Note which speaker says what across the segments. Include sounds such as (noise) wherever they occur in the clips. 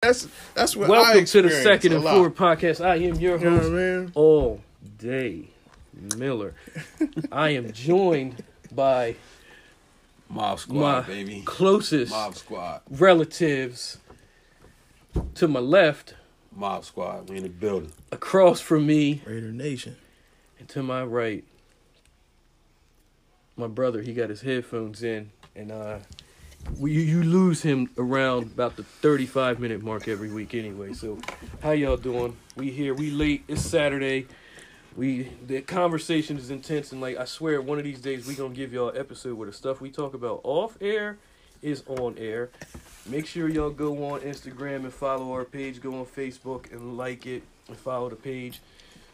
Speaker 1: that's that's what I
Speaker 2: Welcome to the
Speaker 1: experienced
Speaker 2: second
Speaker 1: a
Speaker 2: and
Speaker 1: lot.
Speaker 2: forward podcast. I am your
Speaker 1: You know what I
Speaker 2: host
Speaker 1: mean?
Speaker 2: all day,
Speaker 1: (laughs)
Speaker 2: Miller. I am joined by
Speaker 3: Mob Squad,
Speaker 2: my
Speaker 3: baby.
Speaker 2: closest
Speaker 3: Mob Squad.
Speaker 2: relatives. To my left,
Speaker 3: Mob Squad. We in the building.
Speaker 2: across from me,
Speaker 1: Raider Nation.
Speaker 2: and to my right, my brother. He got his headphones in, and uh, we, you, you lose him around about the thirty-five minute mark every week anyway. So, how y'all doing? We here. We late. It's Saturday. We the conversation is intense, and like I swear, one of these days we gonna give y'all an episode where the stuff we talk about off air is on air. Make sure y'all go on Instagram and follow our page. Go on Facebook and like it and follow the page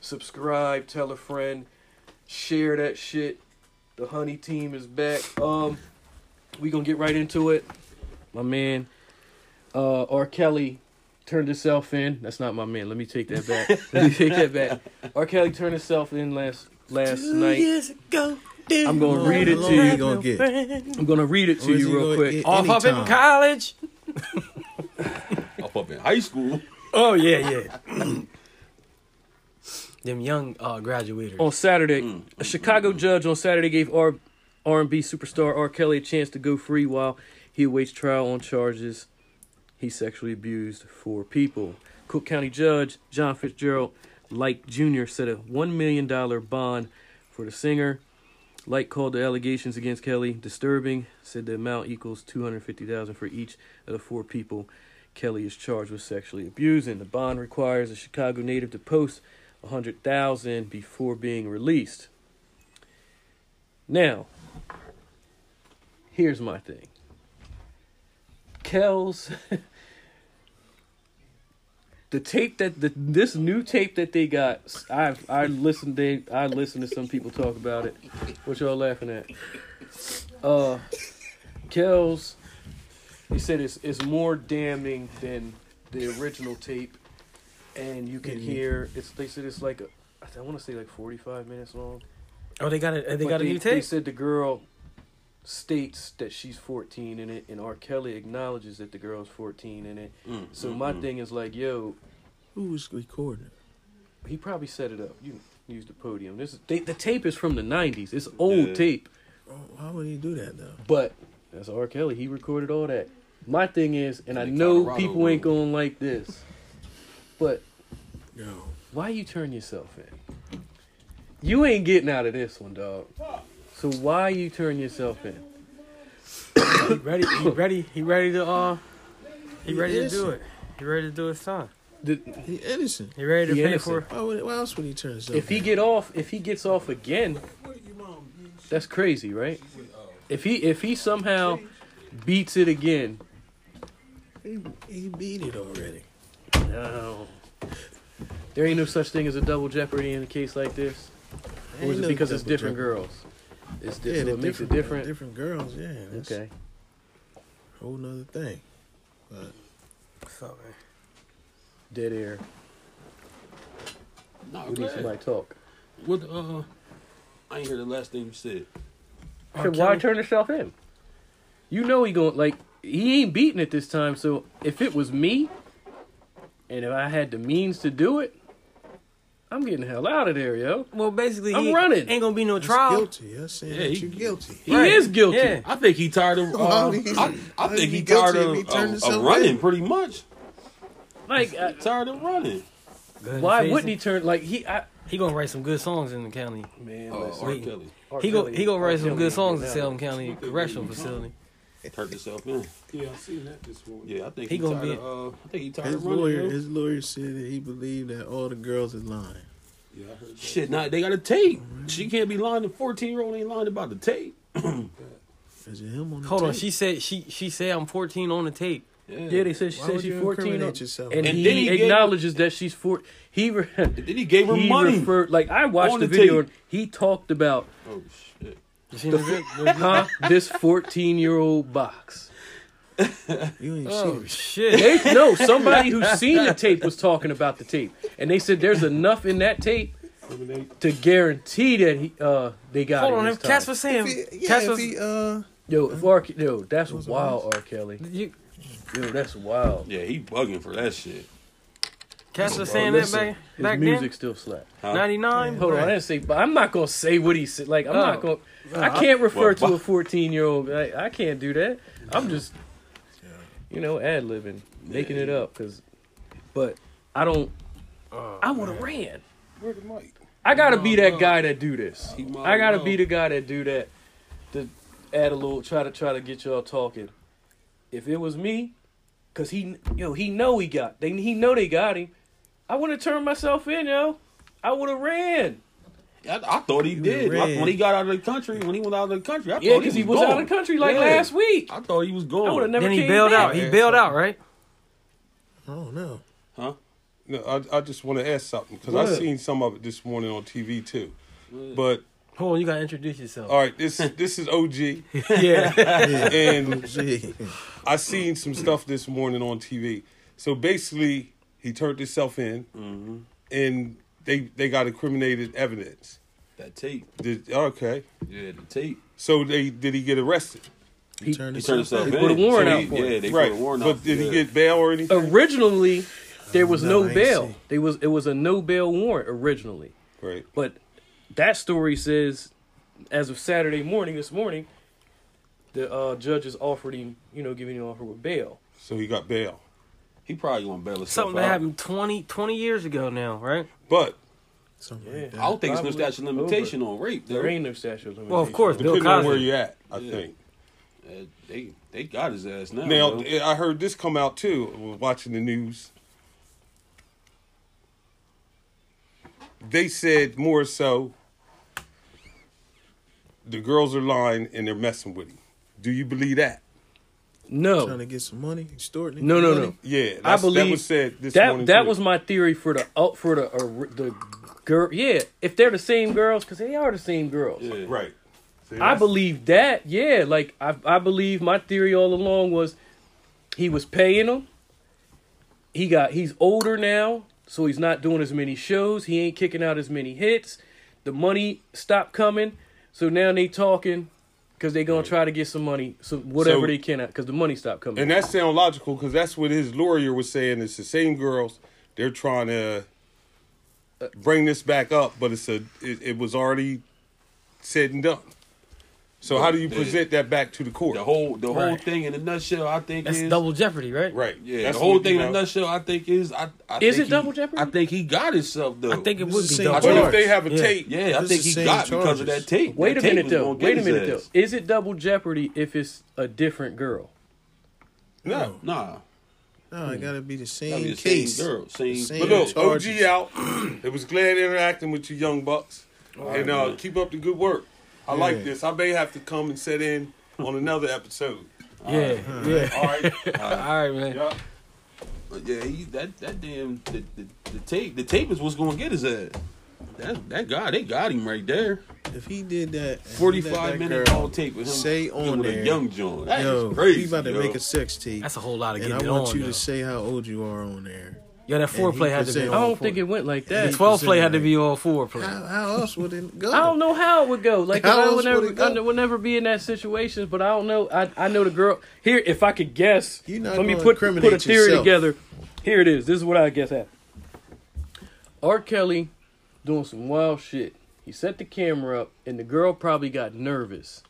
Speaker 2: subscribe, tell a friend, share that shit. The honey team is back. Um, we gonna get right into it. My man, uh, R. Kelly turned himself in. That's not my man. Let me take that back. Let me take that
Speaker 1: (laughs)
Speaker 2: back. R. Kelly turned himself in last last night.
Speaker 4: ago.
Speaker 2: I'm gonna read it to you.
Speaker 1: gonna get?
Speaker 2: I'm gonna read it to
Speaker 1: Where's
Speaker 2: you
Speaker 1: he
Speaker 2: real
Speaker 1: gonna
Speaker 2: quick.
Speaker 1: get?
Speaker 4: Off up in
Speaker 1: Anytime.
Speaker 4: college.
Speaker 3: Up up in high
Speaker 2: Mm,
Speaker 3: school.
Speaker 4: Oh yeah, yeah. Them young uh, graduators.
Speaker 2: on Saturday, a Chicago judge on Saturday gave R R and B superstar R. Kelly a chance to go free while he awaits trial on charges he sexually abused four people. Cook County Judge John Fitzgerald Light Jr. set a one million dollar bond for the singer. Light called the allegations against Kelly disturbing, said the amount equals two hundred fifty thousand for each of the four people Kelly is charged with sexually abusing. The bond requires a Chicago native to post 100,000 before being released. Now, here's my thing. Kells (laughs) the tape that the, this new tape that they got I I listened they I listened to some people talk about it. What y'all laughing at? Uh Kells he said it's it's more damning than the original tape, and you can hear it's. They said it's like a, I want to say like forty five minutes long.
Speaker 4: Oh, they got a they
Speaker 2: But
Speaker 4: got a
Speaker 2: they,
Speaker 4: new
Speaker 2: They
Speaker 4: tape.
Speaker 2: said the girl states that she's fourteen in it, and R. Kelly acknowledges that the girl's fourteen in it.
Speaker 3: Mm,
Speaker 2: So
Speaker 3: mm,
Speaker 2: my
Speaker 1: Mm-hmm.
Speaker 3: mm.
Speaker 2: thing is like, yo,
Speaker 1: Who was recording? it?
Speaker 2: he probably set it up. You use the podium. This is, they, the tape is from the nineties. It's old
Speaker 3: Yeah.
Speaker 2: tape.
Speaker 1: Oh, Why would he do that though?
Speaker 2: But that's R. Kelly. He recorded all that. My thing is, and I
Speaker 3: In the
Speaker 2: know
Speaker 3: Colorado
Speaker 2: people ain't
Speaker 3: room.
Speaker 2: gonna like this, but
Speaker 1: Yo,
Speaker 2: why you turn yourself in? You ain't getting out of this one, dog. So why you turn yourself in?
Speaker 4: he ready? He ready? He ready to uh? He
Speaker 1: He
Speaker 4: ready to
Speaker 1: is.
Speaker 4: do it. He ready to do his time.
Speaker 2: The-
Speaker 1: he innocent.
Speaker 4: He ready to
Speaker 2: He
Speaker 4: pay
Speaker 2: innocent.
Speaker 4: for.
Speaker 1: Why, would, why else would he turn himself?
Speaker 2: if he get off, if he gets off again, that's crazy, right? If he if he somehow beats it again,
Speaker 1: in? he, he beat it already.
Speaker 2: no, there ain't no such thing as a double jeopardy in a case like this. Or
Speaker 1: Ain't
Speaker 2: is it
Speaker 1: no
Speaker 2: because it's
Speaker 1: double
Speaker 2: different
Speaker 1: jeopardy.
Speaker 2: girls? It's
Speaker 1: Yeah,
Speaker 2: di- so
Speaker 1: they're
Speaker 2: it makes it
Speaker 1: they're
Speaker 2: different.
Speaker 1: Different girls, yeah. That's
Speaker 2: Okay.
Speaker 1: a whole nother thing.
Speaker 4: What's up, man?
Speaker 2: Dead air.
Speaker 3: Nah,
Speaker 2: We
Speaker 3: go
Speaker 2: need
Speaker 3: ahead.
Speaker 2: somebody to talk.
Speaker 3: What? the, Uh, I ain't hear the last thing you said.
Speaker 4: R.
Speaker 2: Shit, why
Speaker 4: Kelly?
Speaker 2: turn yourself in? You know he going like he ain't beating it this time. So if it was me, and if I had the means to do it, I'm getting the hell out of there, yo.
Speaker 4: Well, basically,
Speaker 2: I'm
Speaker 4: he
Speaker 2: running.
Speaker 4: Ain't gonna be no
Speaker 1: That's
Speaker 4: trial.
Speaker 1: guilty. That's saying
Speaker 3: Yeah,
Speaker 1: that
Speaker 3: he-
Speaker 1: you're guilty.
Speaker 2: He
Speaker 4: Right.
Speaker 2: is guilty.
Speaker 4: Yeah.
Speaker 3: I think he tired of.
Speaker 1: (laughs) Why
Speaker 3: Uh,
Speaker 1: would he-
Speaker 3: I, I
Speaker 1: why would
Speaker 3: think
Speaker 1: he
Speaker 3: he
Speaker 1: guilty
Speaker 3: tired
Speaker 1: if
Speaker 3: of,
Speaker 1: he turned
Speaker 3: of,
Speaker 1: himself
Speaker 3: of running.
Speaker 1: in?
Speaker 3: Pretty much.
Speaker 2: Like, I,
Speaker 3: Tired of running.
Speaker 4: Go ahead and
Speaker 2: why
Speaker 4: face
Speaker 2: wouldn't he
Speaker 4: it.
Speaker 2: turn? Like he, I,
Speaker 4: He gonna write some good songs in the county.
Speaker 2: man,
Speaker 3: Uh,
Speaker 2: listen.
Speaker 3: R.
Speaker 4: Wait.
Speaker 3: Kelly
Speaker 4: He go he gonna
Speaker 2: R.
Speaker 4: write some
Speaker 2: Kelly
Speaker 4: good
Speaker 2: ain't
Speaker 4: songs in
Speaker 2: getting out
Speaker 4: Salem
Speaker 2: of
Speaker 4: County Correctional Facility.
Speaker 3: turned himself in.
Speaker 5: Yeah, I seen that this morning.
Speaker 3: Yeah, I think
Speaker 4: He
Speaker 3: he,
Speaker 4: gonna
Speaker 3: tired
Speaker 4: be-
Speaker 3: of. Uh, I think he tired
Speaker 1: His
Speaker 3: of running.
Speaker 1: lawyer,
Speaker 3: yo.
Speaker 1: his lawyer said that he believed that all the girls is lying.
Speaker 5: Yeah, I heard that.
Speaker 3: Shit, now they got a tape. She can't be lying. The fourteen year old ain't lying about the tape.
Speaker 1: Is it him on the
Speaker 4: Hold on,
Speaker 1: tape?
Speaker 4: she said she she said I'm 14 on the tape.
Speaker 3: Yeah.
Speaker 2: Yeah, they said she
Speaker 1: Why
Speaker 2: said
Speaker 1: would
Speaker 2: she's
Speaker 1: you
Speaker 2: 14,
Speaker 1: incriminate yourself?
Speaker 2: and,
Speaker 3: And
Speaker 2: he,
Speaker 3: then he gave-
Speaker 2: acknowledges that she's four. He re- (laughs)
Speaker 3: Then he gave her
Speaker 2: he
Speaker 3: money.
Speaker 2: referred like I watched
Speaker 3: On
Speaker 2: the,
Speaker 3: the
Speaker 2: video
Speaker 3: tape.
Speaker 2: and he talked about (laughs)
Speaker 3: oh shit.
Speaker 4: You seen the zip? There's-
Speaker 2: huh, this 14 year old box.
Speaker 1: You ain't
Speaker 4: Oh
Speaker 1: serious.
Speaker 4: shit!
Speaker 2: They, no, somebody who's seen the tape was talking about the tape, and they said there's enough in that tape
Speaker 5: I mean, they,
Speaker 2: to guarantee that he uh they got
Speaker 4: Hold
Speaker 2: it
Speaker 4: on,
Speaker 2: this
Speaker 4: if Cats
Speaker 2: time.
Speaker 4: was saying,
Speaker 1: If he- yeah,
Speaker 4: Cats
Speaker 1: if
Speaker 4: was,
Speaker 1: he, uh,
Speaker 2: Yo, if R. Ke- Yo, that's
Speaker 1: Those
Speaker 2: wild, R. Kelly.
Speaker 4: you,
Speaker 2: Yo, that's wild.
Speaker 6: Yeah, he bugging for that shit.
Speaker 4: Cats
Speaker 2: Bro,
Speaker 4: was saying
Speaker 2: listen,
Speaker 4: that back
Speaker 2: His
Speaker 4: back
Speaker 2: music
Speaker 4: then.
Speaker 2: still slap.
Speaker 6: Huh?
Speaker 4: Ninety nine.
Speaker 2: Hold on, I didn't say, but I'm not gonna say what he said. Like, I'm
Speaker 4: Oh.
Speaker 2: not gonna. I can't refer
Speaker 6: Well,
Speaker 2: to
Speaker 6: bu-
Speaker 2: a 14 year old. Like, I can't do that. I'm just, you know, ad libbing, making it up. Cause, but I don't. I would have ran.
Speaker 5: Where the mic?
Speaker 2: I gotta
Speaker 3: No,
Speaker 2: be that
Speaker 3: no.
Speaker 2: guy that do this.
Speaker 5: He might
Speaker 2: I gotta
Speaker 5: know.
Speaker 2: be the guy that do that. To add a little, try to try to get y'all talking. If it was me, cause he, yo, he know he got. They, he know they got him. I would have turned myself in, yo. I would have ran.
Speaker 6: I, I thought he did. I,
Speaker 1: red.
Speaker 6: when he got out of the country, when he went out of the country, I
Speaker 2: Yeah,
Speaker 6: thought
Speaker 2: because
Speaker 6: he
Speaker 2: Oh, he was
Speaker 6: gone.
Speaker 2: out of the country like
Speaker 6: Yeah.
Speaker 2: last week.
Speaker 6: I thought he was
Speaker 2: I would have
Speaker 6: gone.
Speaker 2: never.
Speaker 4: Then he
Speaker 2: came
Speaker 4: bailed
Speaker 2: back.
Speaker 4: out. He bailed out, right?
Speaker 1: I don't know. (laughs)
Speaker 6: Huh?
Speaker 5: No, I, I just want to ask something because
Speaker 6: What?
Speaker 5: I seen some of it this morning on TV too. But
Speaker 4: Hold on, you gotta introduce yourself.
Speaker 5: all
Speaker 6: (laughs)
Speaker 5: right, this this is OG,
Speaker 4: yeah.
Speaker 1: Yeah.
Speaker 5: and
Speaker 1: Shit.
Speaker 5: I seen some stuff this morning on TV. So basically, he turned himself in,
Speaker 6: Mm-hmm.
Speaker 5: and they they got incriminated evidence.
Speaker 6: That tape.
Speaker 5: Did, okay,
Speaker 6: Yeah, the tape.
Speaker 5: so they did he get arrested?
Speaker 1: He turned
Speaker 6: He turned
Speaker 1: himself
Speaker 6: himself
Speaker 1: in.
Speaker 6: in.
Speaker 2: put a warrant
Speaker 6: So
Speaker 2: out
Speaker 6: he-
Speaker 2: for him.
Speaker 6: Yeah, they
Speaker 5: right,
Speaker 6: put a warrant out.
Speaker 5: but did he
Speaker 6: yeah.
Speaker 5: get bail or anything?
Speaker 2: Originally, there was
Speaker 1: No,
Speaker 2: no
Speaker 1: I ain't
Speaker 2: bail.
Speaker 1: seen.
Speaker 2: They was it was a no bail warrant originally,
Speaker 5: Right,
Speaker 2: but that story says, as of Saturday morning, this morning, the uh, judges offered him, you know, giving him offer with bail.
Speaker 5: so he got bail.
Speaker 6: He probably gonna bail himself
Speaker 4: Something
Speaker 6: out.
Speaker 4: that happened 20, 20 years ago now, right?
Speaker 5: But
Speaker 1: Something
Speaker 2: Yeah.
Speaker 1: like that.
Speaker 6: I don't think it's no
Speaker 2: Probably
Speaker 6: statute of limitation on rape. though.
Speaker 2: There ain't no statute of limitations.
Speaker 4: Well, of course, Bill
Speaker 5: depending on where
Speaker 4: Cosby.
Speaker 5: you at, I
Speaker 6: Yeah.
Speaker 5: think.
Speaker 6: Uh, they they got his ass now.
Speaker 5: Now
Speaker 6: though.
Speaker 5: I heard this come out too. Watching the news, they said more so. The girls are lying and they're messing with him. Do you believe that?
Speaker 1: Trying
Speaker 2: No,
Speaker 1: to get some money, extorting.
Speaker 2: no, no,
Speaker 1: money.
Speaker 2: no.
Speaker 5: Yeah,
Speaker 2: I
Speaker 5: that's-
Speaker 2: believe
Speaker 5: that was said this
Speaker 2: that
Speaker 5: morning.
Speaker 2: that
Speaker 5: too.
Speaker 2: was my theory for the uh, for the uh, the girl. Yeah, if they're the same girls, because they are the same girls.
Speaker 6: Yeah.
Speaker 5: right. See,
Speaker 2: I
Speaker 5: that's-
Speaker 2: believe that. Yeah, like I, I believe my theory all along was he was paying them. He got he's older now, so he's not doing as many shows. He ain't kicking out as many hits. The money stopped coming, so now they talking because they gonna try to get some money, so whatever
Speaker 5: So-
Speaker 2: they can, because the money stopped coming.
Speaker 5: and that sounds logical because that's what his lawyer was saying. It's the same girls. They're trying to uh, bring this back up, but it's a it, it was already said and done. So how do you
Speaker 6: The-
Speaker 5: present that back to the court?
Speaker 6: The whole the whole
Speaker 4: Right.
Speaker 6: thing in a nutshell, I think
Speaker 4: That's
Speaker 6: is
Speaker 4: double jeopardy, right?
Speaker 5: Right.
Speaker 6: Yeah,
Speaker 5: That's
Speaker 6: the whole
Speaker 5: what,
Speaker 6: thing
Speaker 5: you
Speaker 6: in a
Speaker 5: know.
Speaker 6: nutshell, I think is I. I
Speaker 2: Is
Speaker 6: think
Speaker 2: it
Speaker 6: he-
Speaker 2: double jeopardy?
Speaker 6: I think he got himself though.
Speaker 4: I think it
Speaker 1: This
Speaker 4: would
Speaker 1: is
Speaker 4: be
Speaker 1: the same
Speaker 4: double
Speaker 5: But
Speaker 1: charge.
Speaker 4: jeopardy.
Speaker 5: if they have a
Speaker 4: Yeah.
Speaker 5: tape,
Speaker 6: yeah, I
Speaker 1: This
Speaker 6: think
Speaker 1: is
Speaker 6: he
Speaker 1: the same
Speaker 6: got because of that
Speaker 1: charges.
Speaker 6: tape.
Speaker 2: Wait
Speaker 6: That
Speaker 2: a
Speaker 6: tape
Speaker 2: minute
Speaker 6: was gonna
Speaker 2: though.
Speaker 6: get
Speaker 2: Wait a
Speaker 6: his
Speaker 2: minute
Speaker 6: ass.
Speaker 2: though. Is it double jeopardy if it's a different girl?
Speaker 5: no.
Speaker 6: Nah,
Speaker 1: No, it gotta be the same
Speaker 6: that'd be the same
Speaker 1: case.
Speaker 6: girl, same.
Speaker 1: Same
Speaker 5: But
Speaker 1: Yeah,
Speaker 5: look,
Speaker 1: charges.
Speaker 5: OG out. it was glad interacting with you, young bucks, and uh,
Speaker 6: man.
Speaker 5: keep up the good work. I
Speaker 1: Yeah.
Speaker 5: like this. I may have to come and set in on another episode.
Speaker 4: Yeah, yeah.
Speaker 5: All right.
Speaker 4: All right, man.
Speaker 5: yeah.
Speaker 6: But yeah, he, that that damn the, the, the tape the tape is what's gonna get his ass. That that guy they got him right there.
Speaker 1: If he did that, if he let
Speaker 6: Forty five
Speaker 1: that
Speaker 6: minute
Speaker 1: girl
Speaker 6: all tape with him.
Speaker 1: say
Speaker 6: getting
Speaker 1: on
Speaker 6: with
Speaker 1: there,
Speaker 6: a young John. That is
Speaker 1: Yo,
Speaker 6: crazy.
Speaker 1: he about to
Speaker 6: yo.
Speaker 1: make a sex tape.
Speaker 4: That's a whole lot of
Speaker 1: and
Speaker 4: getting
Speaker 1: I
Speaker 4: it
Speaker 1: want
Speaker 4: on.
Speaker 1: you
Speaker 4: though.
Speaker 1: to say how old you are on there.
Speaker 4: Yo, that
Speaker 1: and he
Speaker 4: foreplay had to be
Speaker 1: present-
Speaker 2: I
Speaker 1: Oh,
Speaker 4: on.
Speaker 2: don't think it went like
Speaker 4: The
Speaker 2: that.
Speaker 1: he
Speaker 4: foreplay
Speaker 1: presented
Speaker 4: had to
Speaker 1: it.
Speaker 4: be on foreplay.
Speaker 1: How, how else would it go?
Speaker 2: I don't know how it would go. Like
Speaker 1: How
Speaker 2: I
Speaker 1: else
Speaker 2: would
Speaker 1: would it
Speaker 2: never,
Speaker 1: go?
Speaker 2: I ne- would never be in that situation. But I don't know. I I know the girl here. If I could guess,
Speaker 1: You're not
Speaker 2: let me
Speaker 1: gonna
Speaker 2: put put a
Speaker 1: incriminate
Speaker 2: theory
Speaker 1: yourself.
Speaker 2: together. Here it is. This is what I guess happened. R. Kelly doing some wild shit. He set the camera up, and the girl probably got nervous,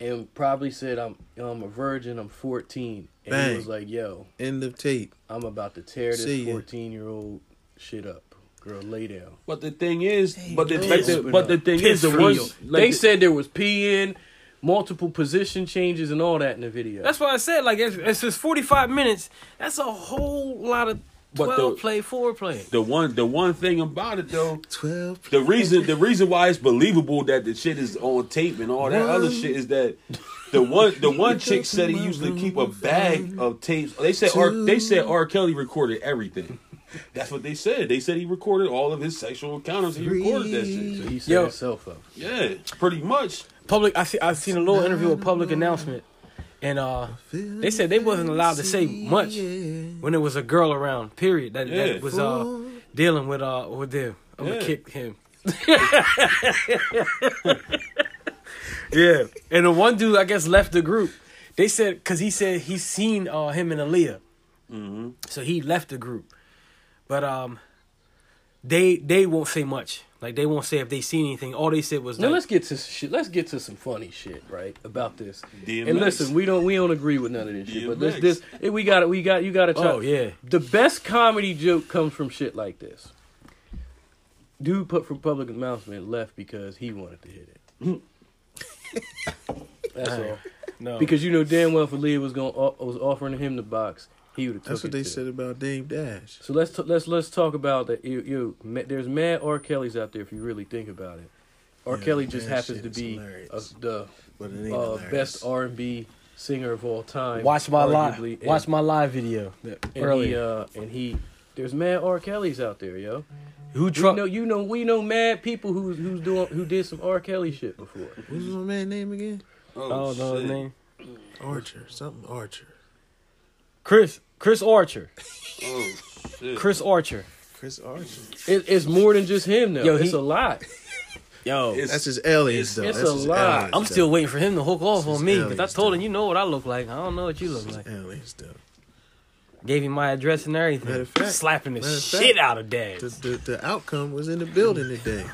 Speaker 2: and probably said, "I'm I'm a virgin. I'm 14." And he
Speaker 1: Bang.
Speaker 2: was like, "Yo,
Speaker 1: End of tape.
Speaker 2: I'm about to tear
Speaker 1: See
Speaker 2: this
Speaker 1: ya.
Speaker 2: 14 year old shit up." Girl, lay down.
Speaker 6: But the thing is, but the,
Speaker 1: Hey,
Speaker 6: but
Speaker 1: yo.
Speaker 6: the, but the thing is, the
Speaker 4: Piss
Speaker 6: one
Speaker 4: real.
Speaker 6: like,
Speaker 2: they
Speaker 6: the-
Speaker 2: said there was peeing, multiple position changes, and all that in the video.
Speaker 4: That's why I said like it's, it's just forty five minutes. That's a whole lot of
Speaker 6: But the-
Speaker 4: twelve play foreplay.
Speaker 6: the one the one thing about it though,
Speaker 1: Twelve.
Speaker 6: the reason the reason why it's believable that the shit is on tape and all that other shit is that the one
Speaker 1: (laughs)
Speaker 6: the one chick said he used to keep a bag of tapes. They said R, they said R. Kelly recorded everything. That's what they said. They said he recorded all of his sexual encounters. He recorded that shit.
Speaker 2: he set
Speaker 4: Yo.
Speaker 2: himself up.
Speaker 6: Yeah, pretty much.
Speaker 4: Public, I see. I seen a little interview with public announcement, and uh, they said they wasn't allowed to say much when there was a girl around. Period. That,
Speaker 6: Yeah.
Speaker 4: that was uh dealing with uh with them. I'm gonna
Speaker 6: Yeah.
Speaker 4: kick him. (laughs) yeah, and the one dude I guess left the group. They said because he said he seen uh, him and Aaliyah,
Speaker 6: Mm-hmm.
Speaker 4: so he left the group. But um, they they won't say much. Like they won't say if they seen anything. All they said was
Speaker 2: Now
Speaker 4: like,
Speaker 2: let's get to some shit. Let's get to some funny shit, right? About this.
Speaker 6: DMX.
Speaker 2: And listen, we don't we don't agree with none of this shit. But this
Speaker 6: DMX.
Speaker 2: this it- we got it. We got you got to.
Speaker 4: Oh, yeah.
Speaker 2: The best comedy joke comes from shit like this. Dude put from public announcement left because he wanted to hit it. That's all.
Speaker 4: no.
Speaker 2: Because you know damn well if Aaliyah was going was offering him the box, he would have.
Speaker 1: That's what they said about Dame Dash.
Speaker 2: So let's t- let's let's talk about that. You, you ma- there's mad R. Kelly's out there if you really think about it. R.
Speaker 1: Yeah,
Speaker 2: Kelly just
Speaker 1: that shit
Speaker 2: happens to
Speaker 1: is
Speaker 2: be a,
Speaker 1: hilarious.
Speaker 2: the
Speaker 1: But it ain't
Speaker 2: uh,
Speaker 1: hilarious.
Speaker 2: best R and B singer of all time.
Speaker 4: watch my
Speaker 2: arguably,
Speaker 4: live
Speaker 2: and-
Speaker 4: watch my live video
Speaker 2: and He,
Speaker 4: earlier.
Speaker 2: uh, and he there's mad R. Kelly's out there, yo.
Speaker 4: Who
Speaker 2: You
Speaker 4: drunk?
Speaker 2: know, you know, we know mad people who's who's doing who did some R. Kelly shit before.
Speaker 1: What was my man's name again?
Speaker 4: Oh, no, his name
Speaker 1: Archer. Something Archer.
Speaker 4: Chris Chris Archer.
Speaker 6: Oh shit!
Speaker 4: Chris Archer.
Speaker 1: Chris Archer.
Speaker 2: It, it's more than just him though.
Speaker 4: Yo,
Speaker 2: it's
Speaker 4: he-
Speaker 2: a lot.
Speaker 4: (laughs) Yo,
Speaker 6: It's-
Speaker 1: That's his alias, though.
Speaker 2: it's
Speaker 1: That's
Speaker 2: a
Speaker 1: his
Speaker 2: lie.
Speaker 1: alias,
Speaker 4: I'm
Speaker 1: though.
Speaker 4: still waiting for him to hook off
Speaker 1: This
Speaker 4: on
Speaker 1: is
Speaker 4: me because I
Speaker 1: aliens,
Speaker 4: told him,
Speaker 1: dude.
Speaker 4: you know what I look like. I don't know what you look
Speaker 1: It's
Speaker 4: like.
Speaker 1: his alias, though.
Speaker 4: Gave him my address and
Speaker 1: Matter
Speaker 4: everything.
Speaker 1: of fact-
Speaker 4: Slapping the
Speaker 1: matter of
Speaker 4: shit
Speaker 1: fact,
Speaker 4: out of dad.
Speaker 1: The, the, the outcome was in the building
Speaker 2: (laughs)
Speaker 1: today.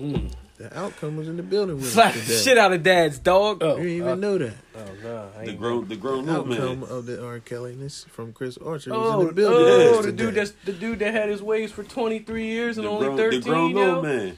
Speaker 2: Mm.
Speaker 1: The outcome was in the building with us
Speaker 4: Slapping
Speaker 1: today.
Speaker 4: the shit out of dad's dog.
Speaker 1: You didn't even know that.
Speaker 2: Oh no, I
Speaker 6: The
Speaker 2: ain't.
Speaker 6: grown, the grown
Speaker 1: The
Speaker 6: little
Speaker 1: outcome
Speaker 6: man.
Speaker 1: of the R. Kelly-ness from Chris Archer was in
Speaker 2: Oh,
Speaker 1: the building. with
Speaker 2: oh
Speaker 1: us
Speaker 2: the
Speaker 1: today.
Speaker 2: dude that's the dude that had his ways for 23 years
Speaker 6: The
Speaker 2: and only
Speaker 6: grown, the
Speaker 2: 13.
Speaker 6: grown
Speaker 2: yo.
Speaker 6: little man.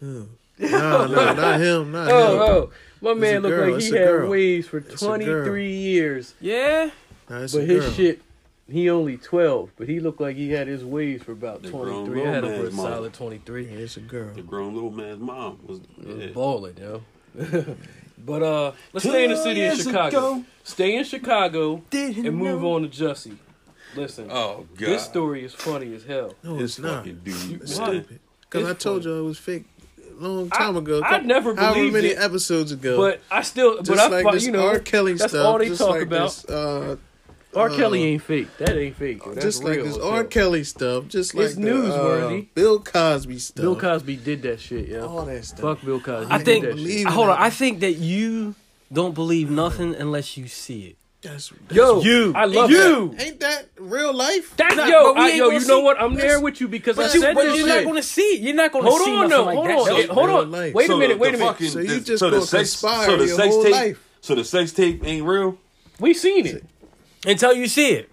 Speaker 1: No, no,
Speaker 2: (laughs)
Speaker 1: not him. Not him.
Speaker 2: Oh, oh, my
Speaker 1: It's a
Speaker 2: man looked
Speaker 1: girl,
Speaker 2: like
Speaker 1: it's
Speaker 2: he
Speaker 1: a
Speaker 2: had
Speaker 1: girl.
Speaker 2: waves for
Speaker 1: a girl.
Speaker 2: 23 years,
Speaker 4: Yeah.
Speaker 1: Nah, it's
Speaker 2: but
Speaker 1: a
Speaker 2: his
Speaker 1: girl.
Speaker 2: shit, he only 12, but he looked like he had his waves for about
Speaker 6: The grown
Speaker 2: 23. I had him for a
Speaker 6: romance model.
Speaker 2: solid
Speaker 1: Yeah,
Speaker 2: 23.
Speaker 1: it's a girl.
Speaker 6: The grown little man's mom was.
Speaker 2: It was
Speaker 6: Yeah.
Speaker 2: balling, yo. (laughs) but uh, let's stay in the
Speaker 6: Two
Speaker 2: city of
Speaker 6: years
Speaker 2: Chicago.
Speaker 6: ago.
Speaker 2: Stay in Chicago and move on to Jussie. Listen,
Speaker 6: Oh god!
Speaker 2: this story is funny as hell.
Speaker 1: No, it's, not.
Speaker 6: fucking dude.
Speaker 1: It's
Speaker 2: Why?
Speaker 1: stupid. Because I
Speaker 2: It's
Speaker 1: told
Speaker 2: funny.
Speaker 1: you it was fake a long time ago.
Speaker 2: I never
Speaker 1: However
Speaker 2: believed
Speaker 1: many
Speaker 2: it,
Speaker 1: episodes ago.
Speaker 2: But I still,
Speaker 1: just
Speaker 2: but I,
Speaker 1: like
Speaker 2: fuck-
Speaker 1: this
Speaker 2: you know,
Speaker 1: R. Kelly
Speaker 2: that's
Speaker 1: stuff.
Speaker 2: all they
Speaker 1: just
Speaker 2: talk
Speaker 1: like
Speaker 2: about.
Speaker 1: This, uh,
Speaker 2: R.
Speaker 1: Uh,
Speaker 2: Kelly ain't fake. That ain't fake. That's
Speaker 1: just like
Speaker 2: real
Speaker 1: this
Speaker 2: as
Speaker 1: R.
Speaker 2: hell.
Speaker 1: Kelly stuff. Just like the,
Speaker 2: newsworthy.
Speaker 1: uh, Bill Cosby stuff. Oh,
Speaker 2: Bill Cosby did that shit, yeah.
Speaker 1: All that stuff.
Speaker 2: Fuck Bill Cosby.
Speaker 4: I
Speaker 2: He
Speaker 4: think.
Speaker 2: did that shit.
Speaker 1: believe
Speaker 4: Hold
Speaker 1: it.
Speaker 4: on. I think that you don't believe nothing unless you see it.
Speaker 1: That's, that's
Speaker 2: Yo,
Speaker 4: You.
Speaker 2: I love
Speaker 4: You.
Speaker 2: that.
Speaker 1: Ain't that real life?
Speaker 2: That's
Speaker 4: Nah,
Speaker 2: yo,
Speaker 4: but we
Speaker 2: I,
Speaker 4: ain't
Speaker 2: yo.
Speaker 4: gonna
Speaker 2: You know
Speaker 4: see-
Speaker 2: what? I'm there with you because I
Speaker 1: But-
Speaker 2: said
Speaker 1: but
Speaker 2: this
Speaker 1: you're
Speaker 2: shit.
Speaker 4: see it. You're not gonna
Speaker 2: hold on, though. Hold on,
Speaker 4: That's-
Speaker 2: Hey, hold
Speaker 1: real
Speaker 2: on.
Speaker 1: life.
Speaker 2: Wait
Speaker 6: So
Speaker 2: a minute.
Speaker 6: the
Speaker 2: Wait a minute.
Speaker 6: fucking-
Speaker 1: So you
Speaker 6: the-
Speaker 1: just
Speaker 6: so the
Speaker 1: gonna
Speaker 6: sex-
Speaker 1: conspire
Speaker 6: so the
Speaker 1: your
Speaker 6: sex
Speaker 1: whole
Speaker 6: tape,
Speaker 1: life.
Speaker 6: So the sex tape ain't real.
Speaker 2: We seen it.
Speaker 4: Until you see it.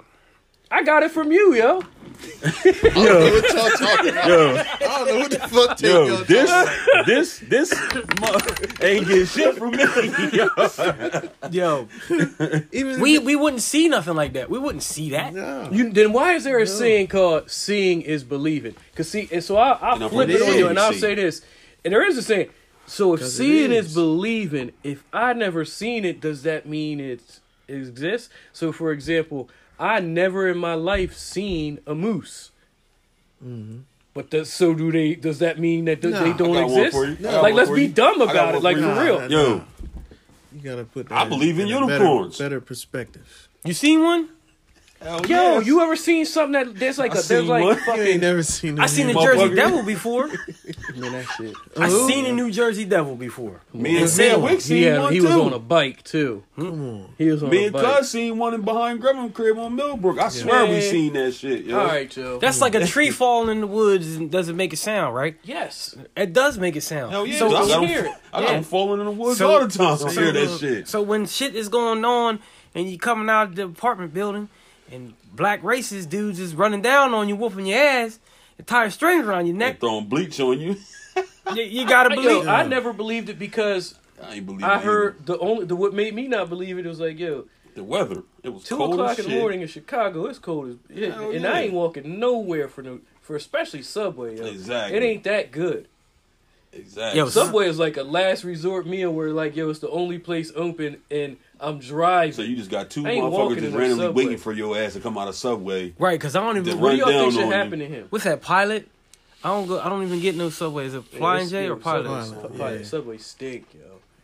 Speaker 2: I got it from you, yo.
Speaker 1: What y'all talking about? I don't know what the fuck they
Speaker 6: Yo,
Speaker 1: y'all
Speaker 6: this,
Speaker 1: talking about.
Speaker 6: this, this, mo- ain't get shit from me. (laughs) Yo.
Speaker 4: Yo,
Speaker 1: Even
Speaker 2: (laughs)
Speaker 4: we we wouldn't see nothing like that. We wouldn't see that.
Speaker 1: Nah.
Speaker 2: You then why is there a saying called "seeing is believing"? Because see, and so I, I'll
Speaker 6: And if
Speaker 2: flip
Speaker 6: it
Speaker 2: it on
Speaker 1: is,
Speaker 2: you, and
Speaker 6: you
Speaker 2: I'll
Speaker 6: see.
Speaker 2: say this, and there is a saying. So if
Speaker 1: 'Cause it
Speaker 2: seeing is.
Speaker 1: is.
Speaker 2: believing, if I never seen it, does that mean it's- it exists? So for example, I never in my life seen a moose. But does, so do they? Does that mean that th-
Speaker 1: Nah.
Speaker 2: they
Speaker 1: I
Speaker 2: don't
Speaker 6: got one
Speaker 2: exist?
Speaker 6: for you. I got
Speaker 2: Like,
Speaker 6: one
Speaker 2: let's
Speaker 6: for
Speaker 2: be
Speaker 6: you.
Speaker 2: dumb
Speaker 6: I got
Speaker 2: about
Speaker 6: one
Speaker 2: it. Like
Speaker 6: for
Speaker 2: for
Speaker 1: Nah,
Speaker 2: real.
Speaker 1: nah,
Speaker 6: Yo.
Speaker 1: nah. You gotta put that
Speaker 6: I believe in
Speaker 1: a
Speaker 6: unicorns.
Speaker 1: Better, better perspective.
Speaker 4: You seen one?
Speaker 2: Yo, you ever seen something that there's like a there's
Speaker 6: seen
Speaker 2: like
Speaker 6: one.
Speaker 1: You (laughs)
Speaker 2: fucking
Speaker 1: ain't never seen
Speaker 4: I seen the
Speaker 1: animal.
Speaker 4: Jersey
Speaker 6: Motherfucker.
Speaker 4: Devil before.
Speaker 2: man that shit.
Speaker 4: I seen the New Jersey Devil before.
Speaker 6: Me and
Speaker 4: Sam
Speaker 6: Sam
Speaker 4: Wick
Speaker 6: Wick
Speaker 2: He,
Speaker 6: seen
Speaker 2: had,
Speaker 6: one
Speaker 2: he
Speaker 6: too.
Speaker 2: was on a bike too. He was on
Speaker 6: Me
Speaker 2: a
Speaker 6: and
Speaker 2: bike.
Speaker 6: Cuz seen one in behind Grandma crib on Millbrook. I swear we
Speaker 2: Man.
Speaker 6: seen that shit. Yo.
Speaker 2: All right, yo.
Speaker 4: That's like a tree falling in the woods and doesn't make a sound, right?
Speaker 2: yes.
Speaker 4: It does make a sound.
Speaker 6: Hell Oh, yeah,
Speaker 4: So,
Speaker 6: I got,
Speaker 2: you
Speaker 6: them,
Speaker 2: hear it.
Speaker 6: I got
Speaker 2: Yeah.
Speaker 6: them falling in the woods
Speaker 4: So-
Speaker 6: all the time. I hear that
Speaker 1: uh,
Speaker 6: shit.
Speaker 4: so when shit is going on and you coming out of the apartment building and black racist dudes is running down on you, whooping your ass, and tie strings around your
Speaker 6: They
Speaker 4: neck,
Speaker 6: throwing bleach on you.
Speaker 4: you, you gotta
Speaker 2: I,
Speaker 4: believe.
Speaker 2: yo, I never believed it because
Speaker 6: I ain't believe it
Speaker 2: I
Speaker 6: either.
Speaker 2: heard the only the what made me not believe it was like yo
Speaker 6: the weather. It was
Speaker 2: two
Speaker 6: cold
Speaker 2: o'clock
Speaker 6: as
Speaker 2: in the
Speaker 6: shit.
Speaker 2: morning in Chicago it's cold as yeah,
Speaker 6: Hell
Speaker 2: and
Speaker 6: yeah.
Speaker 2: I ain't walking nowhere for no for especially Subway. Yo.
Speaker 6: Exactly.
Speaker 2: It ain't that good.
Speaker 6: Exactly.
Speaker 4: Yo, so-
Speaker 2: Subway is like a last resort meal where like yo it's the only place open and I'm driving.
Speaker 6: so you just got two
Speaker 2: I ain't
Speaker 6: motherfuckers
Speaker 2: walking in
Speaker 6: just
Speaker 2: the
Speaker 6: randomly
Speaker 2: subway.
Speaker 6: waiting for your ass to come out of Subway.
Speaker 4: Right, because I don't even.
Speaker 6: The
Speaker 2: what do y'all think
Speaker 6: rundown on
Speaker 2: should
Speaker 6: you.
Speaker 2: happen to him?
Speaker 4: What's that pilot? I don't go. I don't even get no subway. Is it Flying J or pilot?
Speaker 1: Subway.
Speaker 2: Subway,
Speaker 1: Yeah.
Speaker 2: Subway stink, yo.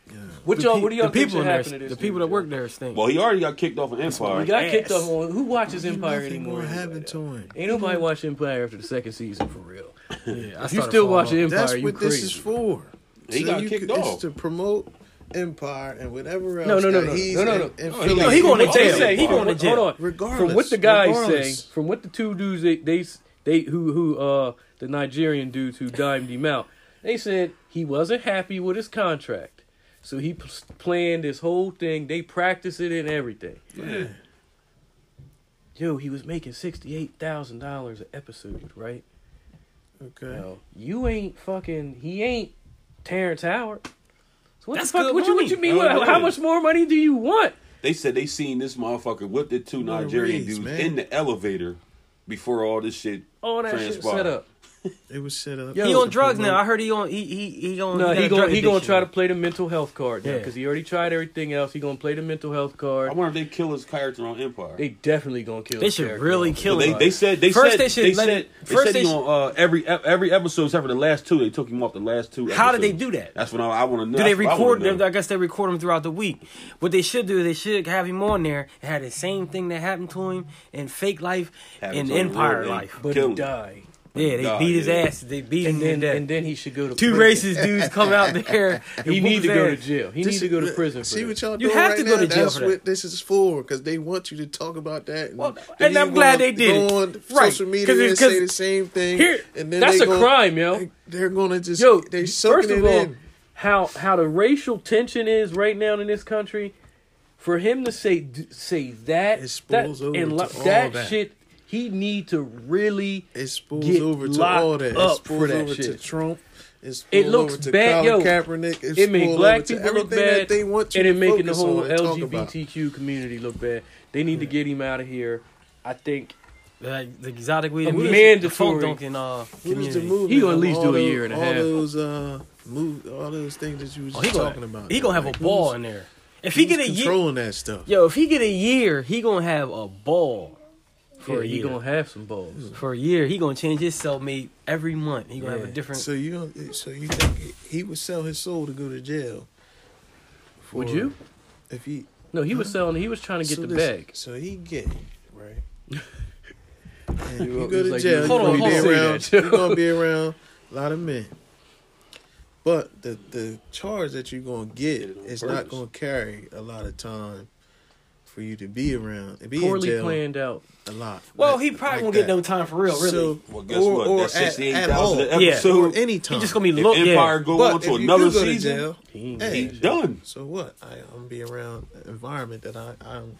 Speaker 1: Yeah.
Speaker 2: What y'all? What do y'all
Speaker 4: the people
Speaker 2: think
Speaker 4: in
Speaker 2: should
Speaker 4: there,
Speaker 2: happen to this
Speaker 4: the people
Speaker 2: dude,
Speaker 4: that
Speaker 2: yo?
Speaker 4: work there stink.
Speaker 6: Well, he already got kicked off of
Speaker 2: We
Speaker 6: Empire.
Speaker 2: got kicked
Speaker 4: ass.
Speaker 2: off on who watches Empire
Speaker 1: Nothing
Speaker 2: anymore?
Speaker 1: gonna
Speaker 2: anyway,
Speaker 1: happen to
Speaker 2: though?
Speaker 1: him.
Speaker 2: Ain't nobody watch Empire after the second season for real. If
Speaker 4: Yeah, I
Speaker 2: you
Speaker 4: started
Speaker 2: still
Speaker 4: falling
Speaker 2: watch
Speaker 4: off.
Speaker 2: Empire,
Speaker 1: That's
Speaker 2: you
Speaker 1: what
Speaker 2: crazy.
Speaker 1: this is for.
Speaker 6: He got
Speaker 1: you
Speaker 6: kicked
Speaker 1: could-
Speaker 6: off.
Speaker 1: It's to promote Empire and whatever else.
Speaker 2: No, no, no,
Speaker 1: that
Speaker 2: no,
Speaker 1: he's
Speaker 2: no, no,
Speaker 1: in-
Speaker 2: no.
Speaker 1: in
Speaker 2: No,
Speaker 1: Philly.
Speaker 4: No, he going to
Speaker 2: Hold on,
Speaker 4: jail.
Speaker 2: hold on,
Speaker 4: He going to jail.
Speaker 2: Hold on.
Speaker 1: Regardless,
Speaker 2: From what the guys
Speaker 1: regardless.
Speaker 2: say, from what the two dudes they, they they who who uh the Nigerian dudes who dimed him out, they said he wasn't happy with his contract, so he p- planned this whole thing. They practiced it and everything. Yo, he was making sixty eight thousand dollars an episode, right?
Speaker 1: Okay.
Speaker 2: No, you ain't fucking. He ain't Terrence Howard. So what
Speaker 4: That's
Speaker 2: the fuck?
Speaker 4: good
Speaker 2: What you, what
Speaker 4: money.
Speaker 2: you mean?
Speaker 6: I
Speaker 2: What,
Speaker 6: know.
Speaker 2: how much more money do you want?
Speaker 6: They said they seen this motherfucker with the two
Speaker 1: Lord
Speaker 6: Nigerian
Speaker 1: Reeves,
Speaker 6: dudes
Speaker 1: man.
Speaker 6: in the elevator before all this shit.
Speaker 2: All that shit
Speaker 6: transpired.
Speaker 2: set up.
Speaker 1: It was set up.
Speaker 2: Yo,
Speaker 4: He
Speaker 2: Yo,
Speaker 4: on drugs now. I heard he on he he he on.
Speaker 2: No,
Speaker 4: got
Speaker 2: he
Speaker 4: a
Speaker 2: gonna
Speaker 4: drug
Speaker 2: he gonna
Speaker 4: addiction.
Speaker 2: try to play the mental health card now
Speaker 4: Yeah.
Speaker 2: because he already tried everything else. He gonna play the mental health
Speaker 6: I
Speaker 2: card.
Speaker 6: wonder if they kill his character on Empire.
Speaker 2: They definitely gonna kill.
Speaker 4: They
Speaker 2: his
Speaker 4: should
Speaker 2: character.
Speaker 4: really kill
Speaker 6: But they,
Speaker 4: him.
Speaker 6: they said they
Speaker 4: First
Speaker 6: said
Speaker 4: they should let
Speaker 6: said,
Speaker 4: him-
Speaker 6: they
Speaker 4: first
Speaker 6: said
Speaker 4: they
Speaker 6: he
Speaker 4: should-
Speaker 6: on uh, every every episode except for the last two. They took him off the last two.
Speaker 4: How did they
Speaker 6: episodes.
Speaker 4: do that?
Speaker 6: That's what I, I want to know.
Speaker 4: Do they
Speaker 6: That's what I wanna
Speaker 4: record
Speaker 6: know.
Speaker 4: them? I guess they record them throughout the week. What they should do, they should have him on there and have the same thing that happened to him in fake life
Speaker 6: Happened
Speaker 4: and
Speaker 6: to him in
Speaker 4: Empire
Speaker 6: real
Speaker 4: life.
Speaker 6: life.
Speaker 2: But
Speaker 6: Kill
Speaker 2: he
Speaker 6: him.
Speaker 2: died,
Speaker 4: yeah, they
Speaker 6: Nah,
Speaker 4: beat his
Speaker 6: yeah.
Speaker 4: ass. They beat
Speaker 2: and
Speaker 4: him
Speaker 2: then
Speaker 4: to death.
Speaker 2: and then he should go to
Speaker 4: Two
Speaker 2: prison.
Speaker 4: racist dudes come out
Speaker 2: (laughs)
Speaker 4: there. and
Speaker 2: He
Speaker 4: whoop
Speaker 2: need
Speaker 4: his
Speaker 2: to go to
Speaker 4: ass.
Speaker 2: jail. He
Speaker 1: This
Speaker 2: need
Speaker 1: is-
Speaker 2: to go to prison.
Speaker 1: See
Speaker 2: for
Speaker 1: what
Speaker 2: that.
Speaker 1: y'all doing
Speaker 4: You have
Speaker 1: right
Speaker 4: to go
Speaker 1: now?
Speaker 4: to jail
Speaker 1: That's
Speaker 4: for that.
Speaker 1: what this is for, because they want you to talk about that. And,
Speaker 4: Well,
Speaker 1: then
Speaker 4: and I'm
Speaker 1: you
Speaker 4: glad
Speaker 1: gonna
Speaker 4: they did.
Speaker 1: Go on
Speaker 4: Right.
Speaker 1: social media
Speaker 4: 'Cause it-
Speaker 1: and say
Speaker 4: 'cause
Speaker 1: the same thing.
Speaker 2: Here,
Speaker 1: and then
Speaker 2: that's
Speaker 1: they
Speaker 2: a
Speaker 1: gonna-
Speaker 2: crime, yo.
Speaker 1: They're gonna just
Speaker 2: Yo,
Speaker 1: they soaking
Speaker 2: first of
Speaker 1: it
Speaker 2: all,
Speaker 1: in.
Speaker 2: how how the racial tension is right now in this country, for him to say d- say that
Speaker 1: It
Speaker 2: that
Speaker 1: spills over
Speaker 2: and
Speaker 1: to
Speaker 2: li-
Speaker 1: all
Speaker 2: that,
Speaker 1: that.
Speaker 2: shit, he need to really.
Speaker 1: It spools
Speaker 2: get
Speaker 1: over to
Speaker 2: locked
Speaker 1: all that. It
Speaker 2: up
Speaker 1: spools
Speaker 2: for that
Speaker 1: over to
Speaker 2: shit.
Speaker 1: Trump. It, spools
Speaker 2: It looks
Speaker 1: over to
Speaker 2: bad,
Speaker 1: Colin
Speaker 2: yo.
Speaker 1: Kaepernick. It,
Speaker 2: It made
Speaker 1: spools
Speaker 2: black
Speaker 1: over to
Speaker 2: people look
Speaker 1: everything that
Speaker 2: bad,
Speaker 1: they want you
Speaker 2: and
Speaker 1: to
Speaker 2: it making the
Speaker 1: focus
Speaker 2: whole
Speaker 1: on and talk about.
Speaker 2: LGBTQ community look bad. They need to get him out of here. I think
Speaker 4: Like the exotic weed,
Speaker 2: A
Speaker 4: the music,
Speaker 2: mandatory.
Speaker 4: the funk dunking,
Speaker 1: What
Speaker 4: uh,
Speaker 1: was the
Speaker 4: community.
Speaker 1: movement?
Speaker 2: He gonna at
Speaker 1: of
Speaker 2: least
Speaker 1: all
Speaker 2: do a
Speaker 1: those-
Speaker 2: year and a half.
Speaker 1: All those uh, move, all those things that you was
Speaker 4: Oh, he
Speaker 1: just
Speaker 4: gonna,
Speaker 1: talking about.
Speaker 4: he gonna have a
Speaker 1: Like,
Speaker 4: ball
Speaker 1: who's-
Speaker 4: in there. If he
Speaker 1: who's
Speaker 4: get a year,
Speaker 1: controlling that stuff.
Speaker 4: yo, if he get a year, he gonna have a ball for
Speaker 2: yeah,
Speaker 4: a
Speaker 2: he
Speaker 4: year.
Speaker 2: gonna have some balls.
Speaker 4: for a year, he gonna change his cellmate every month. He gonna have a
Speaker 2: Yeah.
Speaker 4: different.
Speaker 1: So you don't, so you think he would sell his soul to go to jail? for-
Speaker 2: Would you?
Speaker 1: If he
Speaker 2: No, he was selling. He was trying to get
Speaker 1: so
Speaker 2: the
Speaker 1: listen,
Speaker 2: bag.
Speaker 1: So he gay, right?
Speaker 6: (laughs)
Speaker 1: and
Speaker 2: You
Speaker 1: you
Speaker 2: was
Speaker 1: go to
Speaker 2: like,
Speaker 1: jail,
Speaker 2: you
Speaker 1: you're
Speaker 4: Hold on,
Speaker 1: gonna
Speaker 4: hold
Speaker 1: be
Speaker 4: on.
Speaker 1: around.
Speaker 2: Say that,
Speaker 1: You're gonna
Speaker 6: (laughs)
Speaker 1: be around a lot of men. But the the charge that you're gonna get
Speaker 6: Did it on
Speaker 1: is
Speaker 6: purpose.
Speaker 1: not gonna carry a lot of time for you to be around and be in
Speaker 2: Poorly
Speaker 1: jail
Speaker 2: planned out.
Speaker 1: a lot.
Speaker 4: well,
Speaker 1: like-
Speaker 4: he probably
Speaker 1: like
Speaker 4: won't get
Speaker 1: that.
Speaker 4: no time for real, really.
Speaker 1: So,
Speaker 6: Well, guess
Speaker 1: or,
Speaker 6: what?
Speaker 1: Or
Speaker 6: That's
Speaker 1: at, at
Speaker 6: 68,000
Speaker 1: all.
Speaker 6: an episode.
Speaker 1: Or any time.
Speaker 4: he just gonna be
Speaker 6: If
Speaker 4: look.
Speaker 6: Empire
Speaker 4: Yeah.
Speaker 6: go on
Speaker 1: But
Speaker 6: to
Speaker 1: if you
Speaker 6: another
Speaker 1: do go to
Speaker 6: season,
Speaker 1: jail,
Speaker 2: He ain't
Speaker 1: hey,
Speaker 2: getting
Speaker 6: he's done.
Speaker 1: So what? I, I'm gonna be around an environment that I I'm,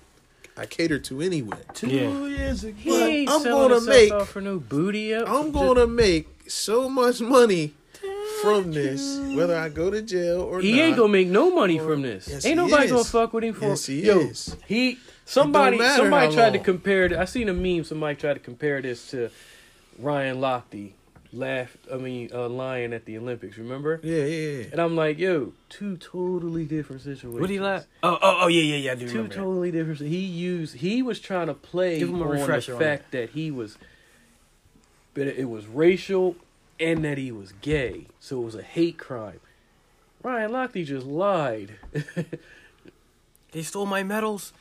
Speaker 1: I cater to anyway.
Speaker 6: Two
Speaker 4: Yeah.
Speaker 6: years ago.
Speaker 2: He ain't
Speaker 1: I'm
Speaker 2: selling
Speaker 1: gonna
Speaker 2: himself
Speaker 1: make-
Speaker 2: out for no booty. Up.
Speaker 1: I'm gonna make so much money from this, whether I go to jail or
Speaker 2: He
Speaker 1: not.
Speaker 2: ain't gonna make no money
Speaker 1: Or-
Speaker 2: from this.
Speaker 1: Yes,
Speaker 2: ain't
Speaker 1: he
Speaker 2: nobody
Speaker 1: is.
Speaker 2: gonna fuck with him for.
Speaker 1: Yes, he
Speaker 2: Yo,
Speaker 1: is.
Speaker 2: he somebody
Speaker 1: matter
Speaker 2: somebody
Speaker 1: how
Speaker 2: tried to
Speaker 1: long.
Speaker 2: compare. th- I seen a meme. Somebody tried to compare this to Ryan Lochte laughed. I mean, uh, lying at the Olympics. Remember?
Speaker 1: Yeah, yeah, yeah.
Speaker 2: And I'm like, yo, two totally different situations.
Speaker 4: What do you like? Oh, oh, oh, yeah, yeah, yeah. I do
Speaker 2: Two
Speaker 4: remember. that.
Speaker 2: totally different. He used. He was trying to play
Speaker 4: Give him a
Speaker 2: on the
Speaker 4: refresher on
Speaker 2: fact that he was, but it was racial, and that he was gay. So it was a hate crime. Ryan Lochte just lied. (laughs)
Speaker 4: They stole my medals.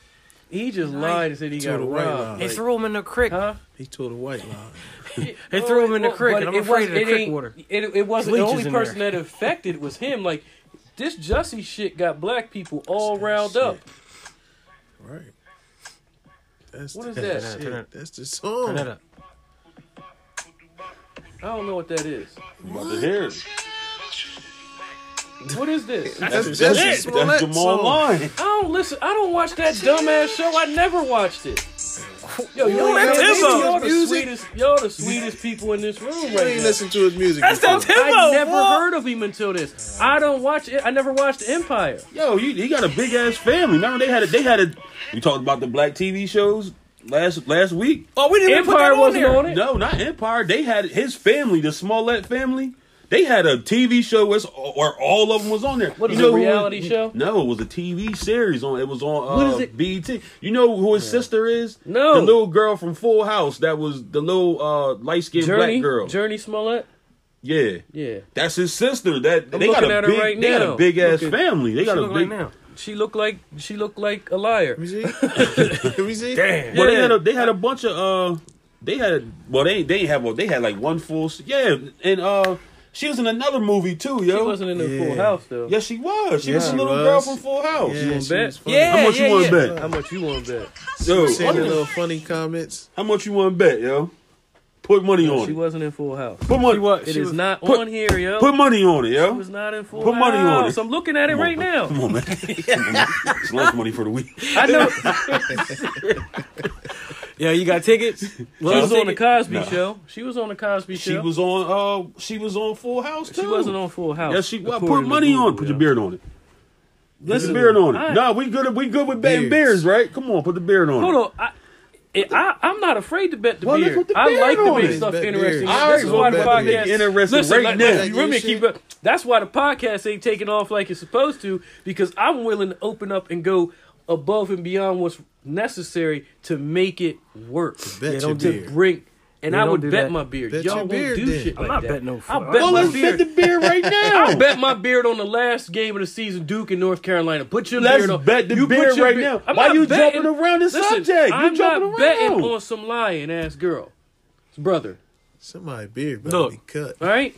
Speaker 2: He just
Speaker 4: Nice.
Speaker 2: lied and said he
Speaker 1: To
Speaker 2: got
Speaker 1: the white
Speaker 2: robbed.
Speaker 1: line.
Speaker 4: They
Speaker 1: Like-
Speaker 4: threw him in the creek.
Speaker 2: Huh?
Speaker 1: He told a white lie.
Speaker 4: They threw him in the
Speaker 2: Well,
Speaker 4: creek,
Speaker 2: but
Speaker 4: and I'm
Speaker 2: it was-
Speaker 4: afraid of the
Speaker 2: it
Speaker 4: creek
Speaker 2: ain't-
Speaker 4: water.
Speaker 2: It, it wasn't the
Speaker 4: Leeches
Speaker 2: only
Speaker 4: in there.
Speaker 2: person that affected was him. Like this Jussie shit got black people all
Speaker 1: That's
Speaker 2: riled
Speaker 1: shit.
Speaker 2: up.
Speaker 1: Right. That's
Speaker 2: What is
Speaker 1: the,
Speaker 2: that?
Speaker 1: shit.
Speaker 4: Turn it-
Speaker 1: That's the
Speaker 4: Turn
Speaker 1: song.
Speaker 4: that up.
Speaker 2: I don't know what that is.
Speaker 6: I'm about to hear it.
Speaker 2: What
Speaker 1: (laughs)
Speaker 2: is this? I
Speaker 1: That's,
Speaker 6: That's,
Speaker 1: that's,
Speaker 6: that's,
Speaker 1: a
Speaker 6: that's,
Speaker 1: Smollett
Speaker 6: Jamal
Speaker 1: song.
Speaker 6: Line.
Speaker 2: don't listen. I don't watch that dumbass show. I never watched it. Yo, you
Speaker 1: ain't
Speaker 2: all
Speaker 1: listen to
Speaker 2: y'all
Speaker 1: his
Speaker 2: the
Speaker 1: music?
Speaker 2: sweetest, y'all the sweetest people in this room
Speaker 1: You
Speaker 2: right
Speaker 1: ain't
Speaker 2: now.
Speaker 1: listen to his music.
Speaker 4: That's
Speaker 1: before.
Speaker 4: that Timbo.
Speaker 2: I never
Speaker 4: boy.
Speaker 2: heard of him until this. I don't watch it. I never watched Empire.
Speaker 6: Yo, he, he got a big ass family. Remember they had a they had a. We talked about the black TV shows last last week.
Speaker 4: Oh, we didn't even put that
Speaker 2: Empire
Speaker 4: on
Speaker 2: wasn't
Speaker 4: there.
Speaker 2: on it.
Speaker 6: No, not Empire. They had his family, the Smollett family. They had a TV show where where all of them was on there.
Speaker 2: What is
Speaker 6: know
Speaker 2: it, a
Speaker 6: who-
Speaker 2: reality show?
Speaker 6: No, it was a TV series on. It was on uh,
Speaker 2: What is it?
Speaker 6: BET. You know who his sister is?
Speaker 2: No.
Speaker 6: the little girl from Full House. That was the little uh, light skinned
Speaker 2: Journey,
Speaker 6: black girl.
Speaker 2: Journey Smollett.
Speaker 6: Yeah,
Speaker 2: Yeah,
Speaker 6: that's his sister. That they
Speaker 2: looking
Speaker 6: got a
Speaker 2: at her
Speaker 6: big.
Speaker 2: right
Speaker 6: they got
Speaker 2: now.
Speaker 6: a big ass
Speaker 2: Look at-
Speaker 6: family. They got
Speaker 4: She
Speaker 6: a
Speaker 4: look
Speaker 6: big.
Speaker 4: like now.
Speaker 2: she looked like she looked like a liar.
Speaker 1: Let me see. (laughs) Let me see.
Speaker 4: Damn.
Speaker 6: Well, they
Speaker 2: Yeah.
Speaker 6: had a, they had a bunch of uh, they had well they they ain't have well they had like one full s- yeah, and uh, She was in another movie too, yo.
Speaker 2: She wasn't in the
Speaker 1: Yeah.
Speaker 2: full house though.
Speaker 6: Yes, she was. She
Speaker 1: Yeah,
Speaker 6: was a
Speaker 1: she
Speaker 6: little girl
Speaker 1: was.
Speaker 6: from Full House.
Speaker 1: Yeah, she
Speaker 2: bet?
Speaker 1: was funny.
Speaker 4: Yeah,
Speaker 6: How much
Speaker 4: yeah,
Speaker 6: you want
Speaker 4: yeah.
Speaker 6: to bet?
Speaker 2: How much you want to bet?
Speaker 6: Yo,
Speaker 1: Saying the
Speaker 6: how,
Speaker 1: little funny comments.
Speaker 6: how much you want to bet, yo? Put money
Speaker 2: No,
Speaker 6: on
Speaker 2: she
Speaker 6: it.
Speaker 2: wasn't in full house.
Speaker 6: Put money.
Speaker 4: was-
Speaker 2: It is
Speaker 4: She was-
Speaker 2: not
Speaker 6: put-
Speaker 2: on here, yo.
Speaker 6: Put money on it,
Speaker 2: It
Speaker 6: yo.
Speaker 2: was not in full
Speaker 6: Put money on
Speaker 2: house.
Speaker 6: it.
Speaker 2: I'm looking at it right now.
Speaker 6: (laughs)
Speaker 2: (laughs)
Speaker 6: Come on, man. it's lunch money for the week.
Speaker 2: I know
Speaker 4: Yo, you got tickets?
Speaker 2: she was on the Cosby
Speaker 6: Nah.
Speaker 2: show. She was on the Cosby show.
Speaker 6: She was on. Uh, she was on Full House too.
Speaker 2: She wasn't on Full House.
Speaker 6: Yeah, she well, put
Speaker 2: according to
Speaker 6: money on.
Speaker 2: Google,
Speaker 6: Put
Speaker 2: yo.
Speaker 6: your beard on it. Put
Speaker 2: Listen,
Speaker 6: your beard on it.
Speaker 2: I-
Speaker 6: Nah, we good. We good with betting
Speaker 1: Beards.
Speaker 6: beards, right? Come on, put the beard on.
Speaker 2: Hold
Speaker 6: it.
Speaker 2: on. I, it- I, I'm not afraid to bet the
Speaker 6: Well, let's
Speaker 2: beard.
Speaker 6: put the
Speaker 2: I
Speaker 6: beard
Speaker 2: like to
Speaker 6: on
Speaker 2: make
Speaker 6: it.
Speaker 2: stuff
Speaker 1: Bet
Speaker 2: interesting.
Speaker 1: beard.
Speaker 6: All
Speaker 2: That's
Speaker 6: right,
Speaker 2: why
Speaker 1: so
Speaker 2: the
Speaker 1: bet the
Speaker 2: podcast
Speaker 1: beard.
Speaker 6: Interesting
Speaker 2: Listen,
Speaker 6: right
Speaker 2: like- like
Speaker 6: now.
Speaker 2: you remember,
Speaker 1: That
Speaker 2: keep
Speaker 1: new
Speaker 2: up. That's why the podcast ain't taking off like it's supposed to because I'm willing to open up and go above and beyond what's necessary to make it work.
Speaker 1: Bet
Speaker 4: Yeah,
Speaker 1: your
Speaker 4: don't do-
Speaker 1: beard.
Speaker 2: Bring. And
Speaker 4: Yeah,
Speaker 2: I
Speaker 4: don't
Speaker 2: would
Speaker 4: do
Speaker 2: bet
Speaker 4: that.
Speaker 2: my beard.
Speaker 1: Bet
Speaker 2: Y'all
Speaker 1: your
Speaker 2: won't
Speaker 1: beard
Speaker 2: do
Speaker 1: then.
Speaker 2: shit
Speaker 4: I'm
Speaker 2: like
Speaker 4: not
Speaker 2: that.
Speaker 4: betting no
Speaker 2: I'll
Speaker 4: fuck.
Speaker 2: bet
Speaker 6: Well,
Speaker 2: my
Speaker 6: let's
Speaker 2: beard.
Speaker 6: bet the
Speaker 2: (laughs)
Speaker 6: beard right
Speaker 2: I
Speaker 6: now.
Speaker 2: bet my beard on the last game of the season, Duke and North Carolina. Put your
Speaker 6: Let's
Speaker 2: beard on.
Speaker 6: bet the
Speaker 2: You put
Speaker 6: beard
Speaker 2: your
Speaker 6: right
Speaker 2: beard-
Speaker 6: now.
Speaker 2: I'm
Speaker 6: Why
Speaker 2: not
Speaker 6: you
Speaker 2: betting-
Speaker 6: jumping around this
Speaker 2: Listen,
Speaker 6: subject? You
Speaker 2: I'm
Speaker 6: jumping
Speaker 2: not betting
Speaker 6: around.
Speaker 2: on some lying ass girl, brother.
Speaker 1: Somebody beard better
Speaker 4: Look.
Speaker 1: be cut.
Speaker 2: All right,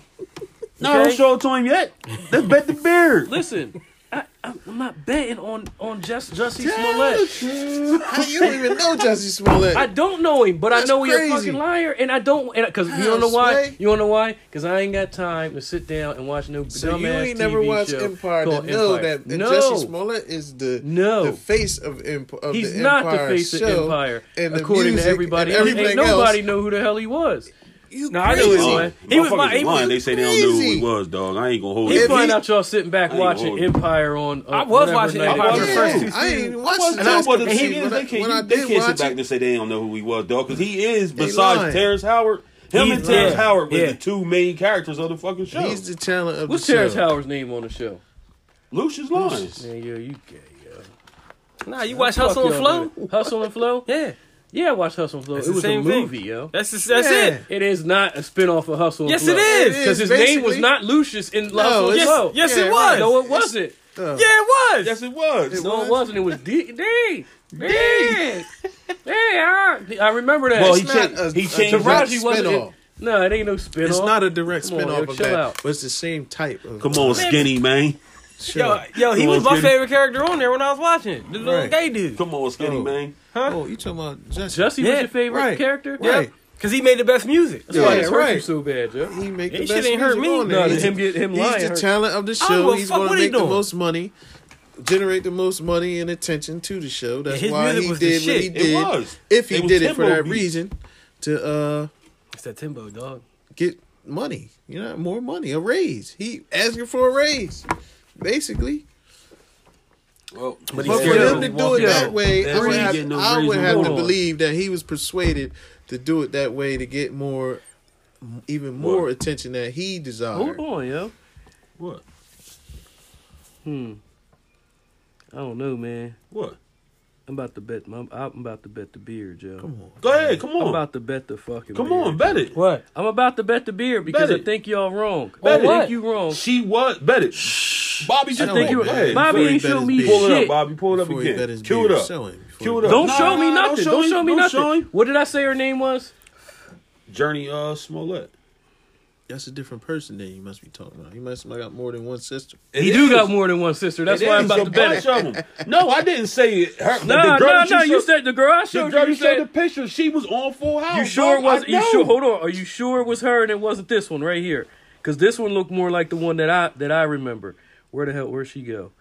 Speaker 6: No, don't show it to him yet. Let's bet the beard.
Speaker 1: (laughs)
Speaker 2: listen. I, I'm I'm not betting on on just Jussie
Speaker 6: Tell the
Speaker 2: Smollett.
Speaker 6: truth.
Speaker 1: How you don't even know Jesse Smollett?
Speaker 2: I don't know him, but I
Speaker 1: That's
Speaker 2: know he's a
Speaker 1: crazy.
Speaker 2: fucking liar, and I don't. And because you don't know
Speaker 1: How,
Speaker 2: why?
Speaker 1: Sway?
Speaker 2: You don't know why? Because I ain't got time to sit down and watch no
Speaker 1: so
Speaker 2: dumbass
Speaker 1: you ain't never
Speaker 2: TV
Speaker 1: watched
Speaker 2: show
Speaker 1: Empire to
Speaker 2: called
Speaker 1: know
Speaker 2: Empire.
Speaker 1: that and
Speaker 2: no.
Speaker 1: Jesse Smollett is the
Speaker 2: No.
Speaker 1: the face of, Emp- of
Speaker 2: He's
Speaker 1: the
Speaker 2: not
Speaker 1: Empire
Speaker 2: the face
Speaker 1: show
Speaker 2: of Empire,
Speaker 1: and the
Speaker 2: according to
Speaker 1: music
Speaker 2: everybody.
Speaker 1: and
Speaker 2: else.
Speaker 1: everything
Speaker 2: Ain't nobody
Speaker 1: else.
Speaker 2: know who the hell he was.
Speaker 1: You
Speaker 4: Nah, I know
Speaker 1: crazy.
Speaker 4: it's
Speaker 6: Oh,
Speaker 4: lying. He was
Speaker 6: motherfuckers
Speaker 4: my-
Speaker 6: is
Speaker 4: he
Speaker 6: lying.
Speaker 4: was
Speaker 6: They say they don't know who
Speaker 1: crazy.
Speaker 6: he was, dog. I ain't gonna hold
Speaker 2: You
Speaker 1: If
Speaker 6: it.
Speaker 2: find
Speaker 1: he-
Speaker 2: out y'all sitting back
Speaker 6: ain't
Speaker 2: watching
Speaker 6: holding it.
Speaker 2: Empire on. Uh,
Speaker 4: I was
Speaker 2: whatever
Speaker 4: watching
Speaker 2: night
Speaker 4: Empire
Speaker 2: it
Speaker 4: for the
Speaker 2: was.
Speaker 4: first two
Speaker 1: Yeah, I ain't
Speaker 6: I
Speaker 1: watched
Speaker 6: was
Speaker 1: the
Speaker 6: too,
Speaker 1: last
Speaker 6: but the
Speaker 1: couple
Speaker 6: thing
Speaker 1: seasons.
Speaker 6: is,
Speaker 1: When
Speaker 6: they
Speaker 1: I-
Speaker 6: can't,
Speaker 1: when I
Speaker 6: you- they
Speaker 1: did
Speaker 6: can't
Speaker 1: watch
Speaker 6: sit back
Speaker 1: it-
Speaker 6: and say they don't know who he was, dog. Because he is,
Speaker 1: They
Speaker 6: besides
Speaker 1: lying.
Speaker 6: Terrence Howard, him
Speaker 4: He's
Speaker 6: and Terrence
Speaker 4: lying.
Speaker 6: Howard were
Speaker 4: Yeah.
Speaker 6: the two main characters of the fucking show.
Speaker 1: He's the talent of
Speaker 2: What's
Speaker 1: the
Speaker 2: Terrence
Speaker 1: show.
Speaker 2: Howard's name on the show?
Speaker 6: Lucius Lyons.
Speaker 2: Man, yo, you gay, yo.
Speaker 4: Nah, you watch
Speaker 2: Fuck
Speaker 4: Hustle and
Speaker 2: y'all,
Speaker 4: Flow?
Speaker 2: man. Hustle and Flow?
Speaker 4: Yeah.
Speaker 2: Yeah, I watched Hustle and Flow.
Speaker 4: It's
Speaker 2: it
Speaker 4: the
Speaker 2: was a
Speaker 4: same thing.
Speaker 2: movie, yo.
Speaker 4: That's just, that's
Speaker 1: Yeah.
Speaker 4: it.
Speaker 2: It is not a spin-off of Hustle and
Speaker 4: Yes,
Speaker 2: Flow.
Speaker 4: it is.
Speaker 1: It
Speaker 2: Because
Speaker 1: is,
Speaker 2: his name
Speaker 1: basically.
Speaker 2: was not Lucius in Hustle and
Speaker 1: it's-
Speaker 2: Flow.
Speaker 4: Yes, yes
Speaker 1: Yeah,
Speaker 4: it
Speaker 1: right.
Speaker 4: was.
Speaker 2: No, it wasn't.
Speaker 1: Oh.
Speaker 4: Yeah, it was.
Speaker 6: Yes, it was.
Speaker 2: No,
Speaker 1: was.
Speaker 2: it wasn't. It was D. D. D. Hey, I, I remember that.
Speaker 6: Well, he
Speaker 1: It's
Speaker 6: changed.
Speaker 1: not a-
Speaker 6: he
Speaker 1: a
Speaker 6: changed.
Speaker 1: direct-
Speaker 6: that-
Speaker 2: Taraji wasn't.
Speaker 1: spin-off.
Speaker 2: no, it ain't no spin-off.
Speaker 1: It's not a direct
Speaker 2: Come on,
Speaker 1: spin-off
Speaker 2: yo,
Speaker 1: of
Speaker 2: chill
Speaker 1: that,
Speaker 2: out.
Speaker 1: but it's the same type. Of
Speaker 6: Come on, skinny man.
Speaker 1: show.
Speaker 4: Yo, yo, he
Speaker 6: Come
Speaker 4: was
Speaker 6: on,
Speaker 4: my
Speaker 6: Kenny.
Speaker 4: favorite character on there when I was watching. The little
Speaker 1: Right.
Speaker 4: gay dude.
Speaker 6: Come on, skinny
Speaker 1: Oh.
Speaker 6: man.
Speaker 1: Oh, you talking about Jesse?
Speaker 2: Jussie was
Speaker 4: Yeah,
Speaker 2: your favorite
Speaker 1: right,
Speaker 2: character?
Speaker 1: right.
Speaker 4: Because he made the best music.
Speaker 2: That's why
Speaker 1: Yeah,
Speaker 2: this hurt you
Speaker 1: right.
Speaker 2: so bad, yo.
Speaker 1: He make the
Speaker 4: That
Speaker 1: best
Speaker 4: shit ain't hurt
Speaker 1: music
Speaker 4: me.
Speaker 1: on there.
Speaker 2: No,
Speaker 1: He's-
Speaker 2: him get- him lying
Speaker 1: He's the
Speaker 2: hurt.
Speaker 1: talent of the
Speaker 4: I don't
Speaker 1: show.
Speaker 4: give a
Speaker 1: He's
Speaker 4: fuck
Speaker 1: going
Speaker 4: what
Speaker 1: to
Speaker 4: he
Speaker 1: make the
Speaker 4: doing.
Speaker 1: most money, generate the most money and attention to the show. That's
Speaker 4: his
Speaker 1: why
Speaker 4: music
Speaker 1: he
Speaker 4: was the
Speaker 1: did what he
Speaker 4: shit.
Speaker 6: It
Speaker 1: did.
Speaker 6: was.
Speaker 1: If he
Speaker 6: It was
Speaker 1: did it for
Speaker 6: Timbo
Speaker 1: that
Speaker 6: beats.
Speaker 1: reason, to uh,
Speaker 4: It's that Timbo, dog.
Speaker 1: get money, you know, more money, a raise. He asking for a raise, basically.
Speaker 6: Well,
Speaker 4: But he's
Speaker 1: But for
Speaker 4: scared
Speaker 1: him
Speaker 4: of
Speaker 1: to
Speaker 4: him.
Speaker 1: do it
Speaker 2: Yeah.
Speaker 1: that way, I
Speaker 6: That's
Speaker 1: would
Speaker 6: why he
Speaker 1: have,
Speaker 6: get no
Speaker 1: I would
Speaker 6: reason.
Speaker 1: have to
Speaker 2: Hold on.
Speaker 1: believe that he was persuaded to do it that way to get more, even more
Speaker 6: What?
Speaker 1: attention that he desired.
Speaker 2: Hold on, yo.
Speaker 6: What?
Speaker 2: Hmm. I don't know, man.
Speaker 6: What?
Speaker 2: I'm about to bet. I'm, I'm about to bet the beard, yo.
Speaker 1: Come on.
Speaker 6: Go ahead. Come
Speaker 2: I'm
Speaker 6: on.
Speaker 2: about to bet the fucking.
Speaker 6: Come
Speaker 2: beard.
Speaker 6: on. Bet it.
Speaker 4: What?
Speaker 2: I'm about to bet the beard because
Speaker 6: Bet
Speaker 2: I
Speaker 6: it.
Speaker 2: think y'all wrong.
Speaker 6: Bet
Speaker 2: I
Speaker 6: it.
Speaker 2: think you wrong.
Speaker 6: She was. Bet it. Bobby
Speaker 1: I think
Speaker 6: just
Speaker 1: you
Speaker 6: think you
Speaker 1: were- Bobby-
Speaker 6: were.
Speaker 2: Bobby
Speaker 1: Before he
Speaker 2: ain't
Speaker 1: bet
Speaker 2: show
Speaker 1: his
Speaker 2: me
Speaker 1: beard.
Speaker 6: Pull it
Speaker 2: shit.
Speaker 6: up, Bobby. Pull it up
Speaker 1: Before he bet
Speaker 6: again.
Speaker 1: his
Speaker 6: Cue it
Speaker 1: beard.
Speaker 6: up.
Speaker 1: Show him.
Speaker 6: Cue
Speaker 1: Before
Speaker 6: it
Speaker 1: he
Speaker 6: up.
Speaker 2: Don't
Speaker 6: Nah,
Speaker 2: show me
Speaker 6: nah, don't
Speaker 2: nothing.
Speaker 6: show
Speaker 2: Don't
Speaker 6: him.
Speaker 2: show me
Speaker 6: Don't show
Speaker 2: nothing.
Speaker 6: him.
Speaker 2: What did I say her name was?
Speaker 6: Journey uh Smollett.
Speaker 1: That's a different person than you must be talking about. He must have got more than one sister.
Speaker 2: he do got more than one sister. That's
Speaker 6: It
Speaker 2: why I'm
Speaker 6: is
Speaker 2: about
Speaker 6: a
Speaker 2: to bet. it.
Speaker 6: bunch of 'em. No, I didn't say it.
Speaker 2: No,
Speaker 6: Her, the
Speaker 2: no,
Speaker 6: girl that
Speaker 2: no. You
Speaker 6: showed-
Speaker 2: said the girl I
Speaker 6: the
Speaker 2: showed you.
Speaker 6: girl
Speaker 2: You
Speaker 6: you showed the
Speaker 2: said
Speaker 6: picture. She was on Full House.
Speaker 2: you sure it
Speaker 6: bro. I
Speaker 2: was. You sure?
Speaker 6: know.
Speaker 2: Hold on. Are you sure it was her and it wasn't this one right here? Because this one looked more like the one that I that I remember. Where the hell? Where'd she go?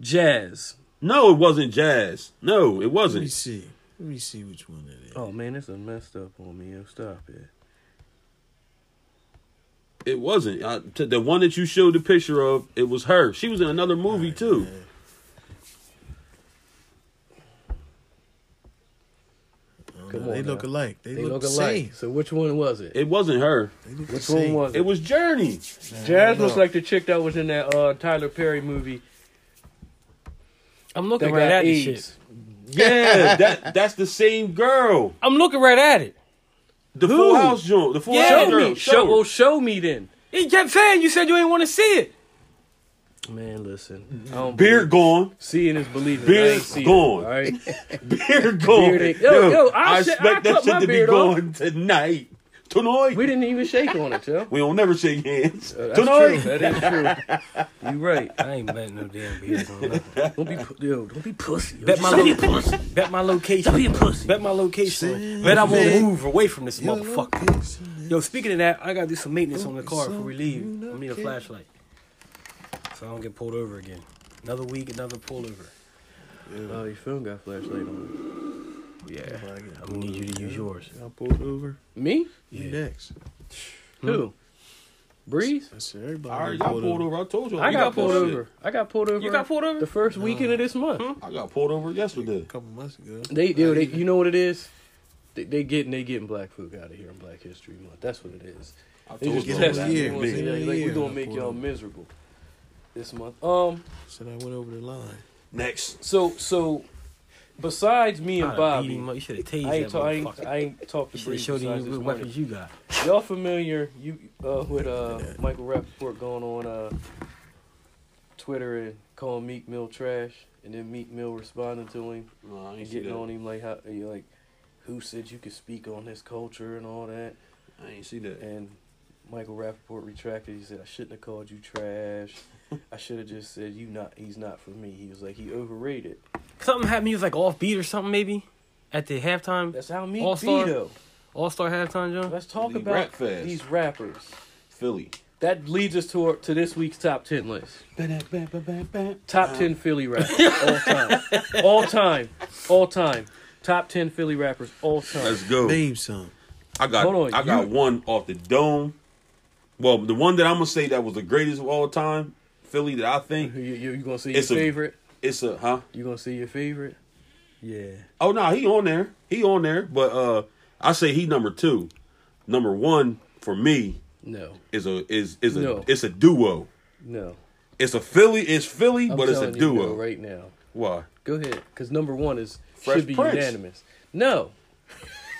Speaker 2: Jazz.
Speaker 6: No, it wasn't Jazz. No, it
Speaker 1: Let me
Speaker 6: wasn't.
Speaker 1: see. Let me see which one it is.
Speaker 2: Oh man, that's a messed up on me. Yo, stop it.
Speaker 6: It wasn't. I, t- the one that you showed the picture of, it was her. She was in another movie too.
Speaker 1: I don't
Speaker 2: Come
Speaker 1: know. they
Speaker 2: on
Speaker 1: look
Speaker 2: now.
Speaker 1: alike. They,
Speaker 2: They
Speaker 1: look,
Speaker 2: look
Speaker 1: the same.
Speaker 2: alike. So which one was it?
Speaker 6: It wasn't her.
Speaker 1: They look the
Speaker 2: Which
Speaker 1: same.
Speaker 2: one was it?
Speaker 6: It was Journey.
Speaker 2: Jazz was
Speaker 1: No.
Speaker 2: like the chick that was in that uh, Tyler Perry movie
Speaker 4: I'm
Speaker 2: that
Speaker 4: looking
Speaker 2: got
Speaker 4: right at this
Speaker 2: AIDS.
Speaker 4: shit.
Speaker 2: (laughs)
Speaker 6: Yeah, that that's the same girl.
Speaker 4: I'm looking right at it.
Speaker 6: The
Speaker 2: Who?
Speaker 6: Full House joint. The Full
Speaker 4: Yeah.
Speaker 6: House
Speaker 2: Show
Speaker 6: girl.
Speaker 2: me. Show, well, show me then.
Speaker 4: He kept saying you said you ain't want to see it.
Speaker 2: Man, listen. I don't
Speaker 6: Beard
Speaker 2: believe-
Speaker 6: gone. (laughs)
Speaker 2: Seeing is believing.
Speaker 6: Beard
Speaker 2: I ain't seeing it,
Speaker 6: gone.
Speaker 2: all right?
Speaker 6: Beard gone.
Speaker 2: Beard ain't- yo, yo, I should- I cut my beard off.
Speaker 6: tonight. tonight.
Speaker 2: We didn't even shake on it, yo.
Speaker 6: We don't never shake hands.
Speaker 2: Uh, That's
Speaker 6: tonight.
Speaker 2: true. That is true. You right.
Speaker 4: I
Speaker 2: (laughs)
Speaker 4: ain't betting no damn beers on nothing.
Speaker 2: Don't be pu- yo. Don't be pussy. yo.
Speaker 4: Bet
Speaker 2: Just
Speaker 4: my,
Speaker 2: don't be
Speaker 4: lo- (laughs) bet my location. Bet my location. Bet I won't move away from this motherfucker. Yo, speaking of that, I gotta do some maintenance on the car before we leave. I need a flashlight. So I don't get pulled over again. Another week, another pullover.
Speaker 2: Oh, your phone got flashlight on.
Speaker 4: Yeah. I'm gonna need you to use yours.
Speaker 1: I pulled over.
Speaker 2: Me?
Speaker 1: You
Speaker 4: Yeah.
Speaker 1: next.
Speaker 2: Who? Breeze?
Speaker 1: I said everybody.
Speaker 6: I already
Speaker 1: got
Speaker 6: got pulled over. I told you.
Speaker 2: I
Speaker 6: you
Speaker 2: got pulled
Speaker 6: that
Speaker 2: over. I got pulled over. Oh. Hmm?
Speaker 4: You got pulled over?
Speaker 2: the first weekend of this month.
Speaker 6: shit. I got pulled over yesterday.
Speaker 1: a couple months ago.
Speaker 2: They do. They, you know what it is? They, they getting they getting black folk out of here in Black History Month. That's what it is.
Speaker 6: I
Speaker 2: They
Speaker 6: told
Speaker 2: just
Speaker 1: It's
Speaker 6: you.
Speaker 1: test
Speaker 2: testing
Speaker 1: the year.
Speaker 2: you. Like,
Speaker 1: It's the
Speaker 2: we're
Speaker 1: year.
Speaker 2: gonna make y'all miserable this month. Um.
Speaker 1: Said I went over the line.
Speaker 6: Next.
Speaker 2: So so, besides me and
Speaker 4: I'd've beat
Speaker 2: Bobby,
Speaker 4: him up. You should have tased
Speaker 2: I ain't,
Speaker 4: that
Speaker 2: ta- I ain't,
Speaker 4: motherfucker.
Speaker 2: I ain't talked to
Speaker 4: You should have
Speaker 2: Breeze
Speaker 4: showed
Speaker 2: besides
Speaker 4: him
Speaker 2: this
Speaker 4: what
Speaker 2: morning.
Speaker 4: weapons you got.
Speaker 2: Y'all familiar you uh, with uh, Michael Rappaport going on uh, Twitter and calling Meek Mill trash, and then Meek Mill responding to him
Speaker 6: No, I
Speaker 2: and
Speaker 6: ain't see
Speaker 2: getting on
Speaker 6: that.
Speaker 2: him like how you like, who said you could speak on this culture and all that,
Speaker 6: I ain't see that.
Speaker 2: and Michael Rappaport retracted. He said I shouldn't have called you trash. I should have just said you not. He's not for me. He was like he overrated.
Speaker 4: Something happened. He was like off beat or something maybe at the halftime
Speaker 2: That's how Meek
Speaker 4: All-star?
Speaker 2: be though.
Speaker 4: All Star halftime, John.
Speaker 2: Let's talk
Speaker 6: These
Speaker 2: about
Speaker 6: rap fans.
Speaker 2: these rappers.
Speaker 6: Philly.
Speaker 2: That leads us to our, to this week's top ten list.
Speaker 6: Top
Speaker 2: Top ten Philly
Speaker 6: (laughs)
Speaker 2: rappers all time, all time, all time. Top ten Philly rappers all time.
Speaker 6: Let's go.
Speaker 1: Name some.
Speaker 6: I got
Speaker 2: Hold on,
Speaker 6: I got
Speaker 2: you-
Speaker 6: one off the dome. Well, the one that I'm gonna say that was the greatest of all time, Philly. That I
Speaker 2: you,
Speaker 6: think
Speaker 2: you, you gonna see your
Speaker 6: It's a-
Speaker 2: favorite?
Speaker 6: it's a huh.
Speaker 2: You gonna see your favorite?
Speaker 4: Yeah.
Speaker 6: Oh no, he on there. He on there. But uh I say he number two. Number one for me
Speaker 2: No,
Speaker 6: is a is is a
Speaker 2: No.
Speaker 6: it's a duo.
Speaker 2: no.
Speaker 6: It's a Philly. It's Philly,
Speaker 2: I'm
Speaker 6: but it's a
Speaker 2: telling you
Speaker 6: duo.
Speaker 2: no right now. (laughs)
Speaker 6: Why?
Speaker 2: Go ahead, because number one is
Speaker 6: Fresh
Speaker 2: should be
Speaker 6: Prince.
Speaker 2: unanimous. No,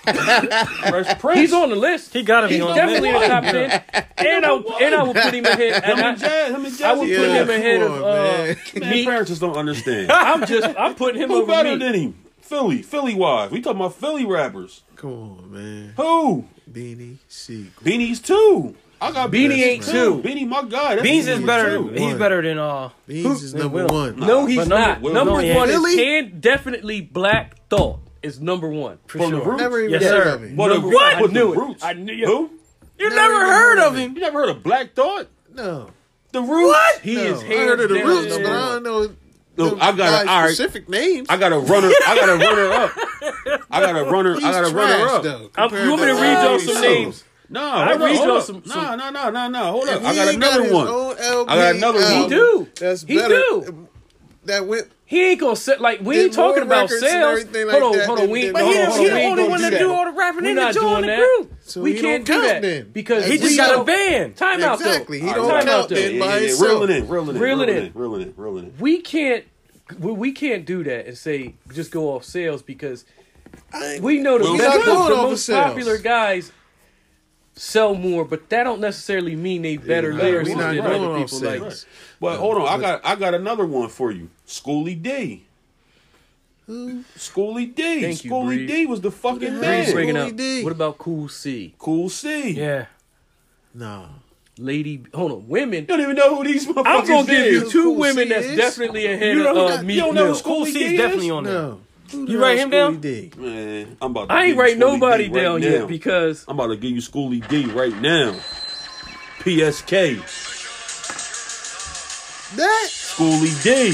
Speaker 6: Fresh Prince.
Speaker 2: he's on the list.
Speaker 4: He got to be
Speaker 2: He's
Speaker 4: on
Speaker 2: definitely in
Speaker 4: that.
Speaker 2: the top ten, and I and I will put him ahead.
Speaker 6: Him
Speaker 2: And
Speaker 6: and
Speaker 2: I,
Speaker 6: Jazz. Him and Jazz.
Speaker 2: I would put
Speaker 1: Yeah,
Speaker 2: him ahead
Speaker 1: come
Speaker 2: of
Speaker 1: on,
Speaker 2: uh,
Speaker 1: man.
Speaker 6: Man,
Speaker 2: Meek.
Speaker 6: parents just
Speaker 2: (laughs)
Speaker 6: don't understand.
Speaker 2: I'm just I'm putting him
Speaker 6: Who
Speaker 2: over
Speaker 6: better
Speaker 2: me.
Speaker 6: than him? Philly, Philly wise. We talking about Philly rappers.
Speaker 1: Come on, man.
Speaker 6: Who?
Speaker 1: Beanie Siegel.
Speaker 6: Beanie's two. I got
Speaker 2: Beanie ain't two.
Speaker 6: Beanie, my guy. That's
Speaker 4: Beans is
Speaker 6: Beanie
Speaker 4: better.
Speaker 6: too.
Speaker 4: He's
Speaker 1: One.
Speaker 4: better than uh.
Speaker 1: Beans is
Speaker 4: Who-
Speaker 1: number
Speaker 4: Will.
Speaker 1: one.
Speaker 2: No, he's
Speaker 4: But number-
Speaker 2: not.
Speaker 6: Will-
Speaker 2: number
Speaker 4: no, he
Speaker 2: one is
Speaker 1: ain't.
Speaker 2: hand definitely black thought is number one.
Speaker 4: For
Speaker 6: From the
Speaker 4: sure.
Speaker 6: roots?
Speaker 1: Never even
Speaker 4: Yes,
Speaker 1: heard
Speaker 4: sir.
Speaker 1: of him.
Speaker 6: Well, the
Speaker 2: Number
Speaker 6: roots-
Speaker 2: one. I
Speaker 6: with the
Speaker 2: knew it.
Speaker 6: roots.
Speaker 2: I knew-
Speaker 6: Who?
Speaker 4: You
Speaker 1: Never
Speaker 4: never
Speaker 1: even
Speaker 4: heard
Speaker 1: heard
Speaker 4: of
Speaker 1: of
Speaker 4: him.
Speaker 6: You never heard of Black Thought?
Speaker 1: No.
Speaker 6: The Roots.
Speaker 2: He
Speaker 1: no.
Speaker 2: is
Speaker 1: I
Speaker 2: hands
Speaker 1: heard of the
Speaker 2: down
Speaker 1: Roots, but
Speaker 2: number
Speaker 1: I
Speaker 2: one.
Speaker 1: don't know.
Speaker 6: No,
Speaker 1: them
Speaker 6: I got it.
Speaker 1: guys'
Speaker 6: All right.
Speaker 1: specific names.
Speaker 6: I got a runner. I got a runner up. I got a runner. I
Speaker 1: He's
Speaker 6: got a runner
Speaker 1: trash,
Speaker 6: up.
Speaker 1: though,
Speaker 2: I'm-
Speaker 1: compared
Speaker 2: you want me to read
Speaker 1: all
Speaker 2: y'all
Speaker 1: these
Speaker 2: some
Speaker 1: dudes.
Speaker 2: names?
Speaker 6: No,
Speaker 2: I
Speaker 6: hold
Speaker 2: read
Speaker 6: up,
Speaker 2: y'all
Speaker 6: hold
Speaker 2: some-
Speaker 6: up. No,
Speaker 2: some-
Speaker 6: no, no, no, no. Hold
Speaker 1: If
Speaker 6: up. I
Speaker 1: he
Speaker 6: got
Speaker 1: ain't
Speaker 6: another
Speaker 1: his
Speaker 6: one.
Speaker 1: own LP
Speaker 6: I got another one.
Speaker 1: album
Speaker 2: He do.
Speaker 1: That's
Speaker 2: He
Speaker 1: better.
Speaker 2: do.
Speaker 1: That went.
Speaker 2: He ain't gonna set like we
Speaker 1: Did
Speaker 2: ain't talking
Speaker 1: more
Speaker 2: about
Speaker 1: records
Speaker 2: sales.
Speaker 1: and everything like
Speaker 2: hold on,
Speaker 1: that
Speaker 2: hold on.
Speaker 1: than-
Speaker 2: We
Speaker 1: than-
Speaker 2: ain't,
Speaker 4: But
Speaker 2: hold
Speaker 4: he,
Speaker 2: on,
Speaker 1: the-
Speaker 4: the-
Speaker 2: hold on,
Speaker 4: he the
Speaker 2: we ain't
Speaker 4: only
Speaker 2: gonna
Speaker 4: one
Speaker 2: do
Speaker 4: that do all the rapping
Speaker 2: We're
Speaker 4: and the
Speaker 2: not
Speaker 4: joint
Speaker 2: doing
Speaker 4: in the
Speaker 2: that.
Speaker 4: group.
Speaker 1: So
Speaker 2: we
Speaker 1: he
Speaker 2: can't
Speaker 1: don't
Speaker 2: do that
Speaker 1: count then.
Speaker 2: because
Speaker 1: He
Speaker 2: we
Speaker 1: just
Speaker 2: got
Speaker 1: gotta
Speaker 2: a ban. Time out
Speaker 1: Exactly. He
Speaker 2: though.
Speaker 1: don't
Speaker 2: Time out
Speaker 1: count
Speaker 2: though.
Speaker 1: then. by itself.
Speaker 6: Reeling it in. Reeling it in.
Speaker 2: Reel it
Speaker 6: Reeling
Speaker 2: in.
Speaker 6: it in. Reeling it in. Reeling it in.
Speaker 2: We can't. We, we can't do that and say just go off sales because
Speaker 1: I ain't-
Speaker 2: we know the,
Speaker 1: We
Speaker 2: most-
Speaker 1: not going
Speaker 2: the
Speaker 1: off of
Speaker 2: most
Speaker 1: sales.
Speaker 2: popular guys sell more, but that don't necessarily mean they better
Speaker 1: Nah,
Speaker 2: lyricists
Speaker 1: we not
Speaker 2: than
Speaker 1: going
Speaker 2: other
Speaker 1: off
Speaker 2: people. Like
Speaker 1: sales.
Speaker 6: But hold on, I got I got another one for you. Schoolie D. Schoolie D.
Speaker 2: Thank you,
Speaker 6: Schoolie
Speaker 2: Breeze.
Speaker 6: D was the fucking
Speaker 2: Breeze
Speaker 1: Yeah.
Speaker 6: man.
Speaker 2: bringing
Speaker 1: Schoolie
Speaker 2: up.
Speaker 1: D.
Speaker 2: What about Cool C,
Speaker 6: Cool C.
Speaker 4: Yeah.
Speaker 1: Nah.
Speaker 2: Lady? Hold on, women.
Speaker 6: You don't even know who these motherfuckers
Speaker 2: I'm gonna give
Speaker 6: is.
Speaker 2: you two
Speaker 1: Cool C
Speaker 2: women that's
Speaker 1: is?
Speaker 2: definitely ahead
Speaker 1: You
Speaker 2: of
Speaker 1: don't
Speaker 2: uh,
Speaker 1: got-
Speaker 2: Meek
Speaker 6: you don't know
Speaker 2: Mill.
Speaker 6: who School
Speaker 4: Cool
Speaker 6: D
Speaker 4: C is
Speaker 6: is?
Speaker 4: definitely on there.
Speaker 1: No. Who the
Speaker 4: You
Speaker 1: hell
Speaker 4: write him down?
Speaker 1: Schoolie D?
Speaker 6: Man, I'm about to
Speaker 2: I
Speaker 6: give
Speaker 2: ain't
Speaker 6: you
Speaker 2: write
Speaker 6: Schoolie
Speaker 2: nobody
Speaker 6: D right
Speaker 2: down
Speaker 6: now.
Speaker 2: yet because
Speaker 6: I'm about to give you Schoolie D right now. PSK.
Speaker 1: That?
Speaker 6: Schoolie D.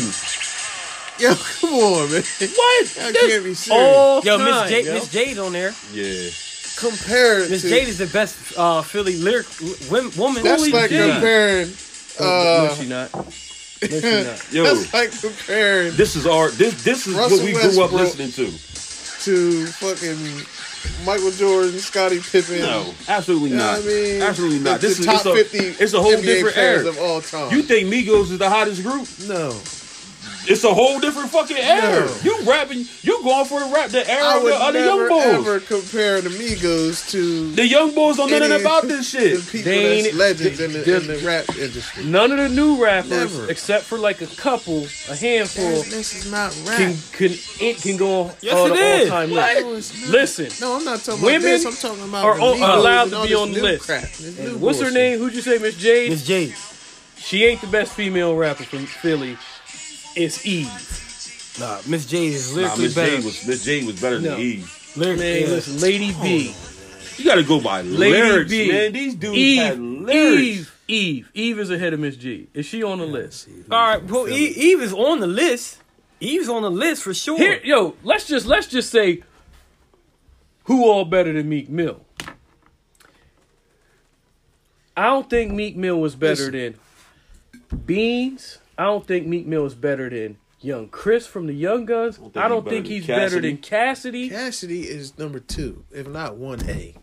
Speaker 1: Yo, (laughs) come on, man.
Speaker 6: What?
Speaker 1: That can't be serious.
Speaker 2: all
Speaker 4: Yo, Miss
Speaker 2: time,
Speaker 4: Jade,
Speaker 2: yo.
Speaker 4: Miss Jade on there.
Speaker 6: Yeah.
Speaker 1: Compared
Speaker 4: Miss
Speaker 1: to-
Speaker 4: Jade is the best uh, Philly lyric w- woman.
Speaker 1: That's
Speaker 4: Holy
Speaker 1: like
Speaker 4: shit.
Speaker 1: comparing.
Speaker 2: no,
Speaker 6: Oh,
Speaker 1: Uh,
Speaker 2: she not. No, she not.
Speaker 6: Yo,
Speaker 1: that's like comparing
Speaker 6: this is our this this is
Speaker 1: Russell
Speaker 6: what we grew
Speaker 1: Westbrook.
Speaker 6: up listening to.
Speaker 1: to fucking Michael Jordan, Scottie Pippen.
Speaker 6: No, absolutely
Speaker 1: You know
Speaker 6: not.
Speaker 1: what I mean?
Speaker 6: absolutely not.
Speaker 1: The,
Speaker 6: This
Speaker 1: the
Speaker 6: is
Speaker 1: top
Speaker 6: it's a,
Speaker 1: 50
Speaker 6: It's a whole
Speaker 1: NBA
Speaker 6: different
Speaker 1: players
Speaker 6: era.
Speaker 1: of all time.
Speaker 6: You think Migos is the hottest group?
Speaker 1: no.
Speaker 6: It's a whole different fucking era. You rapping, you going for a rap the era
Speaker 1: I
Speaker 6: of the
Speaker 1: would
Speaker 6: other
Speaker 1: never
Speaker 6: young boys.
Speaker 1: ever compare the Migos to
Speaker 6: The young boys don't know
Speaker 1: any-
Speaker 6: nothing about this
Speaker 1: the
Speaker 2: (laughs)
Speaker 6: shit.
Speaker 1: people
Speaker 2: They
Speaker 1: that's
Speaker 2: ain't-
Speaker 1: legends in, the, in
Speaker 2: they-
Speaker 1: the rap industry.
Speaker 2: None of the new rappers,
Speaker 1: Never.
Speaker 2: except for like a couple, a handful,
Speaker 1: That- This is not rap.
Speaker 2: can can it can go on
Speaker 4: Yes,
Speaker 2: all
Speaker 4: it
Speaker 2: the
Speaker 4: is.
Speaker 2: all time
Speaker 1: What?
Speaker 2: list.
Speaker 1: No, it's not.
Speaker 2: Listen,
Speaker 1: No, I'm not talking
Speaker 2: Women
Speaker 1: about this. I'm talking about
Speaker 2: are
Speaker 1: the
Speaker 2: on-
Speaker 1: Migos
Speaker 2: allowed
Speaker 1: and
Speaker 2: to
Speaker 1: all
Speaker 2: be
Speaker 1: this
Speaker 2: on the
Speaker 1: new
Speaker 2: list.
Speaker 1: crap, this new
Speaker 2: what's her
Speaker 1: bullshit.
Speaker 2: name? Who'd you say, Miss Jade?
Speaker 4: Miss Jade.
Speaker 2: She ain't the best female rapper from Philly. It's Eve.
Speaker 4: Nah, Miss Jade is
Speaker 6: Nah,
Speaker 4: lyrically
Speaker 6: Miss J
Speaker 4: better.
Speaker 6: was Miss J was better
Speaker 2: No.
Speaker 6: than Eve.
Speaker 4: Lyrically,
Speaker 2: Man,
Speaker 4: yeah.
Speaker 2: listen, Lady B,
Speaker 6: You gotta go by
Speaker 2: Lady
Speaker 6: lyrics,
Speaker 2: B.
Speaker 6: man. These dudes had
Speaker 2: Eve,
Speaker 6: lyrics.
Speaker 2: Eve, Eve, Eve is ahead of Miss G. Is she on the list?
Speaker 4: All right, well, Eve, Eve is on the list. Eve's on the list for sure.
Speaker 2: Here, yo, let's just let's just say, who all better than Meek Mill? I don't think Meek Mill was better than Beans. I don't think Meek Mill is better than Young Chris from the Young Guns.
Speaker 6: think
Speaker 2: I
Speaker 6: he
Speaker 2: don't
Speaker 6: better
Speaker 2: think
Speaker 6: than
Speaker 2: he's
Speaker 6: Cassidy.
Speaker 2: better than Cassidy.
Speaker 1: Cassidy is number two, if not one A.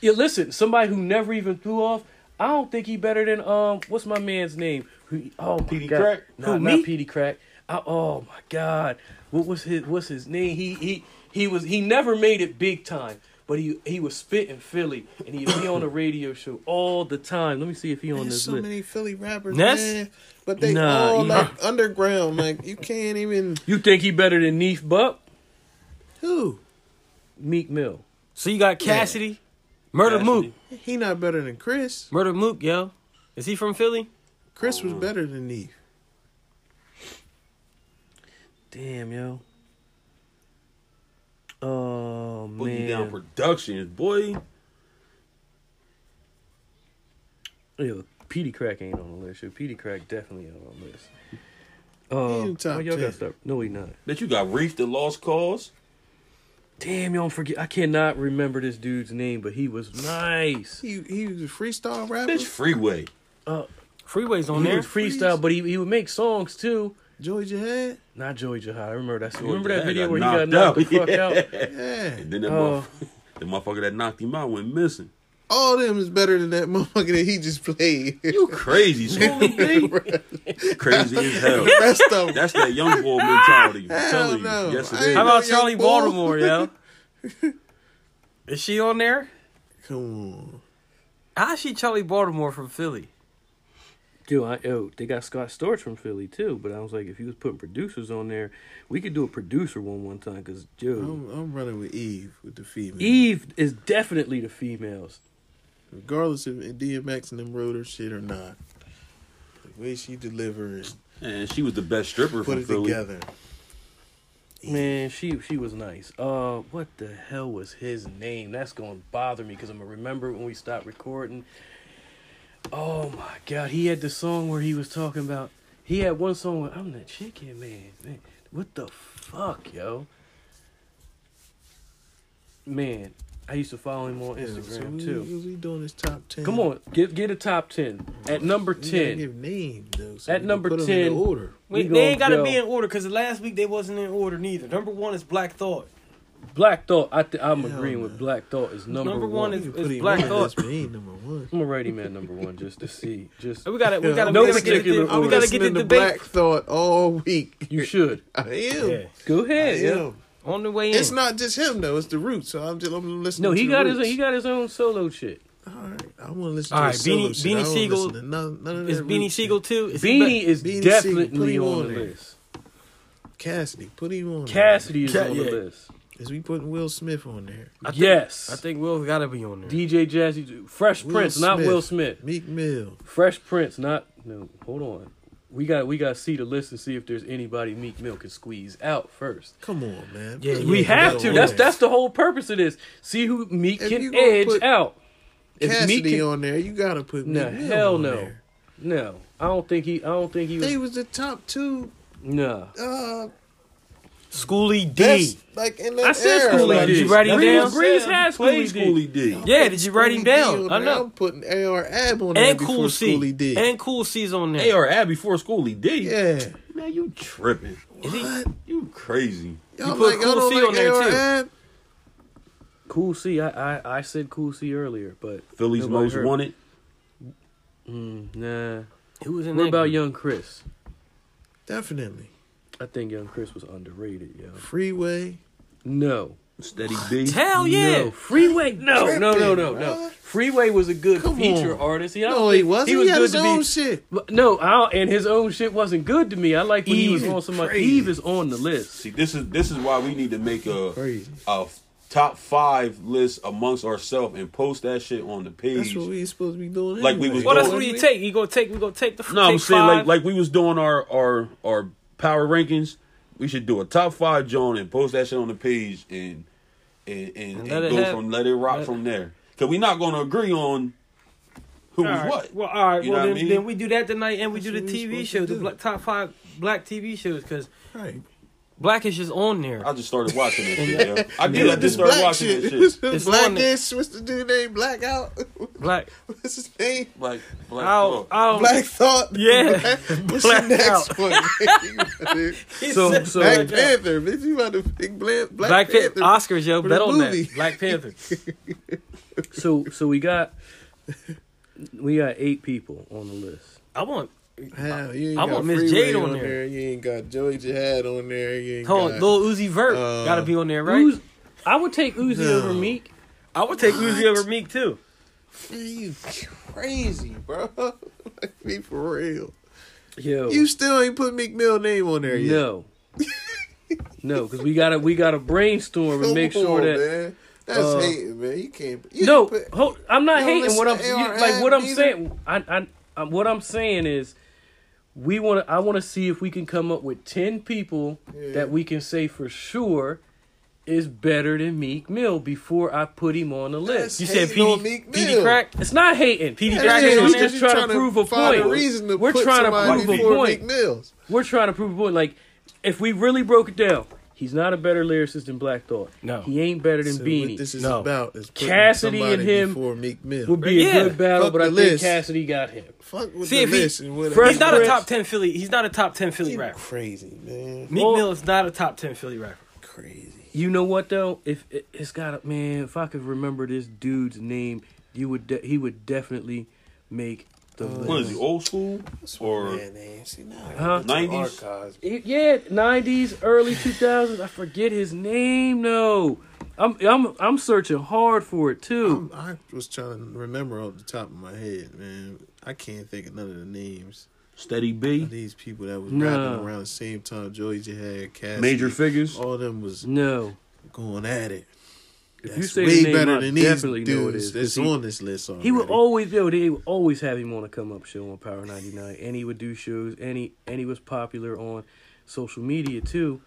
Speaker 2: Yeah, listen, somebody who never even threw off. I don't think he better than um. What's my man's name? Who? Oh my
Speaker 6: Petey
Speaker 2: god.
Speaker 6: Crack?
Speaker 2: No,
Speaker 4: Who,
Speaker 2: not
Speaker 4: me?
Speaker 2: Petey Crack. I, oh my god. What was his? What's his name? He he he was. He never made it big time, but he he was spit in Philly, and he'd be on a radio show all the time. Let me see if he on
Speaker 1: There's
Speaker 2: this
Speaker 1: so
Speaker 2: list.
Speaker 1: many Philly rappers,
Speaker 4: Ness?
Speaker 1: man. But they
Speaker 2: Nah,
Speaker 1: all
Speaker 2: he-
Speaker 1: (laughs) like underground. Like you can't even
Speaker 2: You think he better than Neef Buck?
Speaker 1: (laughs) who?
Speaker 2: Meek Mill.
Speaker 4: So you got Cassidy, Murder
Speaker 6: Cassidy.
Speaker 4: Mook,
Speaker 1: He not better than Chris.
Speaker 4: Murder Mook, yo. Is he from Philly?
Speaker 1: Chris was better than Neve.
Speaker 2: Damn yo. Oh
Speaker 6: Boogie
Speaker 2: man.
Speaker 6: Down Productions, boy.
Speaker 2: Yeah, Petey Crack ain't on the list. Yo. Petey Crack definitely ain't on the list.
Speaker 1: He in
Speaker 2: Um,
Speaker 1: top
Speaker 2: oh, y'all
Speaker 1: 10.
Speaker 2: got stuff. No, he not.
Speaker 6: That you got Reef the Lost Cause.
Speaker 2: Damn, y'all forget. I cannot remember this dude's name, but he was nice.
Speaker 1: He he was a freestyle rapper.
Speaker 6: Bitch, Freeway.
Speaker 4: Freeway's on
Speaker 2: He
Speaker 4: there.
Speaker 2: would freestyle, but he, he would make songs too.
Speaker 1: Joy Jihad.
Speaker 2: Not Joey Jihad. I remember that.
Speaker 6: Joey
Speaker 2: remember that
Speaker 6: Jihad
Speaker 2: video
Speaker 6: got
Speaker 2: where he got knocked
Speaker 6: knocked
Speaker 2: the (laughs) fuck
Speaker 6: out.
Speaker 2: out?
Speaker 1: Yeah.
Speaker 6: And then that
Speaker 2: Oh.
Speaker 6: motherfucker, the motherfucker (laughs) that knocked him out went missing.
Speaker 1: All them is better than that (laughs) motherfucker that he just played.
Speaker 6: You
Speaker 2: (laughs)
Speaker 6: crazy, Swole. crazy as hell.
Speaker 1: Rest of
Speaker 4: (laughs)
Speaker 1: them.
Speaker 6: That's that young boy mentality. I'm
Speaker 1: Hell
Speaker 6: telling you.
Speaker 1: no.
Speaker 6: Yes, it
Speaker 1: I ain't
Speaker 6: is.
Speaker 4: How about
Speaker 1: Yo, yo,
Speaker 4: Charlie
Speaker 1: boy.
Speaker 4: Baltimore, (laughs) yo? Is she on there?
Speaker 1: Come on.
Speaker 4: How's she Charlie Baltimore from Philly?
Speaker 2: Dude, I, yo, they got Scott Storch from Philly too. But I was like, if he was putting producers on there, we could do a producer one one time. Cause dude,
Speaker 1: I'm, I'm running with Eve with the female.
Speaker 2: Eve is definitely the females.
Speaker 1: Regardless if DMX and them wrote her shit or not. The way she delivers,
Speaker 6: And she was the best stripper
Speaker 1: put
Speaker 6: from
Speaker 1: it
Speaker 6: Philly.
Speaker 1: together.
Speaker 2: Man, she she was nice. Uh, what the hell was his name? That's gonna bother me because I'm gonna remember when we stopped recording. Oh my god, he had the song where he was talking about. He had one song where I'm the chicken man. man what the fuck, yo? Man, I used to follow him on
Speaker 1: so
Speaker 2: Instagram
Speaker 1: we,
Speaker 2: too.
Speaker 1: we doing this top ten.
Speaker 2: Come on, get get a top ten at number
Speaker 1: We gotta
Speaker 2: ten.
Speaker 1: Give names though. so we
Speaker 2: At
Speaker 1: can
Speaker 2: number
Speaker 1: put 'em in
Speaker 2: 10.
Speaker 1: order.
Speaker 2: We
Speaker 4: Wait, they ain't
Speaker 2: gonna
Speaker 4: gotta be
Speaker 2: go.
Speaker 4: in order because the last week they wasn't in order neither. Number one is Black Thought.
Speaker 2: Black Thought. I th- I'm
Speaker 1: Hell
Speaker 2: agreeing
Speaker 1: no.
Speaker 2: with Black Thought is number,
Speaker 4: Number
Speaker 2: one.
Speaker 4: one
Speaker 1: We
Speaker 4: is-
Speaker 1: can
Speaker 4: It's-
Speaker 1: put
Speaker 4: it's
Speaker 1: him
Speaker 4: Black
Speaker 1: on
Speaker 4: Thought.
Speaker 1: this, but he ain't number one.
Speaker 2: I'm already man number one just to see. Just
Speaker 4: We gotta, we gotta,
Speaker 2: No
Speaker 4: we gotta get,
Speaker 2: particular
Speaker 4: the,
Speaker 2: order.
Speaker 4: we gotta get the
Speaker 1: Listening to
Speaker 4: debate
Speaker 1: Black Thought all week.
Speaker 2: you should.
Speaker 1: I am.
Speaker 4: Yeah.
Speaker 2: Go
Speaker 1: I
Speaker 2: ahead.
Speaker 1: am.
Speaker 2: Yeah.
Speaker 4: on the way in.
Speaker 1: It's not just him though. It's the Roots. So I'm just I'm listening.
Speaker 2: No,
Speaker 1: to
Speaker 2: he
Speaker 1: the
Speaker 2: got
Speaker 1: Roots.
Speaker 2: his he got his own solo shit.
Speaker 1: All right, I want to listen
Speaker 4: All
Speaker 1: to
Speaker 4: right,
Speaker 1: his solo
Speaker 4: Beanie-
Speaker 1: shit. I
Speaker 4: Beanie
Speaker 1: don't
Speaker 4: Siegel-
Speaker 1: listen to none, none of
Speaker 4: Is
Speaker 1: that
Speaker 4: Beanie
Speaker 1: Roots
Speaker 4: Siegel
Speaker 1: shit.
Speaker 4: too? Is he
Speaker 2: Beanie is
Speaker 1: Beanie Siegel, put
Speaker 2: definitely
Speaker 1: him
Speaker 2: on
Speaker 1: on
Speaker 2: the
Speaker 1: there.
Speaker 2: list.
Speaker 1: Cassidy, put him on.
Speaker 2: Cassidy is
Speaker 4: Ca-
Speaker 2: on the
Speaker 4: yeah.
Speaker 2: list.
Speaker 1: there. is we putting Will Smith on there?
Speaker 4: back? I think-
Speaker 2: yes.
Speaker 4: I think Will gotta be on there.
Speaker 2: DJ Jazzy Fresh
Speaker 1: Will
Speaker 2: Prince, not
Speaker 1: Smith.
Speaker 2: Will Smith.
Speaker 1: Meek Mill.
Speaker 2: Fresh Prince, not no, hold on. We got we gotta see the list and see if there's anybody Meek Mill can squeeze out first.
Speaker 1: Come on, man.
Speaker 4: Yeah,
Speaker 1: Put
Speaker 4: yeah,
Speaker 2: We
Speaker 1: Meek
Speaker 2: have
Speaker 1: Mill
Speaker 2: to.
Speaker 1: on
Speaker 2: That's
Speaker 1: there.
Speaker 2: that's the whole purpose of this. See who Meek
Speaker 1: If you
Speaker 2: can
Speaker 1: gonna
Speaker 2: edge
Speaker 1: put
Speaker 2: out. If
Speaker 1: Cassidy
Speaker 2: Meek can,
Speaker 1: on there. You gotta put Meek
Speaker 2: no,
Speaker 1: Mill
Speaker 2: hell
Speaker 1: on
Speaker 2: no,
Speaker 1: there.
Speaker 2: no. I don't think he. I don't think he was.
Speaker 1: They was the top two.
Speaker 2: nah.
Speaker 1: Uh,
Speaker 4: Schoolie D.
Speaker 1: best, like in that
Speaker 2: I said
Speaker 1: era.
Speaker 2: Schoolie
Speaker 1: like,
Speaker 2: D.
Speaker 4: Did you write him
Speaker 2: Grease-
Speaker 4: down?
Speaker 2: Grease had
Speaker 4: E
Speaker 6: Played
Speaker 2: Schoolie E D.
Speaker 6: Schoolie D.
Speaker 4: Yeah, did you write him
Speaker 1: Schoolie D
Speaker 4: down?
Speaker 1: on
Speaker 4: I
Speaker 1: there.
Speaker 4: know.
Speaker 1: I'm putting AR Ab on there
Speaker 4: And
Speaker 1: before
Speaker 4: Cool C.
Speaker 1: Schoolie D.
Speaker 4: And Cool C's on there.
Speaker 6: AR Abbey before Schoolie D.
Speaker 1: yeah.
Speaker 6: Man, you tripping.
Speaker 1: What?
Speaker 6: You crazy.
Speaker 1: Y'all
Speaker 4: put
Speaker 1: like, y'all
Speaker 4: Cool
Speaker 1: don't
Speaker 4: C
Speaker 1: like
Speaker 4: on there, too.
Speaker 1: AR Ab?
Speaker 2: Cool C, I, I, I said Cool C earlier, but
Speaker 6: Philly's
Speaker 2: nobody
Speaker 6: most
Speaker 2: heard.
Speaker 6: wanted.
Speaker 2: Nah.
Speaker 4: Who was in
Speaker 2: What
Speaker 4: that
Speaker 2: about
Speaker 4: group?
Speaker 2: Young Chris?
Speaker 1: Definitely.
Speaker 2: I think Young Chris was underrated, yo.
Speaker 1: Freeway.
Speaker 2: No.
Speaker 6: Steady B.
Speaker 4: Hell yeah.
Speaker 2: No. Freeway. No, no, no, no,
Speaker 1: Tripping,
Speaker 2: no.
Speaker 1: bro.
Speaker 2: Freeway was a good
Speaker 1: Come
Speaker 2: feature
Speaker 1: on.
Speaker 2: artist. He, I don't
Speaker 1: No, he
Speaker 2: think-
Speaker 1: wasn't. He,
Speaker 2: was
Speaker 1: had
Speaker 2: good
Speaker 1: his
Speaker 2: to be-
Speaker 1: own shit.
Speaker 2: But No, I, and his own shit wasn't good to me. I like when he was
Speaker 1: Eve
Speaker 2: on
Speaker 1: is
Speaker 2: somebody.
Speaker 1: crazy.
Speaker 2: Eve is on the list.
Speaker 6: See, this is this is why we need to make a
Speaker 1: Crazy.
Speaker 6: a top five list amongst ourselves and post that shit on the
Speaker 1: That's
Speaker 6: page.
Speaker 1: what we supposed to be doing.
Speaker 6: Like we
Speaker 1: anyway.
Speaker 6: was
Speaker 4: Well, that's
Speaker 6: doing-
Speaker 4: what you take. You gonna take? We gonna take the.
Speaker 6: No,
Speaker 4: take
Speaker 6: I'm saying
Speaker 4: five.
Speaker 6: like like we was doing our our our power rankings. We should do a top five, John, and post that shit on the page and and and, and
Speaker 4: Let it
Speaker 6: go
Speaker 4: hap-
Speaker 6: from let it rock from there. Cause we're not gonna agree on who
Speaker 4: All
Speaker 6: was
Speaker 4: right.
Speaker 6: what.
Speaker 4: Well, all right.
Speaker 6: You know
Speaker 4: well,
Speaker 6: what I
Speaker 4: then,
Speaker 6: mean?
Speaker 4: then we do that tonight, and we do the
Speaker 1: what we
Speaker 4: TV
Speaker 1: supposed
Speaker 4: shows,
Speaker 1: to
Speaker 4: the
Speaker 1: do.
Speaker 4: black, top five black TV shows, because
Speaker 1: Right.
Speaker 4: Blackish is on there.
Speaker 6: I just started watching this
Speaker 4: (laughs)
Speaker 6: shit. yo. I did. I
Speaker 1: Dude, (laughs)
Speaker 6: just
Speaker 1: this
Speaker 6: started
Speaker 1: black
Speaker 6: watching
Speaker 1: shit.
Speaker 6: this shit.
Speaker 4: It's
Speaker 1: black
Speaker 4: on there.
Speaker 1: this. What's the dude name? Blackout.
Speaker 4: Black.
Speaker 1: (laughs) What's his name?
Speaker 6: Like, like
Speaker 4: I'll,
Speaker 6: oh,
Speaker 1: (laughs)
Speaker 4: I'll, (laughs)
Speaker 1: Black Thought.
Speaker 4: Yeah.
Speaker 1: What's the next one? (laughs)
Speaker 2: So, so
Speaker 1: Black Panther. Bitch, you about to think Black, Black,
Speaker 4: Black
Speaker 1: Panther?
Speaker 4: Panther. Oscars, yo,
Speaker 1: for
Speaker 4: bet
Speaker 1: the
Speaker 4: on
Speaker 1: movie.
Speaker 4: that.
Speaker 1: (laughs)
Speaker 4: Black Panther.
Speaker 2: So so we got we got eight people on the list.
Speaker 4: I want.
Speaker 1: Hell, you ain't
Speaker 4: I
Speaker 1: got
Speaker 4: want Miss
Speaker 1: Freeway
Speaker 4: Jade on there.
Speaker 1: You ain't got Joey Jihad on there. You ain't
Speaker 4: Hold on,
Speaker 1: got
Speaker 4: Lil Uzi Vert
Speaker 1: Uh,
Speaker 4: gotta be on there, right?
Speaker 2: Uz- I would take Uzi over Meek.
Speaker 4: I would take Uzi over Meek too.
Speaker 1: You crazy, bro. (laughs) like, be for real.
Speaker 4: Oh.
Speaker 2: Yo,
Speaker 1: You still ain't put Meek Mill name on there yet.
Speaker 2: no, no, because we gotta we gotta brainstorm and
Speaker 1: Come
Speaker 2: make sure
Speaker 1: on,
Speaker 2: that.
Speaker 1: man. That's
Speaker 2: uh,
Speaker 1: hating, man. You can't. You
Speaker 2: No,
Speaker 1: can put-
Speaker 2: hold, I'm not
Speaker 1: you don't
Speaker 2: hating what I'm
Speaker 1: listen to
Speaker 2: you-
Speaker 1: ARM
Speaker 2: like. What I'm
Speaker 1: either?
Speaker 2: saying, I, I, I, um, what I'm saying is, we want to. I want to see if we can come up with ten people
Speaker 1: Yeah.
Speaker 2: that we can say for sure is better than Meek Mill before I put him on the list.
Speaker 1: That's
Speaker 4: You said
Speaker 1: hating
Speaker 4: Petey-
Speaker 1: on Meek
Speaker 4: Petey
Speaker 1: Mill.
Speaker 4: Crack.
Speaker 2: It's not hating. PD
Speaker 1: That's
Speaker 4: Crack
Speaker 1: hating
Speaker 4: is on
Speaker 2: We're
Speaker 1: because
Speaker 4: there.
Speaker 2: just
Speaker 1: you
Speaker 2: trying, to prove a
Speaker 1: find
Speaker 2: point.
Speaker 1: A reason to
Speaker 2: We're
Speaker 1: put
Speaker 2: trying to
Speaker 1: somebody
Speaker 2: prove a
Speaker 1: before Meek
Speaker 2: point.
Speaker 1: Mills.
Speaker 2: We're trying to prove a point. Like, if we really broke it down, he's not a better lyricist than Black Thought.
Speaker 4: No.
Speaker 2: he ain't better than
Speaker 1: So
Speaker 2: Beanie.
Speaker 1: what this is
Speaker 4: No.
Speaker 1: about is putting
Speaker 2: Cassidy and
Speaker 1: somebody
Speaker 2: him
Speaker 1: before Meek Mill.
Speaker 2: would be
Speaker 4: Yeah.
Speaker 2: a good battle,
Speaker 1: Fuck
Speaker 2: but I
Speaker 1: the
Speaker 2: think
Speaker 1: list.
Speaker 2: Cassidy got him.
Speaker 1: Fuck with
Speaker 4: See
Speaker 1: the
Speaker 4: if he-
Speaker 1: list and what
Speaker 2: Fresh
Speaker 4: He's not a
Speaker 2: Prince.
Speaker 4: top ten Philly. He's not a top ten Philly
Speaker 1: You
Speaker 4: rapper.
Speaker 1: crazy, man.
Speaker 4: Meek
Speaker 2: Well-
Speaker 4: Mill is not a top ten Philly rapper.
Speaker 1: Crazy.
Speaker 2: You know what though? If it, it's got a man, if I could remember this dude's name, you would de- he would definitely make
Speaker 1: Uh,
Speaker 2: the
Speaker 6: what
Speaker 2: list.
Speaker 6: is he? Old school or
Speaker 1: Man, man. See, nah,
Speaker 2: Huh?
Speaker 1: look at the
Speaker 6: 90s?
Speaker 1: archives.
Speaker 2: It- yeah, nineties, early two thousands. I forget his name though. I'm I'm I'm searching hard for it too.
Speaker 1: I'm- I was trying to remember off the top of my head, man. I can't think of none of the names
Speaker 6: Steady
Speaker 1: of
Speaker 6: B?
Speaker 1: these people that was
Speaker 2: No.
Speaker 1: rapping around the same time. Joey J had Cassidy.
Speaker 6: Major figures.
Speaker 1: All them was
Speaker 2: no,
Speaker 1: going at it. That's
Speaker 2: you say
Speaker 1: way
Speaker 2: the name, I
Speaker 1: better than these
Speaker 2: definitely know it
Speaker 1: dudes
Speaker 2: is, 'cause
Speaker 1: that's
Speaker 2: he-
Speaker 1: on this list already.
Speaker 2: he would always yo they would always have him on a come up show on Power ninety nine, and he would do shows, and he and he was popular on social media too,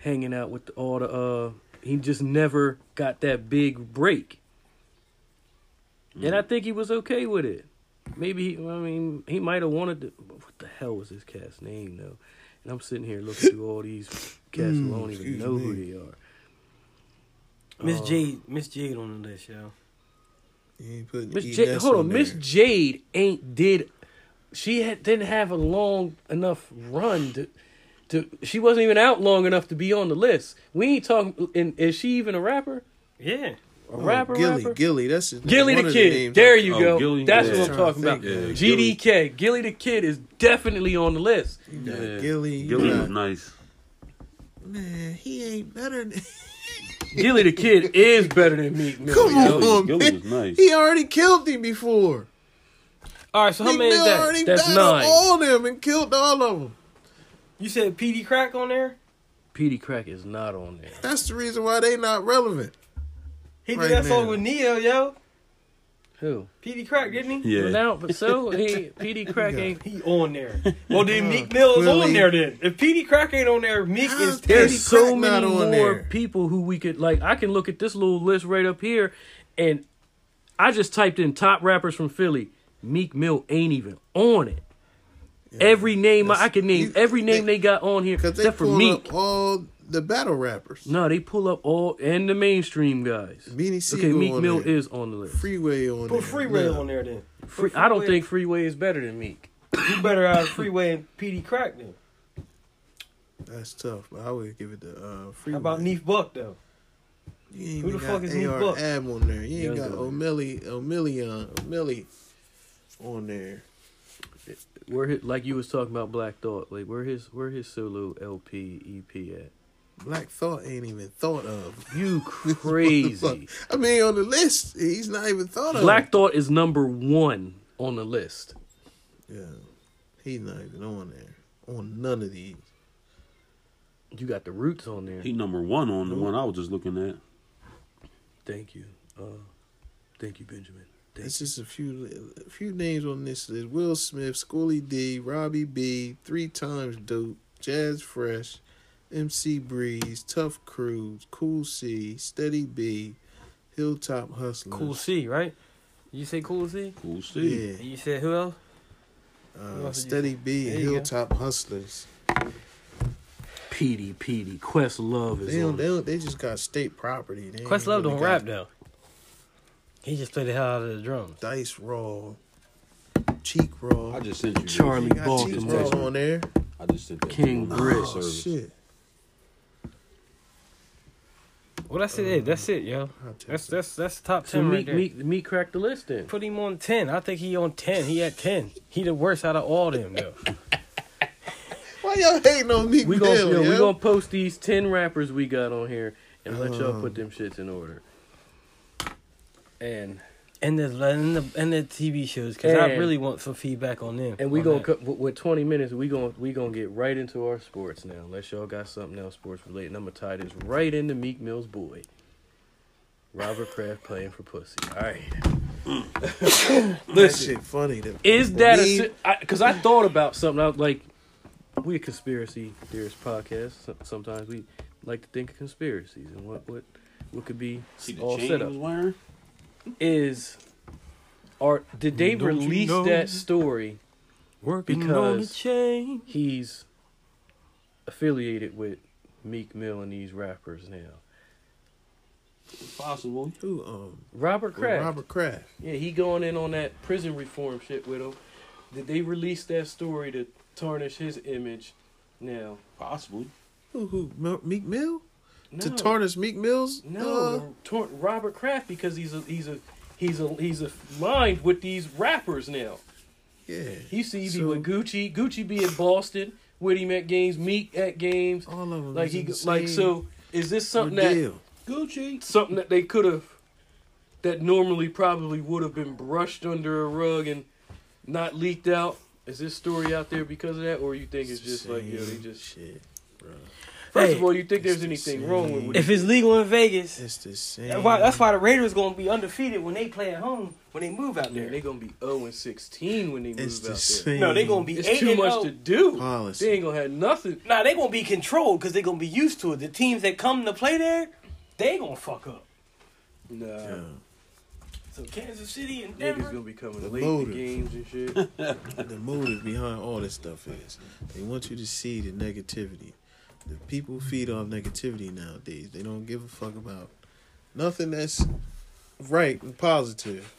Speaker 2: hanging out with all the uh. He just never got that big break, and
Speaker 1: Mm-hmm.
Speaker 2: I think he was okay with it. Maybe he, I mean he might have wanted to. but What the hell was this cat's name though? And I'm sitting here looking through all these cats who I
Speaker 1: Mm,
Speaker 2: don't even
Speaker 1: excuse
Speaker 2: know who
Speaker 1: me.
Speaker 2: they are.
Speaker 4: Miss
Speaker 2: Uh,
Speaker 4: Jade, Miss Jade on the list, yo.
Speaker 1: He ain't putting
Speaker 2: Miss
Speaker 1: E
Speaker 2: Jade,
Speaker 1: Ness
Speaker 2: hold on,
Speaker 1: there.
Speaker 2: Miss Jade ain't did. She had, didn't have a long enough run to, to. She wasn't even out long enough to be on the list. We ain't talking. And is she even a rapper?
Speaker 4: Yeah.
Speaker 2: A
Speaker 1: Oh,
Speaker 2: rapper?
Speaker 1: Gilly,
Speaker 2: rapper?
Speaker 1: Gilly, that's his,
Speaker 2: Gilly
Speaker 1: one
Speaker 2: the
Speaker 1: of
Speaker 2: Kid.
Speaker 1: names
Speaker 2: there
Speaker 1: I-
Speaker 2: you
Speaker 6: oh,
Speaker 2: go.
Speaker 6: Gilly-
Speaker 2: That's
Speaker 6: yeah.
Speaker 2: what I'm talking about.
Speaker 1: Yeah,
Speaker 6: Gilly.
Speaker 2: GDK. Gilly the Kid is definitely on the list.
Speaker 1: you got
Speaker 6: Yeah.
Speaker 1: Gilly, you
Speaker 6: Gilly was
Speaker 1: got-
Speaker 6: nice.
Speaker 1: man, he ain't better.
Speaker 2: (laughs)
Speaker 1: Than,
Speaker 2: Gilly the Kid is better than Meek Mill.
Speaker 1: come
Speaker 2: yo.
Speaker 1: on,
Speaker 6: Gilly- Gilly
Speaker 1: man.
Speaker 6: was
Speaker 1: (laughs)
Speaker 4: (laughs)
Speaker 6: nice.
Speaker 1: He already killed him before.
Speaker 4: All right. So how
Speaker 1: Meek
Speaker 4: many is
Speaker 1: Mill
Speaker 4: that?
Speaker 1: already
Speaker 2: That's
Speaker 1: battled
Speaker 2: nine.
Speaker 1: all them and killed all of them.
Speaker 4: You said Petey Crack on there.
Speaker 2: Petey Crack is not on there.
Speaker 1: That's the reason why they not relevant.
Speaker 4: He did
Speaker 1: Right
Speaker 4: that song
Speaker 1: now.
Speaker 4: with Neo, yo.
Speaker 2: Who?
Speaker 4: Petey Crack, didn't he?
Speaker 6: Yeah.
Speaker 2: Now, but so he
Speaker 1: (laughs)
Speaker 2: Petey Crack
Speaker 1: Yeah.
Speaker 2: ain't.
Speaker 4: He on there. Well, then Meek Mill is
Speaker 1: Clearly.
Speaker 4: on there. Then if Petey Crack ain't on there, Meek
Speaker 1: How
Speaker 4: is.
Speaker 1: is Petey
Speaker 2: There's so
Speaker 1: Crack not
Speaker 2: many more
Speaker 1: on there?
Speaker 2: people who we could like. I can look at this little list right up here, and I just typed in top rappers from Philly. Meek Mill ain't even on it. every name I, I can name,
Speaker 1: you-
Speaker 2: every name
Speaker 1: they-
Speaker 2: they, got on here
Speaker 1: Because they
Speaker 2: except for
Speaker 1: pulled
Speaker 2: Meek.
Speaker 1: up all the battle rappers.
Speaker 2: no, they pull up all and the mainstream guys.
Speaker 1: Beanie
Speaker 2: okay,
Speaker 1: Siegel
Speaker 2: Meek
Speaker 1: on
Speaker 2: Mill
Speaker 1: there.
Speaker 2: is on the list.
Speaker 1: Freeway on there.
Speaker 4: Put Freeway
Speaker 1: No.
Speaker 4: on there then.
Speaker 2: Free, I don't
Speaker 4: Freeway-
Speaker 2: think Freeway is better than Meek.
Speaker 4: You better have Freeway and Petey Crack then.
Speaker 1: That's tough, but I would give it to uh, Freeway.
Speaker 4: How about Neef Buck though?
Speaker 1: You ain't
Speaker 4: Who the
Speaker 1: even
Speaker 4: fuck
Speaker 1: got
Speaker 4: is Neef
Speaker 1: AR
Speaker 4: Buck?
Speaker 1: Ab on there. You ain't
Speaker 2: Young
Speaker 1: got
Speaker 2: Buck.
Speaker 1: O'Malley, O'Malley, O'Malley on uh, there.
Speaker 2: where his, like you was talking about Black Thought, like where his where his solo LP EP at?
Speaker 1: Black Thought ain't even thought of. (laughs)
Speaker 2: You crazy.
Speaker 1: I mean, on the list, he's not even thought of.
Speaker 2: Black Thought is number one on the list.
Speaker 1: Yeah, he's not even on there. On none of these.
Speaker 2: You got the roots on there.
Speaker 6: He number one on the one I was just looking at.
Speaker 2: Thank you. Uh, thank you, Benjamin. Thank
Speaker 1: It's just a few a few names on this list. Will Smith, Schoolie D, Robbie B, Three Times Dope, Jazz Fresh, MC Breeze, Tough Cruz, Cool C, Steady B, Hilltop Hustler.
Speaker 4: Cool C, right? You say Cool C?
Speaker 6: Cool Steve.
Speaker 1: Yeah.
Speaker 4: And you said who else?
Speaker 1: Uh,
Speaker 4: else did you
Speaker 1: Steady B
Speaker 4: There
Speaker 1: and
Speaker 4: you go.
Speaker 1: Hilltop Hustlers.
Speaker 2: Petey Petey. Quest Love is
Speaker 1: They
Speaker 2: on
Speaker 1: don't,
Speaker 2: there.
Speaker 1: they, don't, they just got state property. They ain't
Speaker 4: Questlove
Speaker 1: really
Speaker 4: don't
Speaker 1: got
Speaker 4: rap though. He just played the hell out of the drums.
Speaker 1: Dice Roll, Cheek Roll.
Speaker 6: I just sent you.
Speaker 2: Charlie
Speaker 1: You got Cheek
Speaker 2: Baltimore.
Speaker 1: Roll on there.
Speaker 6: I just sent that
Speaker 2: King
Speaker 6: to you.
Speaker 2: Grit.
Speaker 1: Oh, shit.
Speaker 4: Well, that's it. That's it, yo.
Speaker 1: I'll take
Speaker 4: That's
Speaker 1: that.
Speaker 4: that's that's top
Speaker 2: So
Speaker 4: ten right
Speaker 2: Meek,
Speaker 4: there.
Speaker 2: Meek, Meek cracked the list then.
Speaker 4: Put him on ten. I think he on ten. He at ten. He the worst out of all them though.
Speaker 1: Why y'all hating on Meek
Speaker 2: We
Speaker 1: Mill?
Speaker 2: gonna
Speaker 1: Yo,
Speaker 2: yo, we gonna post these ten rappers we got on here and let y'all
Speaker 1: Um.
Speaker 2: put them shits in order. And
Speaker 4: And the and the and the TV shows because I
Speaker 2: And-
Speaker 4: really want some feedback on them.
Speaker 2: and we
Speaker 4: on
Speaker 2: gonna
Speaker 4: that.
Speaker 2: co- with with twenty minutes we gonna we gonna get right into our sports now. Unless y'all got something else sports related, and I'm gonna tie this right into Meek Mill's boy, Robert Kraft playing for pussy. All right,
Speaker 1: That shit funny. to
Speaker 2: is that
Speaker 1: believe.
Speaker 2: a because I, thought about something. I was like, we a conspiracy theorist podcast. so- Sometimes we like to think of conspiracies and what what what could be
Speaker 6: See the
Speaker 2: all
Speaker 6: chain
Speaker 2: set
Speaker 6: he
Speaker 2: up.
Speaker 6: was wearing?
Speaker 2: is are did they
Speaker 4: Don't you
Speaker 2: release
Speaker 4: know?
Speaker 2: that story
Speaker 4: Working on the
Speaker 2: because-
Speaker 4: chain.
Speaker 2: he's affiliated with Meek Mill and these rappers now.
Speaker 6: Possible.
Speaker 1: Who um
Speaker 2: Robert Kraft.
Speaker 1: Robert Kraft.
Speaker 2: Yeah, he going in on that prison reform shit with him. Did they release that story to tarnish his image now?
Speaker 6: Possibly.
Speaker 1: Who who Mel- Meek Mill?
Speaker 2: No.
Speaker 1: To tarnish Meek Mill's? uh,
Speaker 2: no, tor- Robert Kraft because he's a he's a he's a he's aligned with these rappers now.
Speaker 1: yeah.
Speaker 2: He sees
Speaker 1: So-
Speaker 2: you with Gucci. Gucci be in Boston. With him at games, Meek at games.
Speaker 1: All of them.
Speaker 2: Like
Speaker 1: is
Speaker 2: he
Speaker 1: in the
Speaker 2: like
Speaker 1: same
Speaker 2: so is this something
Speaker 1: ordeal.
Speaker 2: that something that they could have that normally probably would have been brushed under a rug and not leaked out? Is this story out there because of that, or you think it's just like yo, they
Speaker 1: Same
Speaker 2: just
Speaker 1: shit.
Speaker 2: first
Speaker 4: Hey,
Speaker 2: of all, you think there's
Speaker 1: it's the
Speaker 2: anything
Speaker 1: same.
Speaker 2: wrong with what
Speaker 4: If it's legal in Vegas,
Speaker 1: It's the same.
Speaker 4: that's why that's why the Raiders gonna be undefeated when they play at home when they move out
Speaker 2: they're
Speaker 4: there.
Speaker 2: gonna be zero and sixteen when they move
Speaker 1: It's the
Speaker 2: out there.
Speaker 1: same.
Speaker 4: No, they gonna be
Speaker 2: It's
Speaker 4: eight
Speaker 2: too
Speaker 4: and
Speaker 2: much
Speaker 4: oh.
Speaker 2: to do.
Speaker 1: Policy.
Speaker 2: They ain't gonna have nothing.
Speaker 4: Now they gonna be controlled because they gonna be used to it. The teams that come to play there, they gonna fuck up.
Speaker 2: Nah,
Speaker 1: Yeah.
Speaker 4: So Kansas City and
Speaker 2: niggas
Speaker 4: Denver.
Speaker 2: gonna be coming
Speaker 1: The
Speaker 2: late
Speaker 1: motive.
Speaker 2: to games and shit.
Speaker 1: the motive behind all this stuff is they want you to see the negativity. The people feed off negativity nowadays. They don't give a fuck about nothing that's right and positive.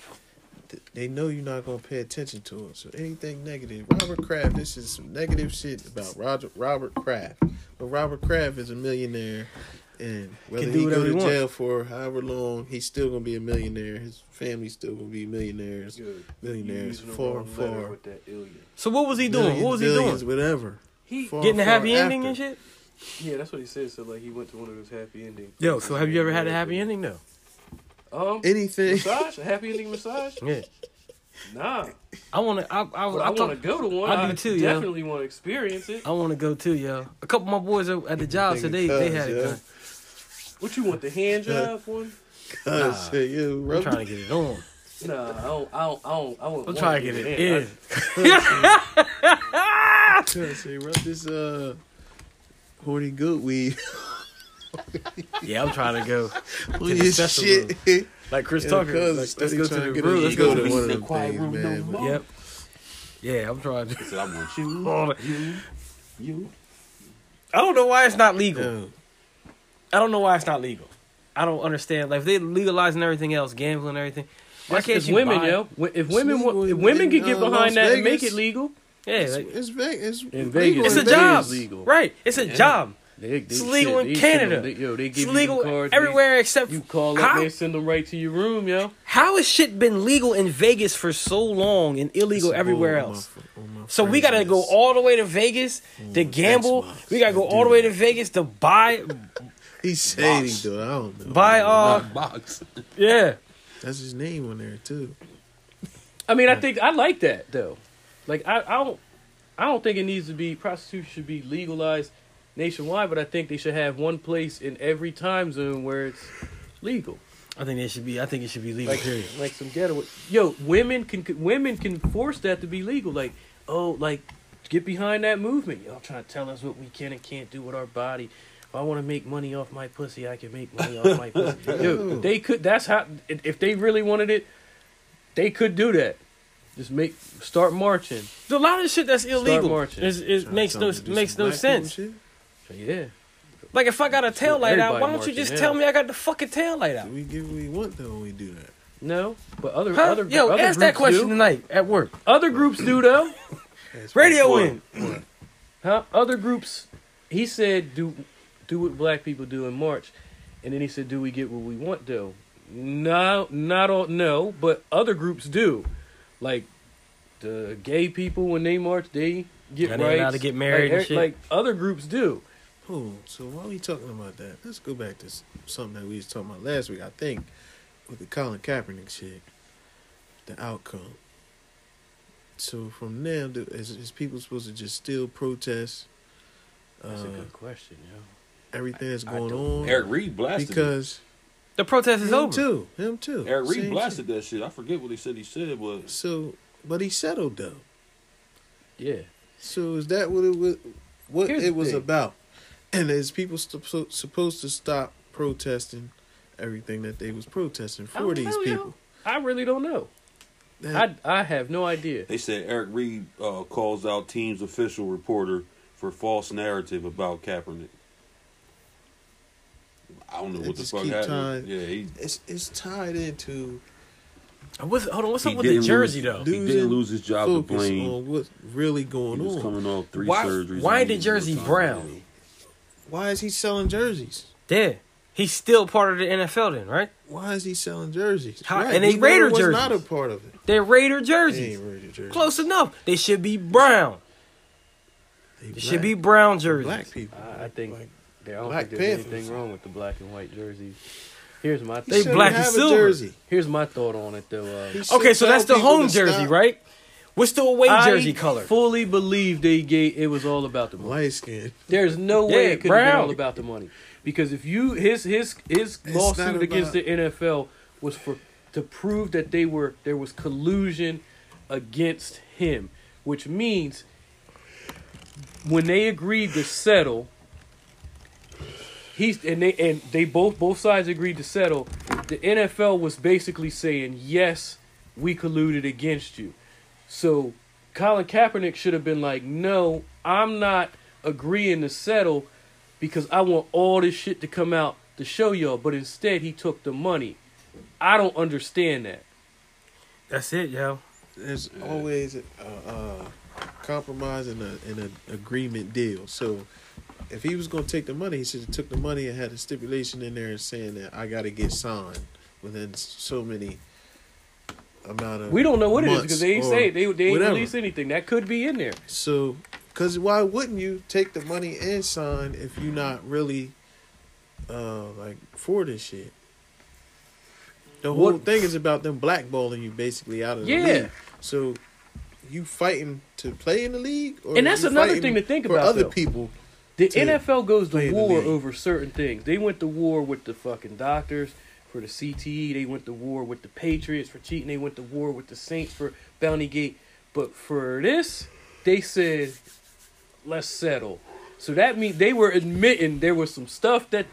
Speaker 1: Th- They know you're not gonna pay attention to it. So anything negative, Robert Kraft. This is some negative shit about Roger Robert Kraft. But Robert Kraft is a millionaire, and whether
Speaker 4: do
Speaker 1: he go
Speaker 4: whatever he
Speaker 1: to
Speaker 4: want.
Speaker 1: jail for however long, he's still gonna be a millionaire. His family's still gonna be millionaires,
Speaker 2: Good.
Speaker 1: millionaires,
Speaker 2: You using the
Speaker 1: far
Speaker 2: wrong
Speaker 1: and
Speaker 2: letter
Speaker 1: far.
Speaker 2: with that Ilya.
Speaker 4: So what was he doing?
Speaker 1: Millions,
Speaker 4: What was he
Speaker 1: billions,
Speaker 4: doing?
Speaker 1: Whatever. He
Speaker 4: Getting a happy ending and shit.
Speaker 2: Yeah, that's what he said. So like he went to one of those happy endings.
Speaker 4: Yo, so have you ever had a happy ending though?
Speaker 2: Um,
Speaker 1: Anything. (laughs)
Speaker 2: massage, a happy ending massage?
Speaker 4: Yeah,
Speaker 2: Nah,
Speaker 4: I wanna. I I,
Speaker 2: but I,
Speaker 4: I, I,
Speaker 2: want to
Speaker 4: talk,
Speaker 2: go to one.
Speaker 4: I
Speaker 2: I,
Speaker 4: do too, yeah.
Speaker 2: definitely want to experience it.
Speaker 4: I wanna go too, yo. A couple of my boys at at the job, so they they had it.
Speaker 1: Yeah.
Speaker 4: done.
Speaker 2: What you want the hand job one?
Speaker 1: Cause uh, you
Speaker 4: I'm
Speaker 1: rub
Speaker 4: trying to get it on.
Speaker 2: Nah, I don't. I don't. I don't. I wouldn't
Speaker 4: I'm
Speaker 2: want
Speaker 4: trying to get it
Speaker 2: hand.
Speaker 4: in. (laughs)
Speaker 1: (laughs) Cause you rub this uh horny good
Speaker 4: (laughs)
Speaker 1: weed
Speaker 4: Yeah, I'm trying to go.
Speaker 1: on
Speaker 4: the
Speaker 1: your
Speaker 4: special
Speaker 1: shit.
Speaker 4: Like
Speaker 1: (laughs)
Speaker 4: Chris
Speaker 1: Yeah,
Speaker 4: Tucker.
Speaker 1: cuz
Speaker 4: like,
Speaker 1: it's
Speaker 4: let's
Speaker 1: steady
Speaker 4: go to
Speaker 1: trying to
Speaker 4: the
Speaker 1: get
Speaker 4: room.
Speaker 1: a
Speaker 4: Let's
Speaker 1: ego
Speaker 4: go
Speaker 1: to
Speaker 4: to the
Speaker 1: one of
Speaker 6: the
Speaker 1: them
Speaker 6: quiet
Speaker 1: things,
Speaker 6: room no
Speaker 1: man.
Speaker 6: more.
Speaker 1: but-
Speaker 4: Yep. Yeah, I'm trying to.
Speaker 6: I said, I want you,
Speaker 4: All the-
Speaker 6: you, you.
Speaker 4: I don't know why it's not legal.
Speaker 1: Yeah.
Speaker 4: I don't know why it's not legal. I don't understand. Like if they legalizing everything else, gambling and everything, why
Speaker 2: That's-
Speaker 4: can't
Speaker 2: it's
Speaker 4: you
Speaker 2: women,
Speaker 4: buy-
Speaker 2: yo. Wh- If women,
Speaker 1: legal
Speaker 2: wa- if
Speaker 1: in-
Speaker 2: women
Speaker 1: in,
Speaker 2: could get
Speaker 1: uh,
Speaker 2: behind
Speaker 1: Las
Speaker 2: that and make
Speaker 1: Vegas.
Speaker 2: it legal,
Speaker 4: Yeah,
Speaker 1: It's,
Speaker 4: like,
Speaker 1: it's Vegas. It's
Speaker 2: In
Speaker 1: legal
Speaker 2: Vegas,
Speaker 4: it's a
Speaker 2: it
Speaker 1: Vegas.
Speaker 4: job,
Speaker 2: is legal.
Speaker 4: right? It's a job.
Speaker 2: they,
Speaker 4: It's
Speaker 2: they-
Speaker 4: legal
Speaker 2: shit,
Speaker 4: in
Speaker 2: they send
Speaker 4: Canada.
Speaker 2: them- they- yo, they
Speaker 4: It's
Speaker 2: give
Speaker 4: legal
Speaker 2: you cards,
Speaker 4: everywhere except
Speaker 2: They, you call up,
Speaker 4: how,
Speaker 2: they send them right to your room, yo.
Speaker 4: how has shit been legal in Vegas for so long and
Speaker 1: It's
Speaker 4: illegal
Speaker 1: a
Speaker 4: everywhere
Speaker 1: bull on my
Speaker 4: else?
Speaker 1: fo- on my
Speaker 4: So we gotta go
Speaker 1: craziness.
Speaker 4: all the way to Vegas to gamble.
Speaker 1: wild.
Speaker 4: We gotta go all the way to Vegas to buy
Speaker 1: He said he do. it. I don't know.
Speaker 4: buy uh
Speaker 6: box.
Speaker 4: yeah.
Speaker 1: That's his name on there too.
Speaker 2: I mean, I think I like that though. Like I, I don't, I don't think it needs to be prostitution should be legalized nationwide, but I think they should have one place in every time zone where it's legal.
Speaker 4: I think it should be. I think it should be legal.
Speaker 2: Like,
Speaker 4: period.
Speaker 2: like some getaway. Yo, women can can- women can force that to be legal. Like, oh, like get behind that movement. Y'all trying to tell us what we can and can't do with our body. If I want to make money off my pussy, I can make money off my
Speaker 4: (laughs)
Speaker 2: pussy. Dude, they could. That's how. if- If they really wanted it, they could do that. Just make start marching.
Speaker 4: There's a lot of shit that's illegal.
Speaker 2: marching.
Speaker 4: It's, it makes no
Speaker 1: Something to do
Speaker 4: makes
Speaker 1: some
Speaker 4: no
Speaker 1: black people
Speaker 4: sense.
Speaker 1: shit?
Speaker 2: Yeah.
Speaker 4: Like if I got a tail light out,
Speaker 2: Everybody
Speaker 4: why don't you
Speaker 2: marching
Speaker 4: just
Speaker 2: now.
Speaker 4: tell me I got the fucking tail light out?
Speaker 1: Do we get what we want though when we do that?
Speaker 2: No, but other
Speaker 4: Huh?
Speaker 2: other
Speaker 4: Yo,
Speaker 2: other
Speaker 4: ask that
Speaker 2: groups
Speaker 4: question
Speaker 2: do.
Speaker 4: tonight at work.
Speaker 2: Other groups do though.
Speaker 1: That's
Speaker 4: Radio
Speaker 1: what-
Speaker 4: in.
Speaker 2: Huh? Other groups, he said, do do what black people do in March, and then he said, do we get what we want though? No, not all. No, but other groups do, like the gay people when they march, they get
Speaker 4: And they're
Speaker 2: rights.
Speaker 4: allowed to get
Speaker 2: like,
Speaker 4: married and
Speaker 2: er-
Speaker 4: shit.
Speaker 2: like other groups do.
Speaker 1: Oh, so why are we talking about that? Let's go back to s- something that we was talking about last week. I think with the Colin Kaepernick shit, the outcome. So from now, do, is, is people supposed to just still protest
Speaker 2: That's a
Speaker 1: uh,
Speaker 2: good question, yo.
Speaker 1: everything that's
Speaker 2: I
Speaker 1: going
Speaker 2: don't-
Speaker 1: on?
Speaker 6: Eric Reed blasted. Because
Speaker 1: because
Speaker 4: The protest is
Speaker 1: him
Speaker 4: over.
Speaker 1: too, him too.
Speaker 6: Eric Reed
Speaker 1: Same
Speaker 6: blasted that shit. I forget what he said. He said
Speaker 1: shit.
Speaker 6: was
Speaker 1: So, but he settled though.
Speaker 2: Yeah,
Speaker 1: So is that what it was? What
Speaker 2: Here's the
Speaker 1: it was
Speaker 2: thing.
Speaker 1: about? And is people stu- so- supposed to stop protesting everything that they was protesting
Speaker 2: I
Speaker 4: Oh,
Speaker 1: for
Speaker 2: don't
Speaker 1: these
Speaker 2: know, yo.
Speaker 1: people?
Speaker 2: I really don't know.
Speaker 1: That,
Speaker 2: I I have no idea.
Speaker 6: they said Eric Reed uh, calls out team's official reporter for false narrative about Kaepernick. I don't know
Speaker 1: It
Speaker 6: what the
Speaker 1: just
Speaker 6: fuck
Speaker 1: keep
Speaker 6: happened.
Speaker 1: tying-
Speaker 6: Yeah, he,
Speaker 1: it's it's tied into
Speaker 4: What's, hold on, what's
Speaker 6: he
Speaker 4: up with the
Speaker 6: didn't
Speaker 4: jersey
Speaker 6: lose,
Speaker 4: though?
Speaker 6: He didn't lose his job to
Speaker 1: focus
Speaker 6: blame.
Speaker 1: on what's really going
Speaker 6: He was
Speaker 1: on.
Speaker 6: coming off three
Speaker 4: Why-
Speaker 6: surgeries.
Speaker 4: why
Speaker 6: and
Speaker 4: did
Speaker 6: he was
Speaker 4: Jersey
Speaker 6: retired.
Speaker 4: Brown?
Speaker 1: Why is he selling jerseys?
Speaker 4: Yeah, he's still part of the NFL then, right?
Speaker 1: Why is he selling jerseys?
Speaker 4: How- and they
Speaker 1: he never
Speaker 4: Raider
Speaker 1: was
Speaker 4: jerseys.
Speaker 1: not a part of it.
Speaker 4: They're Raider
Speaker 1: They
Speaker 4: jerseys.
Speaker 1: ain't Raider jerseys.
Speaker 4: Close enough. They should be brown.
Speaker 1: They
Speaker 4: They should
Speaker 1: black-
Speaker 4: be brown jerseys.
Speaker 1: black people.
Speaker 2: I- I think
Speaker 1: Like,
Speaker 2: I don't
Speaker 1: Black
Speaker 2: think there's
Speaker 1: Panthers.
Speaker 2: anything wrong with the black and white jerseys. Here's my
Speaker 1: he
Speaker 4: They
Speaker 1: shouldn't
Speaker 2: thing.
Speaker 4: black and
Speaker 1: have a
Speaker 4: silver.
Speaker 1: jersey.
Speaker 2: Here's my thought on it though. Uh,
Speaker 1: He should
Speaker 4: Okay, so
Speaker 1: tell
Speaker 4: that's the
Speaker 1: people
Speaker 4: home
Speaker 1: to
Speaker 4: jersey,
Speaker 1: stop
Speaker 4: right? What's the away jersey
Speaker 2: I
Speaker 4: color?
Speaker 2: fully believe they gave it was all about the money.
Speaker 1: Light skin.
Speaker 2: There's no way
Speaker 4: Yeah,
Speaker 2: it could have been
Speaker 4: Brown.
Speaker 2: all about the money because if you his his his
Speaker 1: It's
Speaker 2: lawsuit
Speaker 1: not
Speaker 2: against the
Speaker 1: about-
Speaker 2: NFL was for to prove that they were there was collusion against him, which means when they agreed to settle, he's and they and they both both sides agreed to settle. The NFL was basically saying yes, we colluded against you. So Colin Kaepernick should have been like, no, I'm not agreeing to settle because I want all this shit to come out to show y'all. But instead, he took the money. I don't understand that.
Speaker 4: That's it, yo.
Speaker 1: there's always a, a, a compromise and a, and an agreement deal. So if he was going to take the money, he should have took the money and had a stipulation in there saying that I got to get signed within so many amount of.
Speaker 2: We don't know what it is
Speaker 1: months
Speaker 2: because they ain't
Speaker 1: or
Speaker 2: say it. they they ain't
Speaker 1: whatever.
Speaker 2: release anything. That could be in there.
Speaker 1: So, because why wouldn't you take the money and sign if you're not really uh like for this shit? The whole
Speaker 2: What-
Speaker 1: thing is about them blackballing you basically out of the
Speaker 2: Yeah.
Speaker 1: league. So you fighting to play in the league, or
Speaker 2: And that's
Speaker 1: you
Speaker 2: another
Speaker 1: fighting
Speaker 2: thing to think
Speaker 1: for
Speaker 2: about,
Speaker 1: Other
Speaker 2: though.
Speaker 1: people,
Speaker 2: The
Speaker 1: to
Speaker 2: NFL goes
Speaker 1: play
Speaker 2: to
Speaker 1: in the
Speaker 2: war
Speaker 1: league.
Speaker 2: over certain things. They went to war with the fucking doctors for the CTE. They went to war with the Patriots for cheating. They went to war with the Saints for Bounty Gate. But for this, they said, let's settle. So that means they were admitting there was some stuff that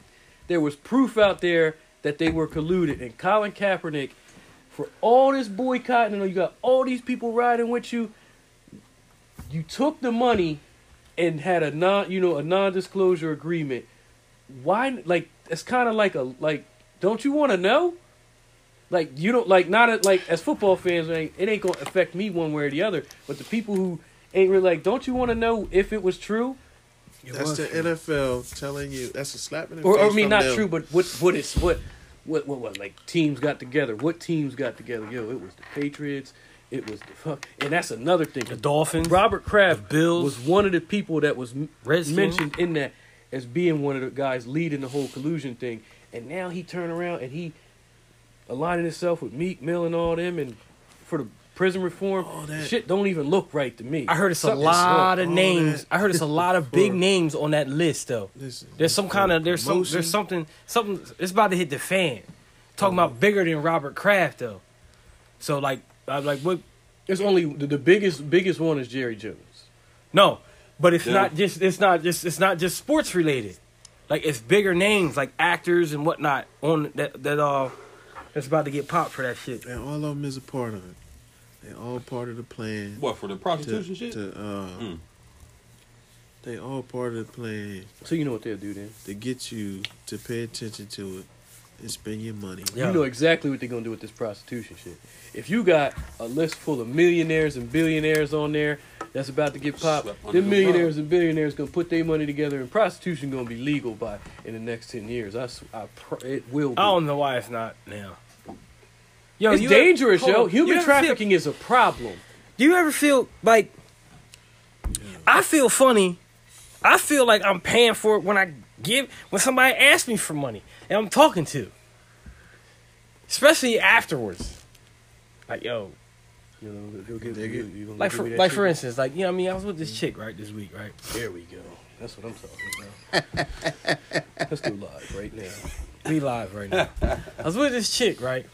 Speaker 2: there was proof out there that they were colluded. And Colin Kaepernick, for all this boycotting, and you got all these people riding with you, you took the money and had a non you know a non disclosure agreement, why like it's kind of like a like don't you want to know? Like you don't like not a, like as football fans it ain't, it ain't gonna affect me one way or the other. But the people who ain't really like don't you want to know if it was true
Speaker 1: that's the NFL telling you that's a slap in the
Speaker 2: or,
Speaker 1: face.
Speaker 2: or I mean
Speaker 1: from
Speaker 2: not
Speaker 1: them.
Speaker 2: true, but what what is what what what what like teams got together? What teams got together? Yo, it was the Patriots. It was the fuck, and that's another thing.
Speaker 4: The Dolphins.
Speaker 2: Robert Kraft
Speaker 4: Bills.
Speaker 2: was one of the people that was m-
Speaker 4: Redskins.
Speaker 2: mentioned in that as being one of the guys leading the whole collusion thing, and now he turned around and he aligning himself with Meek Mill and all them, and for the prison reform
Speaker 1: All that-
Speaker 2: shit don't even look right to me.
Speaker 4: I heard it's a
Speaker 2: Something's
Speaker 4: lot of
Speaker 1: all
Speaker 4: names.
Speaker 1: that
Speaker 4: I heard it's a lot of big
Speaker 1: for-
Speaker 4: names on that list though.
Speaker 1: Listen,
Speaker 4: There's some kind of there's some
Speaker 1: promotion. Oh.
Speaker 4: there's something something it's about to hit the fan. Talking about bigger than Robert Kraft though. So like I'm like what
Speaker 2: It's only the, the biggest biggest one is Jerry Jones.
Speaker 4: no, but it's
Speaker 6: Yeah.
Speaker 4: not just it's not just it's not just sports related. Like it's bigger names like actors and whatnot on that that uh that's about to get popped for that shit.
Speaker 1: and all of them is a part of it. They all part of the plan.
Speaker 6: What for the
Speaker 1: to,
Speaker 6: prostitution shit?
Speaker 1: to, uh,
Speaker 6: Mm.
Speaker 1: They all part of the plan
Speaker 2: So you know what they'll do then.
Speaker 1: to get you to pay attention to it and spend your money.
Speaker 4: Yeah.
Speaker 2: You know exactly what they're gonna do with this prostitution shit. If you got a list full of millionaires and billionaires on there that's about to get popped,
Speaker 6: Swept under
Speaker 2: the
Speaker 6: the
Speaker 2: millionaires and billionaires gonna put their money together, and prostitution gonna be legal by in the next ten years. I, s- I pr- it will. Be.
Speaker 4: I don't know why it's not now. Yo,
Speaker 2: it's
Speaker 4: you ever-
Speaker 2: dangerous,
Speaker 4: hold
Speaker 2: yo.
Speaker 4: on. You
Speaker 2: Human
Speaker 4: ever feel-
Speaker 2: trafficking is a problem.
Speaker 4: Do you ever feel like I feel funny? I feel like I'm paying for it when I give when somebody asks me for money and I'm talking to. Especially afterwards. Like yo,
Speaker 2: You know, if you'll give,
Speaker 1: Dig
Speaker 2: you,
Speaker 1: it.
Speaker 2: you gonna
Speaker 4: like
Speaker 2: give
Speaker 4: for
Speaker 2: me that
Speaker 4: like
Speaker 2: shit?
Speaker 4: for instance, like you know what I mean, I was with this chick right this week, right?
Speaker 2: There we go. That's what I'm talking about. (laughs) Let's do live right now.
Speaker 4: We live right now. I was with this chick, right?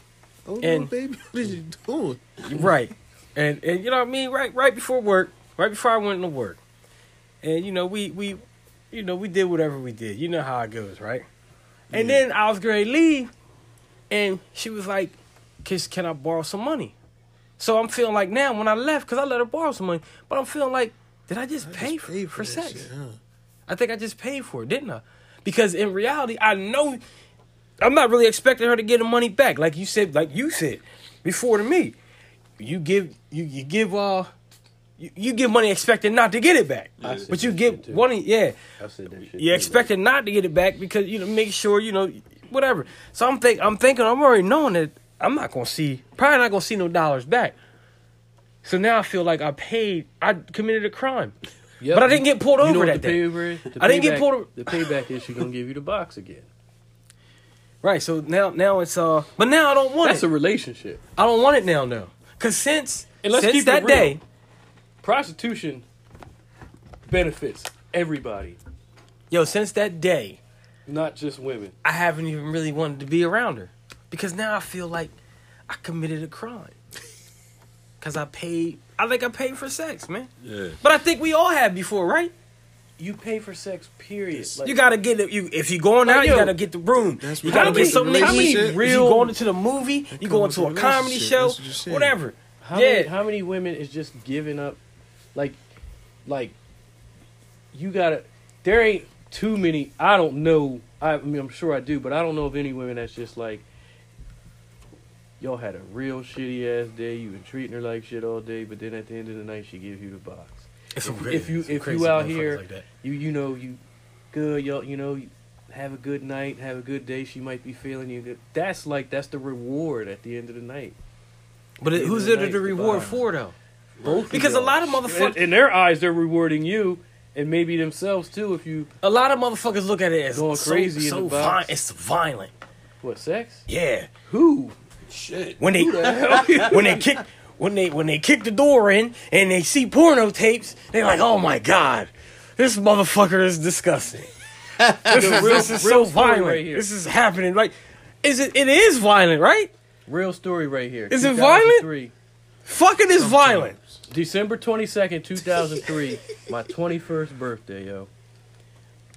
Speaker 1: Oh, no,
Speaker 4: And-
Speaker 1: baby, what are you doing?
Speaker 4: Right. And and you know what I mean, right right before work, right before I went to work. And you know, we we you know, we did whatever we did. You know how it goes, right? And then I was going to leave and she was like, "Kiss, can I borrow some money?" So I'm feeling like now when I left cuz I let her borrow some money, but I'm feeling like did I just pay
Speaker 1: Just
Speaker 4: for,
Speaker 1: pay
Speaker 4: for
Speaker 1: that
Speaker 4: sex?
Speaker 1: shit, huh?
Speaker 4: I think I just paid for it, didn't I? Because in reality, I know I'm not really expecting her to get the money back. Like you said, like you said before to me, you give you you give uh you, you give money expecting not to get it back,
Speaker 2: I said
Speaker 4: but you
Speaker 2: that
Speaker 4: give
Speaker 2: shit too.
Speaker 4: money, yeah,
Speaker 2: I said that shit.
Speaker 4: you
Speaker 2: too,
Speaker 4: expecting not to get it back because you know make sure you know whatever. So I'm think I'm thinking I'm already knowing that I'm not gonna see probably not gonna see no dollars back. So now I feel like I paid, I committed a crime,
Speaker 2: man. Yep.
Speaker 4: but I didn't get pulled
Speaker 2: You know
Speaker 4: over
Speaker 2: what
Speaker 4: that
Speaker 2: the
Speaker 4: day.
Speaker 2: payback- the
Speaker 4: I didn't get
Speaker 2: payback-
Speaker 4: pulled over-
Speaker 2: The payback issue gonna give you the box again.
Speaker 4: Right. So now, now it's uh, but now I don't want
Speaker 2: That's
Speaker 4: it.
Speaker 2: a relationship.
Speaker 4: I don't want it now, no. Cause since
Speaker 2: And let's
Speaker 4: since
Speaker 2: keep it
Speaker 4: that
Speaker 2: real.
Speaker 4: day,
Speaker 2: Prostitution benefits everybody,
Speaker 4: yo, since that day,
Speaker 2: not just women.
Speaker 4: I haven't even really wanted to be around her because now I feel like I committed a crime. Cause I paid. I think I paid for sex, man.
Speaker 6: yeah.
Speaker 4: But I think we all have before, right?
Speaker 2: You pay for sex, period. Like,
Speaker 4: You gotta get it. You if you going out,
Speaker 2: Like,
Speaker 4: you
Speaker 2: yo,
Speaker 4: gotta get the room.
Speaker 1: that's
Speaker 4: you
Speaker 1: what
Speaker 4: gotta
Speaker 1: I'm
Speaker 4: get
Speaker 1: saying.
Speaker 4: something to
Speaker 1: How many
Speaker 4: eat. If you
Speaker 2: real-
Speaker 4: going to the movie, you
Speaker 1: come
Speaker 4: going
Speaker 1: with
Speaker 4: to a
Speaker 1: the
Speaker 4: comedy
Speaker 1: relationship,
Speaker 4: show,
Speaker 1: that's what you're saying.
Speaker 4: whatever.
Speaker 2: how, many,
Speaker 4: yeah.
Speaker 2: how many women is just giving up? Like, like you gotta. There ain't too many. I don't know. I, I mean, I'm sure I do, but I don't know of any women that's just like. Y'all had a real shitty ass day. You been treating her like shit all day, but then at the end of the night, she gives you the box.
Speaker 4: It's some
Speaker 2: If-
Speaker 4: crazy-
Speaker 2: if you-
Speaker 4: some
Speaker 2: if
Speaker 4: crazy
Speaker 2: you out
Speaker 4: motherfuckers
Speaker 2: here-
Speaker 4: like that.
Speaker 2: you you know you good y'all you know you have a good night have a good day she might be feeling you good that's like that's the reward at the end of the night
Speaker 4: but it,
Speaker 2: Even
Speaker 4: who's
Speaker 2: the
Speaker 4: it the
Speaker 2: nights, the
Speaker 4: reward
Speaker 2: bottom.
Speaker 4: for though?
Speaker 2: both of
Speaker 4: Because a
Speaker 2: y'all.
Speaker 4: lot of motherfuckers,
Speaker 2: in, in their eyes they're rewarding you and maybe themselves too if you
Speaker 4: a lot of motherfuckers look at it as
Speaker 2: Going
Speaker 4: so,
Speaker 2: crazy in
Speaker 4: so
Speaker 2: the box.
Speaker 4: violent. It's violent.
Speaker 2: what sex
Speaker 4: Yeah,
Speaker 2: who
Speaker 6: Shit.
Speaker 4: when they when they kick when they when they kick the door in and they see porno tapes, they're like, "Oh my god, this motherfucker
Speaker 2: (laughs)
Speaker 4: is disgusting. This is,
Speaker 2: real-
Speaker 4: this is so
Speaker 2: real story
Speaker 4: violent.
Speaker 2: right here.
Speaker 4: this is happening. Like, is it? It is violent, right?
Speaker 2: real story right here
Speaker 4: Is it violent?
Speaker 2: 2003.
Speaker 4: Fucking is violent.
Speaker 2: december 22nd 2003 my 21st birthday yo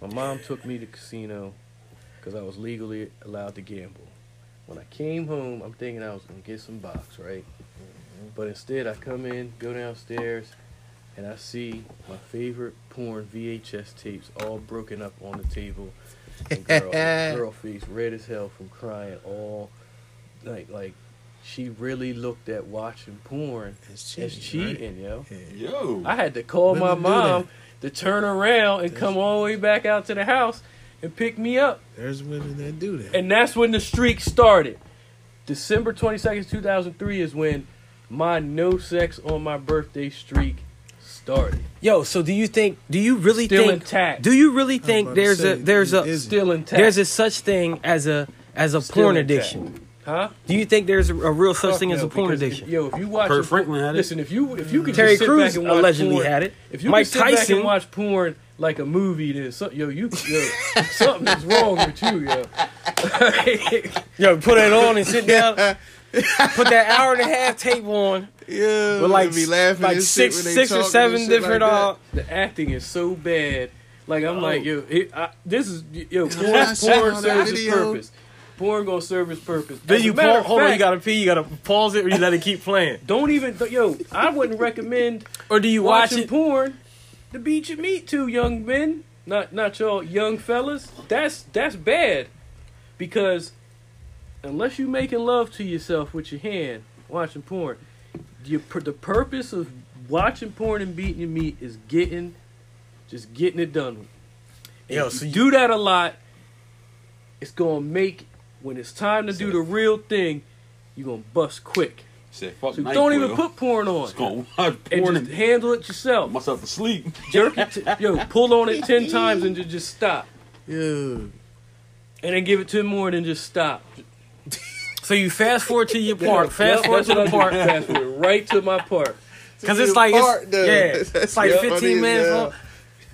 Speaker 2: my mom took me to casino because i was legally allowed to gamble when i came home i'm thinking i was going to get some box right But instead, I come in, go downstairs, and I see my favorite porn VHS tapes all broken up on the table. And girl, girl face red as hell from crying all like like she really looked at watching porn
Speaker 1: It's
Speaker 2: as
Speaker 1: right?
Speaker 2: cheating, yo.
Speaker 1: Yeah.
Speaker 6: Yo.
Speaker 2: I had to call
Speaker 1: Women
Speaker 2: my
Speaker 1: do
Speaker 2: mom to turn around and come all the way back out to the house and pick me up.
Speaker 1: There's women that do that.
Speaker 2: And that's when the streak started. December 22nd, 2003 is when my no sex on my birthday streak started.
Speaker 4: Yo, so do you think? Do you really
Speaker 2: Still
Speaker 4: think?
Speaker 2: intact.
Speaker 4: Do you really
Speaker 1: was
Speaker 4: think
Speaker 1: about to
Speaker 4: there's
Speaker 1: say,
Speaker 4: a there's a
Speaker 1: it is-
Speaker 2: Still intact.
Speaker 4: there's a such thing as a as a
Speaker 2: Still
Speaker 4: porn
Speaker 2: intact.
Speaker 4: addiction?
Speaker 2: huh?
Speaker 4: Do you think there's a, a real such
Speaker 2: Fuck
Speaker 4: thing as
Speaker 2: no,
Speaker 4: a porn
Speaker 2: because if-
Speaker 4: addiction?
Speaker 2: Yo, if you watch,
Speaker 6: Kurt Franklin had it.
Speaker 2: Listen, if you if you could
Speaker 4: Terry
Speaker 2: just sit
Speaker 4: Crews
Speaker 2: back and watch
Speaker 4: allegedly
Speaker 2: porn,
Speaker 4: had it.
Speaker 2: If you
Speaker 4: Mike
Speaker 2: could sit back
Speaker 4: Tyson-
Speaker 2: and watch porn like a movie, then so, yo, you yo, something is wrong with you, yo. (laughs)
Speaker 4: Yo, put it on and sit (laughs) down. put that hour and a half tape on
Speaker 1: Yeah,
Speaker 4: with like
Speaker 1: be laughing
Speaker 4: like
Speaker 1: and
Speaker 4: six
Speaker 1: shit when they
Speaker 4: six or
Speaker 1: talking and
Speaker 4: seven
Speaker 1: shit like
Speaker 4: different
Speaker 1: that.
Speaker 4: uh,
Speaker 2: the acting is so bad. Like I'm like yo, it, I, this is yo porn,
Speaker 1: what I saw
Speaker 2: porn
Speaker 1: on that
Speaker 2: serves its
Speaker 1: video.
Speaker 2: purpose. Porn gonna serve its purpose.
Speaker 4: Then
Speaker 2: As
Speaker 4: you
Speaker 2: a matter
Speaker 4: pause.
Speaker 2: of
Speaker 4: Hold on, you
Speaker 2: fact,
Speaker 4: gotta pee. You gotta pause it, or you let it keep playing.
Speaker 2: Don't even yo. I wouldn't recommend
Speaker 4: Or do you watch
Speaker 2: watching
Speaker 4: it?
Speaker 2: porn to beat your meat to, young men. Not not y'all young fellas. That's that's bad. Because unless you making love to yourself with your hand watching porn, you, the purpose of watching porn and beating your meat is getting just getting it done with.
Speaker 4: Yo,
Speaker 2: If
Speaker 4: so
Speaker 2: you
Speaker 4: you,
Speaker 2: do that a lot, it's gonna make when it's time to do the real thing, you're gonna bust quick.
Speaker 6: Said, fuck
Speaker 2: So
Speaker 6: NyQuil.
Speaker 2: don't even put porn on.
Speaker 6: Just gonna watch
Speaker 2: And
Speaker 6: porn
Speaker 2: just
Speaker 6: and
Speaker 2: handle it yourself.
Speaker 6: myself to sleep.
Speaker 2: Jerk it, to, yo, pull on it ten times and ju- just stop,
Speaker 1: Yeah.
Speaker 2: and then give it ten more and then just stop.
Speaker 4: so you fast forward to your part.
Speaker 2: Yep,
Speaker 4: Fast forward
Speaker 2: that's
Speaker 4: to
Speaker 2: what I
Speaker 4: the
Speaker 2: do.
Speaker 4: part.
Speaker 2: Fast forward right to my part.
Speaker 4: Cause it's
Speaker 1: Your
Speaker 4: like it's,
Speaker 1: part, though.
Speaker 2: (laughs)
Speaker 4: yeah, it's like
Speaker 1: Yeah, funny as
Speaker 4: fifteen minutes.
Speaker 1: hell.
Speaker 4: Long.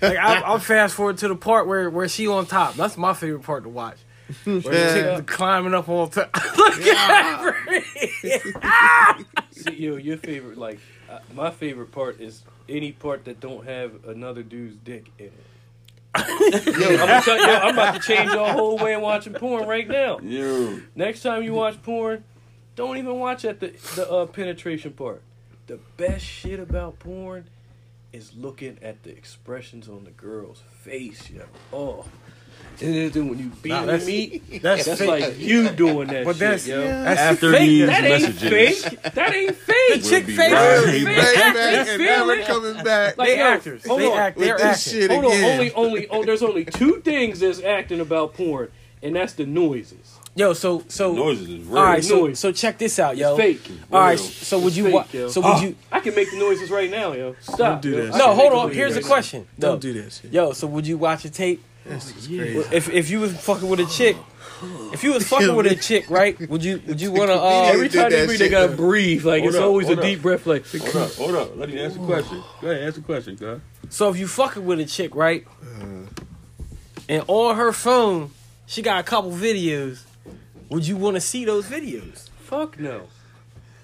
Speaker 4: Like I, I'll fast forward to the part where where she on top. That's my favorite part to watch. Where the
Speaker 1: Yeah.
Speaker 4: chick climbing up on top. Look at her.
Speaker 2: See, yo, your favorite like uh, my favorite part is any part that don't have another dude's dick in it. yo, I'm, gonna tell- yo, I'm about to change your whole way of watching porn right now.
Speaker 6: Yo,
Speaker 2: Next time you watch porn, don't even watch at the the uh, penetration part. The best shit about porn is looking at the expressions on the girl's face, yo. Oh, and then when you beat
Speaker 4: Nah,
Speaker 2: nah,
Speaker 4: that's-
Speaker 2: me, (laughs)
Speaker 4: That's,
Speaker 2: that's
Speaker 4: fake.
Speaker 2: like you doing that.
Speaker 4: But
Speaker 2: shit,
Speaker 4: that's-
Speaker 2: yo.
Speaker 4: That's
Speaker 6: after
Speaker 4: fake.
Speaker 6: these
Speaker 2: That ain't
Speaker 6: messages,
Speaker 2: fake. That ain't fake.
Speaker 4: The chick
Speaker 6: be
Speaker 4: face.
Speaker 6: right
Speaker 4: They
Speaker 1: Back,
Speaker 6: back.
Speaker 1: back, and never
Speaker 2: Feel it.
Speaker 1: coming back
Speaker 2: Like, yo,
Speaker 4: actors.
Speaker 2: hold
Speaker 4: They
Speaker 2: on.
Speaker 4: act.
Speaker 1: with
Speaker 4: They're
Speaker 1: this
Speaker 4: acting.
Speaker 1: shit
Speaker 2: Hold on,
Speaker 1: again.
Speaker 2: only, only, oh, there's only two things that's acting about porn, and that's the noises.
Speaker 4: Yo, so so.
Speaker 6: Noises is real.
Speaker 4: All right, so
Speaker 2: Noise.
Speaker 4: so check this out, yo.
Speaker 2: It's fake.
Speaker 4: All right,
Speaker 6: Real.
Speaker 4: so would
Speaker 2: It's
Speaker 4: you
Speaker 2: fake,
Speaker 4: wa-
Speaker 2: yo. Ah,
Speaker 4: so would you?
Speaker 2: I can make the noises right now, yo. Stop.
Speaker 1: Don't do
Speaker 2: yo.
Speaker 1: that
Speaker 2: I
Speaker 1: shit.
Speaker 4: No,
Speaker 2: can
Speaker 4: hold
Speaker 2: make
Speaker 4: on.
Speaker 2: the
Speaker 4: Here's a
Speaker 2: noises.
Speaker 4: question.
Speaker 1: Don't
Speaker 4: No.
Speaker 1: do that shit.
Speaker 4: Yo, so would you watch a tape?
Speaker 1: This is crazy.
Speaker 4: If if you was fucking with a chick, if you was fucking with a chick, right? Would you would you wanna?
Speaker 1: comedian.
Speaker 4: Uh,
Speaker 2: Every
Speaker 1: did
Speaker 2: time they
Speaker 1: that
Speaker 2: breathe, they
Speaker 1: shit,
Speaker 2: gotta
Speaker 1: though.
Speaker 2: breathe. Like
Speaker 6: Hold
Speaker 2: it's
Speaker 6: up,
Speaker 2: always a
Speaker 6: hold up.
Speaker 2: deep breath. Like
Speaker 6: Hold up, hold up. Let me ask a question. Go ahead, ask a question, God.
Speaker 4: so if you fucking with a chick, right? And on her phone, she got a couple videos. Would you want to see those videos?
Speaker 2: fuck no.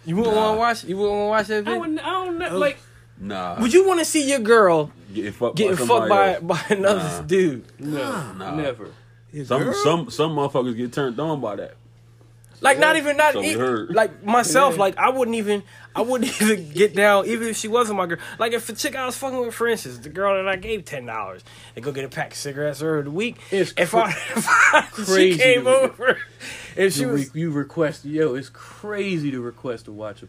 Speaker 4: You wouldn't want to watch. You wouldn't want to watch that
Speaker 2: I Oh,
Speaker 4: video.
Speaker 2: wouldn't. I don't know. Like
Speaker 6: Nah.
Speaker 4: Would you want to see your girl
Speaker 6: getting fucked
Speaker 4: getting
Speaker 6: by
Speaker 4: fucked
Speaker 6: somebody
Speaker 4: by
Speaker 6: else.
Speaker 4: by another
Speaker 6: Nah.
Speaker 4: dude?
Speaker 2: no,
Speaker 6: Nah.
Speaker 2: never.
Speaker 6: Some some some motherfuckers get turned on by that.
Speaker 4: Like not even not
Speaker 6: So we
Speaker 4: e-
Speaker 6: heard.
Speaker 4: like myself.
Speaker 2: Yeah.
Speaker 4: Like I wouldn't even I wouldn't (laughs) even get down even if she wasn't my girl. Like if a chick I was fucking with, for instance, the girl that I gave ten dollars and go get a pack of cigarettes earlier in the week.
Speaker 2: It's
Speaker 4: if I, (laughs) if I she
Speaker 2: crazy
Speaker 4: came
Speaker 2: to me.
Speaker 4: over, if she
Speaker 2: You,
Speaker 4: was
Speaker 2: re- you request, yo, it's crazy to request to watch a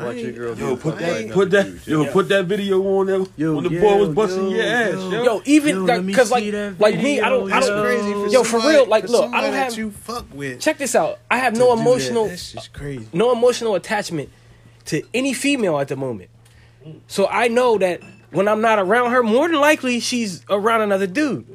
Speaker 2: watch your girl.
Speaker 6: Yo, put
Speaker 1: that-
Speaker 6: that, put that, yo, put that video on that
Speaker 2: Yo,
Speaker 6: when the
Speaker 2: yo,
Speaker 6: boy was busting
Speaker 2: yo,
Speaker 6: your ass,
Speaker 2: yo.
Speaker 6: yo.
Speaker 4: yo even
Speaker 2: Yo, let me
Speaker 4: because like
Speaker 2: see that
Speaker 4: like me I don't I
Speaker 2: video,
Speaker 4: don't
Speaker 1: crazy for
Speaker 4: yo for
Speaker 1: somebody-
Speaker 4: real like
Speaker 1: for
Speaker 4: look I
Speaker 1: somebody
Speaker 4: don't
Speaker 1: that
Speaker 4: have
Speaker 1: you fuck with.
Speaker 4: check this out I have
Speaker 1: to
Speaker 4: no
Speaker 1: do
Speaker 4: emotional
Speaker 1: That. That's just crazy.
Speaker 4: no emotional attachment to any female at the moment. So I know that when I'm not around her, more than likely she's around another dude.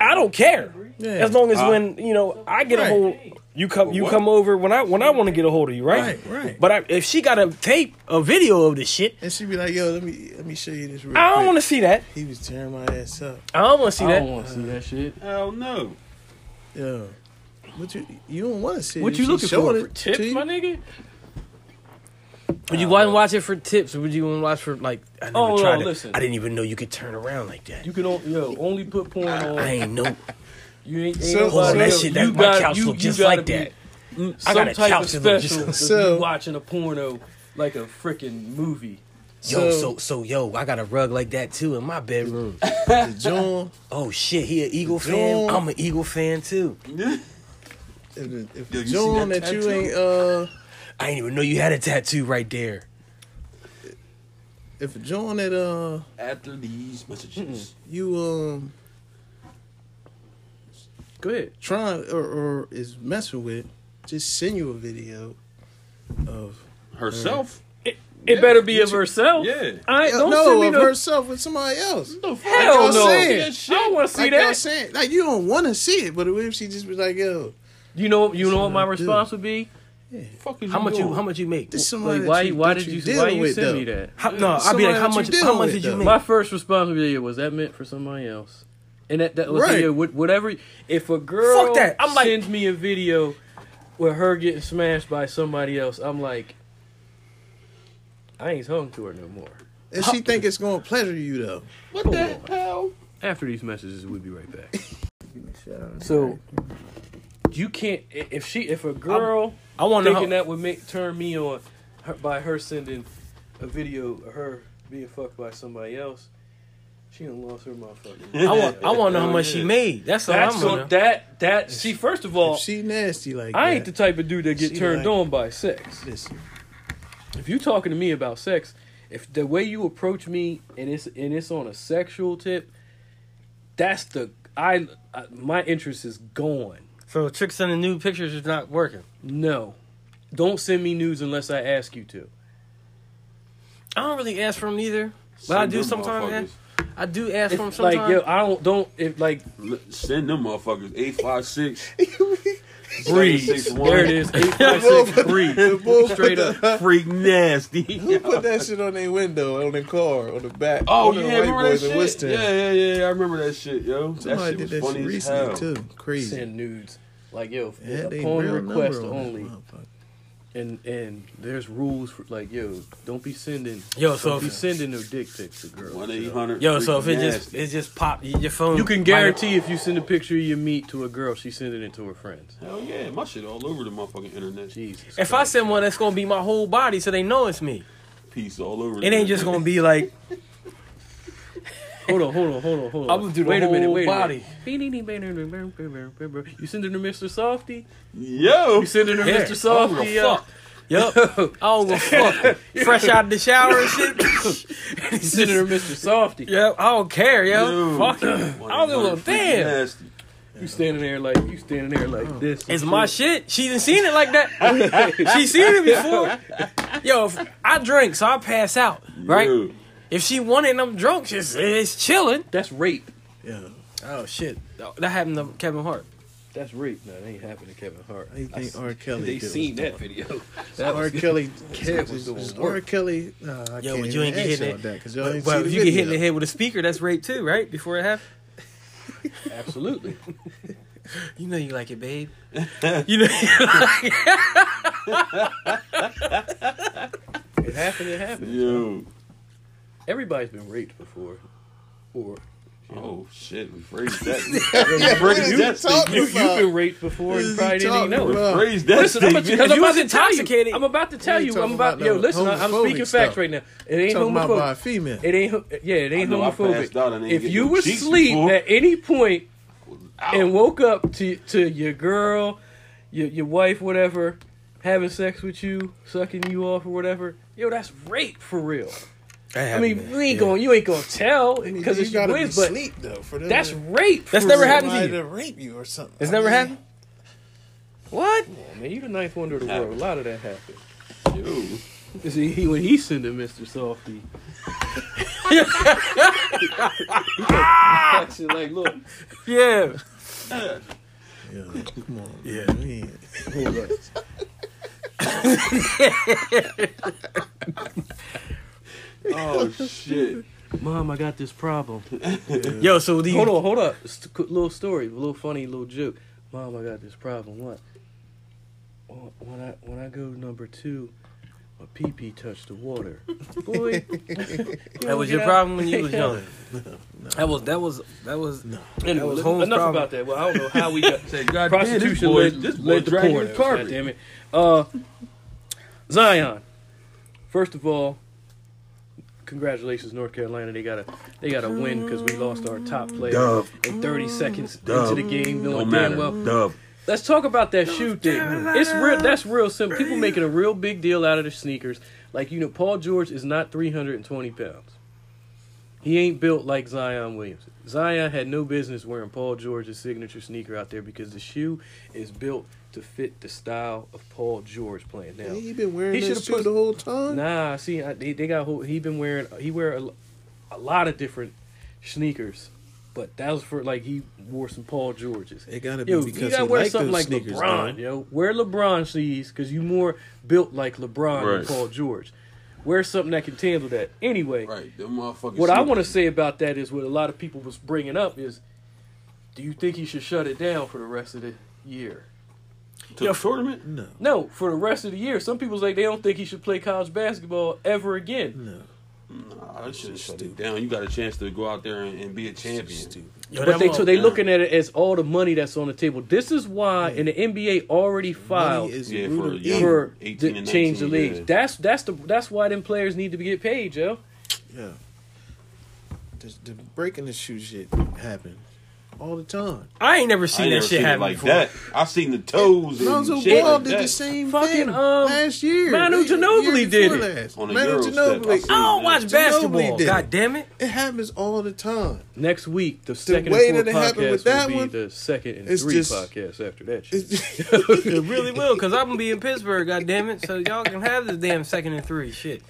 Speaker 4: I don't care
Speaker 1: Yeah.
Speaker 4: as long as when you know I get a
Speaker 1: Right.
Speaker 4: hold. You come, you
Speaker 6: what?
Speaker 4: come over when I when I want to get a hold of you, right?
Speaker 1: Right, right.
Speaker 4: But I, if she got a tape, a video of this shit,
Speaker 1: And she be like, "Yo, let me let me show you this." Real
Speaker 4: I don't want to
Speaker 1: quick.
Speaker 4: see that.
Speaker 1: He was tearing my ass up.
Speaker 4: I don't want to see
Speaker 2: I
Speaker 4: that.
Speaker 2: don't want to see that shit.
Speaker 6: Hell no.
Speaker 1: Yo, what you you don't want to see?
Speaker 2: What
Speaker 1: it.
Speaker 2: you
Speaker 1: She
Speaker 2: looking
Speaker 1: showing
Speaker 2: for? For
Speaker 1: it
Speaker 2: tips,
Speaker 1: to you.
Speaker 2: my nigga?
Speaker 4: Would you want to watch it for tips? Or would you want to watch for like? I never
Speaker 2: Oh, no,
Speaker 4: tried it.
Speaker 2: listen.
Speaker 4: I didn't even know you could turn around like that.
Speaker 2: You can only, yo only put porn on.
Speaker 4: I
Speaker 1: (laughs)
Speaker 4: ain't know.
Speaker 2: You ain't, ain't
Speaker 1: So-
Speaker 2: nobody-
Speaker 1: Oh, that
Speaker 2: yo,
Speaker 4: shit,
Speaker 2: you
Speaker 4: that- my
Speaker 2: gotta-
Speaker 4: couch
Speaker 2: you-
Speaker 4: look
Speaker 2: you
Speaker 4: just
Speaker 2: gotta
Speaker 4: like
Speaker 2: be
Speaker 4: that. I
Speaker 2: Some
Speaker 4: got a
Speaker 2: type
Speaker 4: couch
Speaker 2: of
Speaker 4: that look just
Speaker 2: special.
Speaker 4: like-
Speaker 2: if you
Speaker 1: So-
Speaker 2: watching a porno like a freaking movie.
Speaker 1: So-
Speaker 4: Yo, so so yo, I got a rug like that too in my bedroom.
Speaker 1: The John,
Speaker 4: Oh shit, he an Eagle fan.
Speaker 1: Yo.
Speaker 4: I'm an Eagle fan too.
Speaker 1: if the, if
Speaker 6: Yo,
Speaker 1: the
Speaker 6: you see
Speaker 1: John
Speaker 6: that
Speaker 1: that, you
Speaker 6: tattoo?
Speaker 1: ain't uh,
Speaker 4: I didn't even know you had a tattoo right there.
Speaker 1: if the John that uh,
Speaker 6: After these messages,
Speaker 1: you um
Speaker 2: Go ahead.
Speaker 1: trying or, or is messing with, just send you a video of
Speaker 6: herself.
Speaker 2: It better be of herself.
Speaker 6: Yeah.
Speaker 2: I
Speaker 1: Yeah,
Speaker 2: don't send
Speaker 1: no,
Speaker 2: me
Speaker 1: of
Speaker 2: no.
Speaker 1: herself with somebody else.
Speaker 2: Hell
Speaker 1: y'all
Speaker 2: no.
Speaker 1: saying?
Speaker 2: I don't want to see
Speaker 1: like y'all
Speaker 2: that.
Speaker 1: saying, like you don't want to see it, but what if she just was like, "Yo,
Speaker 2: You know. You know what my
Speaker 1: what I do.
Speaker 2: response would be.
Speaker 6: fuck is
Speaker 4: How much you? How much you make?
Speaker 1: this somebody
Speaker 2: Like,
Speaker 1: that
Speaker 2: why?
Speaker 1: you,
Speaker 2: why
Speaker 1: that
Speaker 2: did you?
Speaker 1: dealing
Speaker 2: why you
Speaker 1: with,
Speaker 2: send
Speaker 1: though.
Speaker 2: me that?
Speaker 4: How, no, I'd
Speaker 1: Somebody
Speaker 4: be like, how
Speaker 1: that
Speaker 4: much?
Speaker 1: you dealing
Speaker 4: How much
Speaker 1: with,
Speaker 4: did you
Speaker 1: though.
Speaker 4: make?
Speaker 2: My first response would be, "Was that meant for somebody else?" And that, that
Speaker 1: Right.
Speaker 2: right. whatever. If a girl
Speaker 4: Fuck that. I'm like-
Speaker 2: sends me a video with her getting smashed by somebody else, I'm like, I ain't hung to her no more.
Speaker 1: And she think it's gonna pleasure you though.
Speaker 2: What the hell? After these messages, we'll be right back. so you can't i- if she if a girl
Speaker 4: I want to know.
Speaker 2: thinking
Speaker 4: How,
Speaker 2: that would make turn me on her, by her sending a video of her being fucked by somebody else. She done lost
Speaker 1: (laughs)
Speaker 2: her motherfucker.
Speaker 6: (laughs)
Speaker 4: I want. I want to know how much she made. That's all
Speaker 2: That's
Speaker 4: I'm
Speaker 2: so,
Speaker 4: gonna.
Speaker 2: that that see. First of all,
Speaker 1: If she nasty like
Speaker 2: I
Speaker 1: that,
Speaker 2: ain't the type of dude that get
Speaker 1: She like-
Speaker 2: turned on by sex.
Speaker 1: listen,
Speaker 2: If you talking to me about sex, if the way you approach me and it's and it's on a sexual tip, that's the I, I my interest is gone.
Speaker 4: So tricks sending nude pictures is not working.
Speaker 2: No, don't send me news unless I ask you to.
Speaker 4: I don't really ask for them either, but I do sometimes. man. I do ask for them
Speaker 2: If, like
Speaker 4: sometimes.
Speaker 2: yo, I don't don't if like
Speaker 6: Send them motherfuckers.
Speaker 1: (laughs)
Speaker 6: 856.
Speaker 2: breeze.
Speaker 6: 761.
Speaker 2: There it is. Eight five six breeze. (laughs) Straight up.
Speaker 6: (laughs)
Speaker 1: (laughs)
Speaker 6: Freak nasty.
Speaker 1: who put that shit on their window, on their car, on the back?
Speaker 6: Oh,
Speaker 1: One of
Speaker 6: yeah,
Speaker 1: the
Speaker 6: remember that
Speaker 1: in
Speaker 6: shit?
Speaker 1: Winston.
Speaker 6: Yeah, yeah, yeah, yeah. I remember that shit, yo. That
Speaker 1: Somebody
Speaker 6: shit
Speaker 1: did
Speaker 6: was
Speaker 1: that
Speaker 6: funny
Speaker 1: shit
Speaker 6: as
Speaker 1: recently
Speaker 6: hell.
Speaker 1: too. Crazy.
Speaker 2: Send nudes. Like yo,
Speaker 1: Had they
Speaker 2: upon
Speaker 1: real
Speaker 2: request
Speaker 1: number on that
Speaker 2: only.
Speaker 1: motherfucker.
Speaker 2: And and there's rules for like yo, don't be sending
Speaker 4: Yo, so
Speaker 2: don't be
Speaker 4: if-
Speaker 2: sending no dick pics to girls.
Speaker 6: 1 800.
Speaker 4: Yo, so if it just it just pop your phone.
Speaker 2: You can guarantee if you send a picture of your meat to a girl, she's sending it to her friends.
Speaker 6: Hell yeah, my shit all over the motherfucking internet.
Speaker 2: Jesus.
Speaker 4: If I send one, that's gonna be my whole body, so they know it's me.
Speaker 6: Peace all over.
Speaker 4: It ain't just gonna be like
Speaker 2: hold on, hold on, hold on, hold on.
Speaker 4: I'm gonna do the
Speaker 2: wait a minute,
Speaker 4: whole
Speaker 2: wait
Speaker 4: body.
Speaker 2: a minute. You sending to Mr. Softy?
Speaker 6: Yo!
Speaker 2: You sending to
Speaker 4: Yeah.
Speaker 2: Mr. Softy?
Speaker 4: Oh,
Speaker 2: Uh,
Speaker 4: fuck. Yup. (laughs) I don't give a (laughs) fuck. Fresh out of the shower and (coughs) shit.
Speaker 2: you sending to Mr. Softy?
Speaker 4: Yup. I don't care, yo.
Speaker 6: Dude.
Speaker 4: Fuck it. I don't give a damn.
Speaker 6: Nasty.
Speaker 2: You standing there like you standing there like this?
Speaker 4: It's my shit. She didn't seen it like (laughs) that. she seen it before. Yo, if I drink, so I pass out, right?
Speaker 6: Yo.
Speaker 4: If she wanted and I'm drunk, she's it's chilling.
Speaker 2: That's rape.
Speaker 1: Yeah.
Speaker 4: Oh shit, that happened to Kevin Hart.
Speaker 2: That's rape. No, that ain't happened to Kevin Hart.
Speaker 1: How you think R. Kelly?
Speaker 3: They
Speaker 1: did was
Speaker 3: seen
Speaker 1: doing?
Speaker 3: that video.
Speaker 1: R. Kelly.
Speaker 2: Kev was
Speaker 1: was- was
Speaker 2: doing
Speaker 1: R.
Speaker 2: work.
Speaker 1: Kelly. Nah, I
Speaker 4: Yo,
Speaker 1: can't
Speaker 4: but you ain't
Speaker 1: even
Speaker 4: get
Speaker 1: ask
Speaker 4: hit in
Speaker 1: y'all that because y'all
Speaker 4: But,
Speaker 1: ain't
Speaker 4: but
Speaker 1: seen
Speaker 4: if
Speaker 1: the
Speaker 4: you get hit in the
Speaker 1: video.
Speaker 4: head with a speaker, that's rape too, right? Before it happened,
Speaker 2: Absolutely.
Speaker 4: you know you like it, babe. (laughs) you know (laughs) you like it.
Speaker 2: it happened. It happened.
Speaker 6: Yo.
Speaker 2: Everybody's been raped before. Or
Speaker 6: Oh shit, we
Speaker 1: (laughs)
Speaker 6: phrased that.
Speaker 1: What are you
Speaker 6: That's the-
Speaker 1: talking
Speaker 2: you, you've
Speaker 1: about?
Speaker 2: been raped before
Speaker 1: What
Speaker 2: and
Speaker 1: Uh, is
Speaker 2: probably
Speaker 1: he
Speaker 2: didn't
Speaker 1: talking
Speaker 2: even know it.
Speaker 1: about?
Speaker 6: Phrase that
Speaker 2: Listen, I'm about, to- 'cause
Speaker 6: (laughs)
Speaker 4: If
Speaker 2: I'm
Speaker 4: you
Speaker 2: about
Speaker 4: was
Speaker 2: to tell
Speaker 4: intoxicated-
Speaker 2: you. I'm about to tell
Speaker 1: You
Speaker 2: you.
Speaker 1: talking
Speaker 2: I'm about
Speaker 1: about
Speaker 2: yo.
Speaker 1: no
Speaker 2: Listen, I- I'm
Speaker 1: homophobic
Speaker 2: speaking
Speaker 1: stuff.
Speaker 2: facts right now. It ain't
Speaker 1: Talking about by a
Speaker 2: homophobic.
Speaker 1: female.
Speaker 2: It ain't. ho- Yeah, it ain't
Speaker 6: I know I
Speaker 2: homophobic.
Speaker 6: passed out and didn't
Speaker 2: If
Speaker 6: get
Speaker 2: you
Speaker 6: no
Speaker 2: was
Speaker 6: cheeks
Speaker 2: asleep
Speaker 6: before.
Speaker 2: at any point and
Speaker 6: Ow.
Speaker 2: woke up to to your girl, your your wife, whatever, having sex with you, sucking you off or whatever, yo, that's rape for real. I mean, you ain't going. You ain't going to tell because
Speaker 1: you
Speaker 2: it's
Speaker 1: gotta
Speaker 2: your
Speaker 1: be
Speaker 2: whiz, but
Speaker 1: asleep, though. For them
Speaker 2: that's
Speaker 1: to-
Speaker 2: rape.
Speaker 4: That's
Speaker 2: for
Speaker 4: never
Speaker 2: real.
Speaker 4: happened to
Speaker 1: somebody
Speaker 4: you.
Speaker 1: to rape you or something.
Speaker 4: It's
Speaker 1: I
Speaker 4: never
Speaker 1: mean,
Speaker 4: happened. What?
Speaker 2: Man, you the ninth wonder of the world. A lot of that happened.
Speaker 6: Yo.
Speaker 2: See, he, when he sent to Mr. Softy. Actually, like, look,
Speaker 4: Yeah.
Speaker 1: Yeah, come on. Yeah, man.
Speaker 6: Oh shit.
Speaker 2: mom, I got this problem.
Speaker 4: Yo, so do you?
Speaker 2: Hold on, hold up. It's a quick little story, a little funny, little joke. Mom, I got this problem. What? Well, When I when I go number two, my pee pee touched the
Speaker 4: (laughs)
Speaker 2: water. Boy,
Speaker 4: That was your problem when you was young. That was that was that was
Speaker 2: Anyway,
Speaker 4: That was
Speaker 2: enough
Speaker 4: Holmes' problem.
Speaker 2: about that. Well, I don't know how we got.
Speaker 6: Say, God
Speaker 2: prostitution led,
Speaker 6: this boy
Speaker 2: led to
Speaker 6: dragging
Speaker 2: porn.
Speaker 6: the carpet.
Speaker 2: God damn it. Uh, Zion. First of all, congratulations, North Carolina. They got a they got a win because we lost our top player
Speaker 6: Dub.
Speaker 2: in 30 seconds
Speaker 6: Dub.
Speaker 2: into the game,
Speaker 6: Don't
Speaker 2: knowing
Speaker 6: matter.
Speaker 2: damn well.
Speaker 6: Dub.
Speaker 2: Let's talk about that shoe thing. It's real. That's real simple. People making a real big deal out of the sneakers. Like you know, Paul George is not 320 pounds. He ain't built like Zion Williams. Zion had no business wearing Paul George's signature sneaker out there because the shoe is built to fit the style of Paul George playing now.
Speaker 1: he been wearing
Speaker 2: He
Speaker 1: that
Speaker 2: should've
Speaker 1: shoe
Speaker 2: put-
Speaker 1: the whole time.
Speaker 2: Nah, see, I, they, they got whole, he been wearing he wear a, a lot of different sneakers, but that was for like he wore some Paul Georges.
Speaker 1: It gotta be
Speaker 2: Yo, you
Speaker 1: because
Speaker 2: gotta
Speaker 1: he
Speaker 2: wear
Speaker 1: like
Speaker 2: something
Speaker 1: those
Speaker 2: like
Speaker 1: sneakers,
Speaker 2: LeBron.
Speaker 1: dog.
Speaker 2: Yo, wear LeBron shoes because you more built like LeBron
Speaker 6: Right.
Speaker 2: than Paul George. Wear something that can handle that. Anyway,
Speaker 6: Right, them motherfuckers.
Speaker 2: what I want to say about that is what a lot of people was bringing up is, do you think he should shut it down for the rest of the year?
Speaker 6: to the tournament.
Speaker 1: No,
Speaker 2: No, for the rest of the year. Some people's like they don't think he should play college basketball ever again.
Speaker 1: no,
Speaker 6: Nah, that shit shut it down. You got a chance to go out there and, and be a champion.
Speaker 1: stupid.
Speaker 4: Yo,
Speaker 2: but
Speaker 4: that
Speaker 2: they
Speaker 4: mother-
Speaker 2: so they
Speaker 6: yeah.
Speaker 2: looking at it as all the money that's on the table. This is why, and the NBA already filed
Speaker 1: Money is
Speaker 6: Yeah,
Speaker 1: yeah,
Speaker 6: for
Speaker 1: root
Speaker 6: a
Speaker 1: of
Speaker 6: young-
Speaker 1: evil.
Speaker 2: for
Speaker 6: 18
Speaker 2: to
Speaker 6: and
Speaker 2: change the
Speaker 6: 19,
Speaker 2: leagues.
Speaker 6: yeah.
Speaker 2: That's that's the that's why them players need to be get paid, yo.
Speaker 1: Yeah. The, the breaking the shoe shit happen all the time.
Speaker 4: I ain't never
Speaker 6: I
Speaker 4: seen
Speaker 6: ain't
Speaker 4: that
Speaker 6: never
Speaker 4: shit
Speaker 6: seen it
Speaker 4: happen
Speaker 6: like
Speaker 4: before.
Speaker 6: that. I seen the toes and
Speaker 1: Lonzo
Speaker 6: shit
Speaker 1: Ball
Speaker 6: like
Speaker 1: did
Speaker 6: that.
Speaker 1: the same
Speaker 2: Fucking,
Speaker 1: thing
Speaker 2: um,
Speaker 1: last year.
Speaker 2: Manu
Speaker 1: The year
Speaker 2: Ginobili did
Speaker 1: before
Speaker 2: it.
Speaker 1: last.
Speaker 6: On a
Speaker 1: Manu
Speaker 6: Euro step. I
Speaker 1: Ginobili.
Speaker 6: seen-
Speaker 4: I don't watch
Speaker 1: Ginobili
Speaker 4: basketball.
Speaker 1: did it.
Speaker 4: God damn it.
Speaker 1: It happens all the time. (laughs)
Speaker 2: Next week, the second
Speaker 1: way
Speaker 2: and fourth
Speaker 1: that it happened
Speaker 2: podcast
Speaker 1: with that
Speaker 2: will be
Speaker 1: one,
Speaker 2: the second and
Speaker 1: it's
Speaker 2: three
Speaker 1: just-
Speaker 2: podcasts after that. Shit.
Speaker 1: It's-
Speaker 4: It really will, because I'm gonna be in Pittsburgh, god damn it. So y'all can have this damn second and three shit.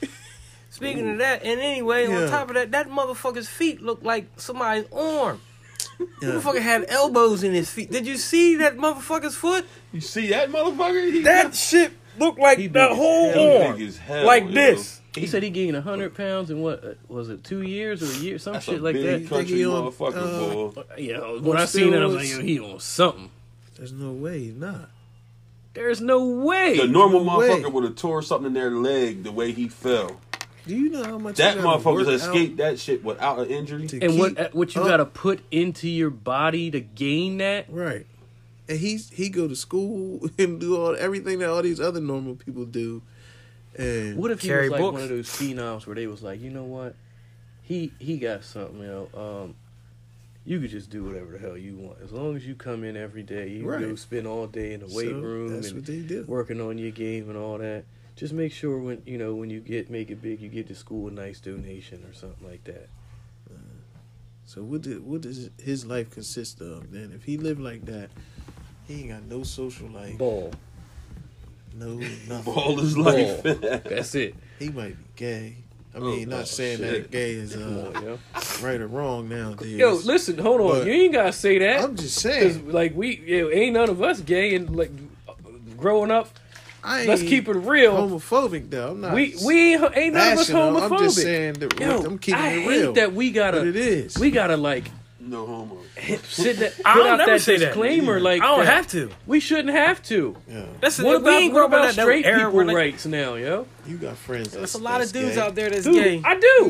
Speaker 4: Speaking of that, and anyway,
Speaker 1: Yeah.
Speaker 4: on top of that, that motherfucker's feet look like somebody's arm.
Speaker 1: Yeah.
Speaker 4: Motherfucker had elbows in his feet. Did you see that motherfucker's foot?
Speaker 6: You see that motherfucker? He
Speaker 4: That shit looked like
Speaker 2: He
Speaker 4: the
Speaker 2: big-
Speaker 4: whole
Speaker 6: he
Speaker 4: arm.
Speaker 6: big as hell,
Speaker 4: like
Speaker 6: yo.
Speaker 4: this.
Speaker 2: He said he gained hundred pounds in what uh, was it two years or a year, some
Speaker 6: That's
Speaker 2: shit
Speaker 6: a
Speaker 2: like
Speaker 6: big
Speaker 2: that.
Speaker 6: country
Speaker 1: Think he on, uh,
Speaker 6: motherfucker, boy.
Speaker 2: Yeah, when I seen that, I was like, yo,
Speaker 1: steroids?
Speaker 2: he on something.
Speaker 1: There's no way he's not.
Speaker 2: There's no way.
Speaker 6: The normal
Speaker 1: no way.
Speaker 6: motherfucker would have tore something in their leg the way he fell.
Speaker 1: Do you know how much
Speaker 6: That
Speaker 1: you gotta work
Speaker 6: motherfucker's escaped
Speaker 1: out
Speaker 6: that shit without an injury. (laughs)
Speaker 1: to
Speaker 2: and what
Speaker 1: keep
Speaker 2: uh, what you
Speaker 1: up?
Speaker 2: got to put into your body to gain that?
Speaker 1: Right. And he's he go to school (laughs) and do all everything that all these other normal people do. And
Speaker 2: What if he
Speaker 4: Carry
Speaker 2: was like
Speaker 4: books.
Speaker 2: one of those phenoms where they was like, you know what, he he got something, you know. Um, you could just do whatever the hell you want as long as you come in every day. You
Speaker 1: Right.
Speaker 2: go spend all day in the weight
Speaker 1: So,
Speaker 2: room
Speaker 1: That's
Speaker 2: and
Speaker 1: what they do.
Speaker 2: working on your game and all that. Just make sure when you know when you get make it big, you get to school a nice donation or something like that.
Speaker 1: So what did what does his life consist of then? If he lived like that, he ain't got no social life,
Speaker 2: Ball,
Speaker 1: no nothing.
Speaker 6: All his
Speaker 2: ball.
Speaker 6: life.
Speaker 2: (laughs) That's it.
Speaker 1: He might be gay. I mean,
Speaker 6: Oh,
Speaker 1: not
Speaker 6: oh,
Speaker 1: saying
Speaker 6: shit.
Speaker 1: that gay is
Speaker 2: Come
Speaker 1: uh,
Speaker 2: on, yo.
Speaker 1: right or wrong nowadays.
Speaker 2: Yo, listen, hold on.
Speaker 1: But-
Speaker 2: you ain't gotta say that.
Speaker 1: I'm just
Speaker 2: Cause
Speaker 1: saying.
Speaker 2: like we, you know, ain't none of us gay, and like growing up,
Speaker 1: I ain't
Speaker 2: let's keep it real.
Speaker 1: homophobic though. I'm not.
Speaker 2: We we ain't, ain't none of us
Speaker 1: bashing,
Speaker 2: homophobic.
Speaker 1: I'm just saying that
Speaker 2: Yo,
Speaker 1: I'm keeping
Speaker 2: I
Speaker 1: it
Speaker 2: hate
Speaker 1: real.
Speaker 2: that we
Speaker 1: but it
Speaker 2: gotta
Speaker 1: is.
Speaker 2: we gotta like
Speaker 6: (laughs) No homo.
Speaker 2: hit, sit that, put
Speaker 4: (laughs) I don't
Speaker 2: out
Speaker 4: never
Speaker 2: that
Speaker 4: say that.
Speaker 2: disclaimer like
Speaker 4: I don't
Speaker 2: that.
Speaker 4: have to.
Speaker 2: We shouldn't have to.
Speaker 1: yeah.
Speaker 4: That's
Speaker 2: What
Speaker 4: we
Speaker 2: about
Speaker 4: ain't
Speaker 2: what
Speaker 4: grow up in
Speaker 2: about
Speaker 4: that no
Speaker 2: straight
Speaker 4: era
Speaker 2: people
Speaker 4: where, like,
Speaker 2: rights now, yo?
Speaker 1: You got friends.
Speaker 4: There's a lot of dudes out there that's
Speaker 2: Dude,
Speaker 4: gay.
Speaker 2: I do.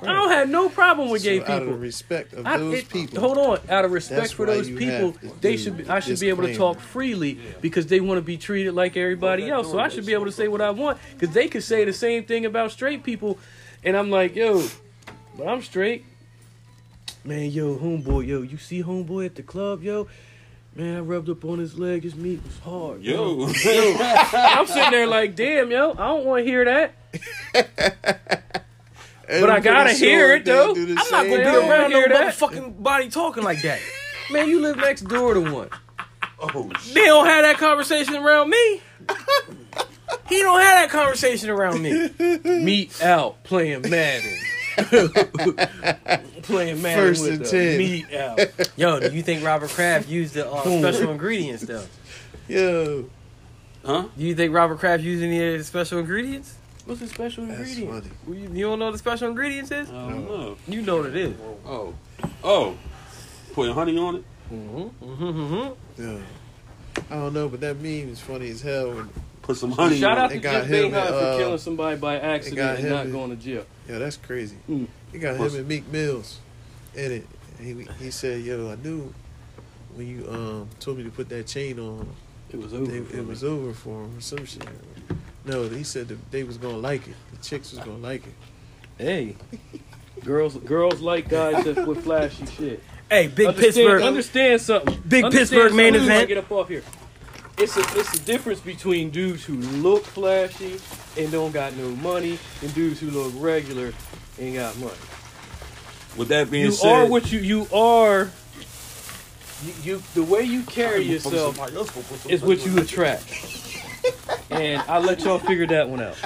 Speaker 1: Dude,
Speaker 2: I don't have no problem with
Speaker 1: So
Speaker 2: gay
Speaker 1: Out of the
Speaker 2: people.
Speaker 1: respect of
Speaker 2: I-
Speaker 1: those
Speaker 2: it-
Speaker 1: people.
Speaker 2: Hold on, out of respect
Speaker 1: That's
Speaker 2: for
Speaker 1: why
Speaker 2: those
Speaker 1: you
Speaker 2: people,
Speaker 1: have to
Speaker 2: they
Speaker 1: do
Speaker 2: should. Be,
Speaker 1: the
Speaker 2: I should be able to
Speaker 1: disclaimer.
Speaker 2: talk freely because they want to be treated like everybody else. So I should be able to say what I want because they could say the same thing about straight people, and I'm like, yo, but I'm straight. Man, yo, homeboy, yo, you see homeboy at the club, yo. Man, I rubbed up on his leg. His meat was hard.
Speaker 6: Yo.
Speaker 2: I'm sitting there like, damn, yo, I don't want to hear that.
Speaker 1: And
Speaker 2: But I
Speaker 1: I'm pretty
Speaker 2: gotta hear it,
Speaker 1: they
Speaker 2: though.
Speaker 1: do the
Speaker 4: I'm not
Speaker 1: same
Speaker 4: gonna be
Speaker 2: They don't
Speaker 4: around no
Speaker 2: hear that.
Speaker 4: motherfucking body talking like that.
Speaker 2: Man, you live next door to one.
Speaker 6: (laughs) Oh, shit.
Speaker 4: They don't have that conversation around me. he don't have that conversation around (laughs) me.
Speaker 2: Meet
Speaker 4: Oh,
Speaker 2: out playing Madden. playing Madden
Speaker 1: First
Speaker 2: with
Speaker 1: and
Speaker 2: us.
Speaker 1: ten.
Speaker 2: Meet out.
Speaker 4: Yo, do you think Robert Kraft used the uh, special ingredients though?
Speaker 1: (laughs) Yo,
Speaker 6: Huh?
Speaker 4: Do you think Robert Kraft used any of the uh, special ingredients?
Speaker 2: What's the special
Speaker 1: that's
Speaker 2: ingredient?
Speaker 1: funny.
Speaker 4: You you don't know what the special ingredients is?
Speaker 6: I don't know.
Speaker 4: You know what it is.
Speaker 6: Oh. Oh. Putting honey on it?
Speaker 4: Mm-hmm,
Speaker 1: Yeah. I don't know, but that meme is funny as hell. When,
Speaker 6: Put some honey
Speaker 2: Shout
Speaker 6: on
Speaker 2: out
Speaker 1: They
Speaker 2: to
Speaker 1: got
Speaker 2: Jeff
Speaker 1: him,
Speaker 2: Behar for
Speaker 1: uh,
Speaker 2: killing somebody by accident
Speaker 1: got
Speaker 2: and
Speaker 1: him
Speaker 2: not
Speaker 1: in-
Speaker 2: going to jail.
Speaker 1: yo, that's crazy.
Speaker 2: Mm.
Speaker 1: You got
Speaker 6: Plus-
Speaker 1: him and Meek Mills in it. And he he said, "Yo, I knew when you um told me to put that chain on,
Speaker 2: It was
Speaker 1: they,
Speaker 2: over. for
Speaker 1: it
Speaker 2: me.
Speaker 1: was over for him or some shit." No, he said that they was gonna like it. The chicks was gonna like it.
Speaker 2: Hey. (laughs) Girls, girls like guys that with flashy shit.
Speaker 4: Hey, big
Speaker 2: understand,
Speaker 4: Pittsburgh.
Speaker 2: understand something.
Speaker 4: Big
Speaker 2: Understand
Speaker 4: Pittsburgh main
Speaker 2: something before I
Speaker 4: event.
Speaker 2: Get up off here. It's a it's a difference between dudes who look flashy and don't got no money, and dudes who look regular and got money.
Speaker 6: With that being
Speaker 2: You
Speaker 6: said,
Speaker 2: are what you you are. You, you the way you carry yourself is what you attract. and I let y'all figure that one out.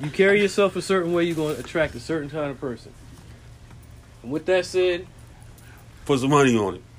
Speaker 2: You carry yourself a certain way, you're going to attract a certain kind of person. And with that said,
Speaker 6: put some money on it.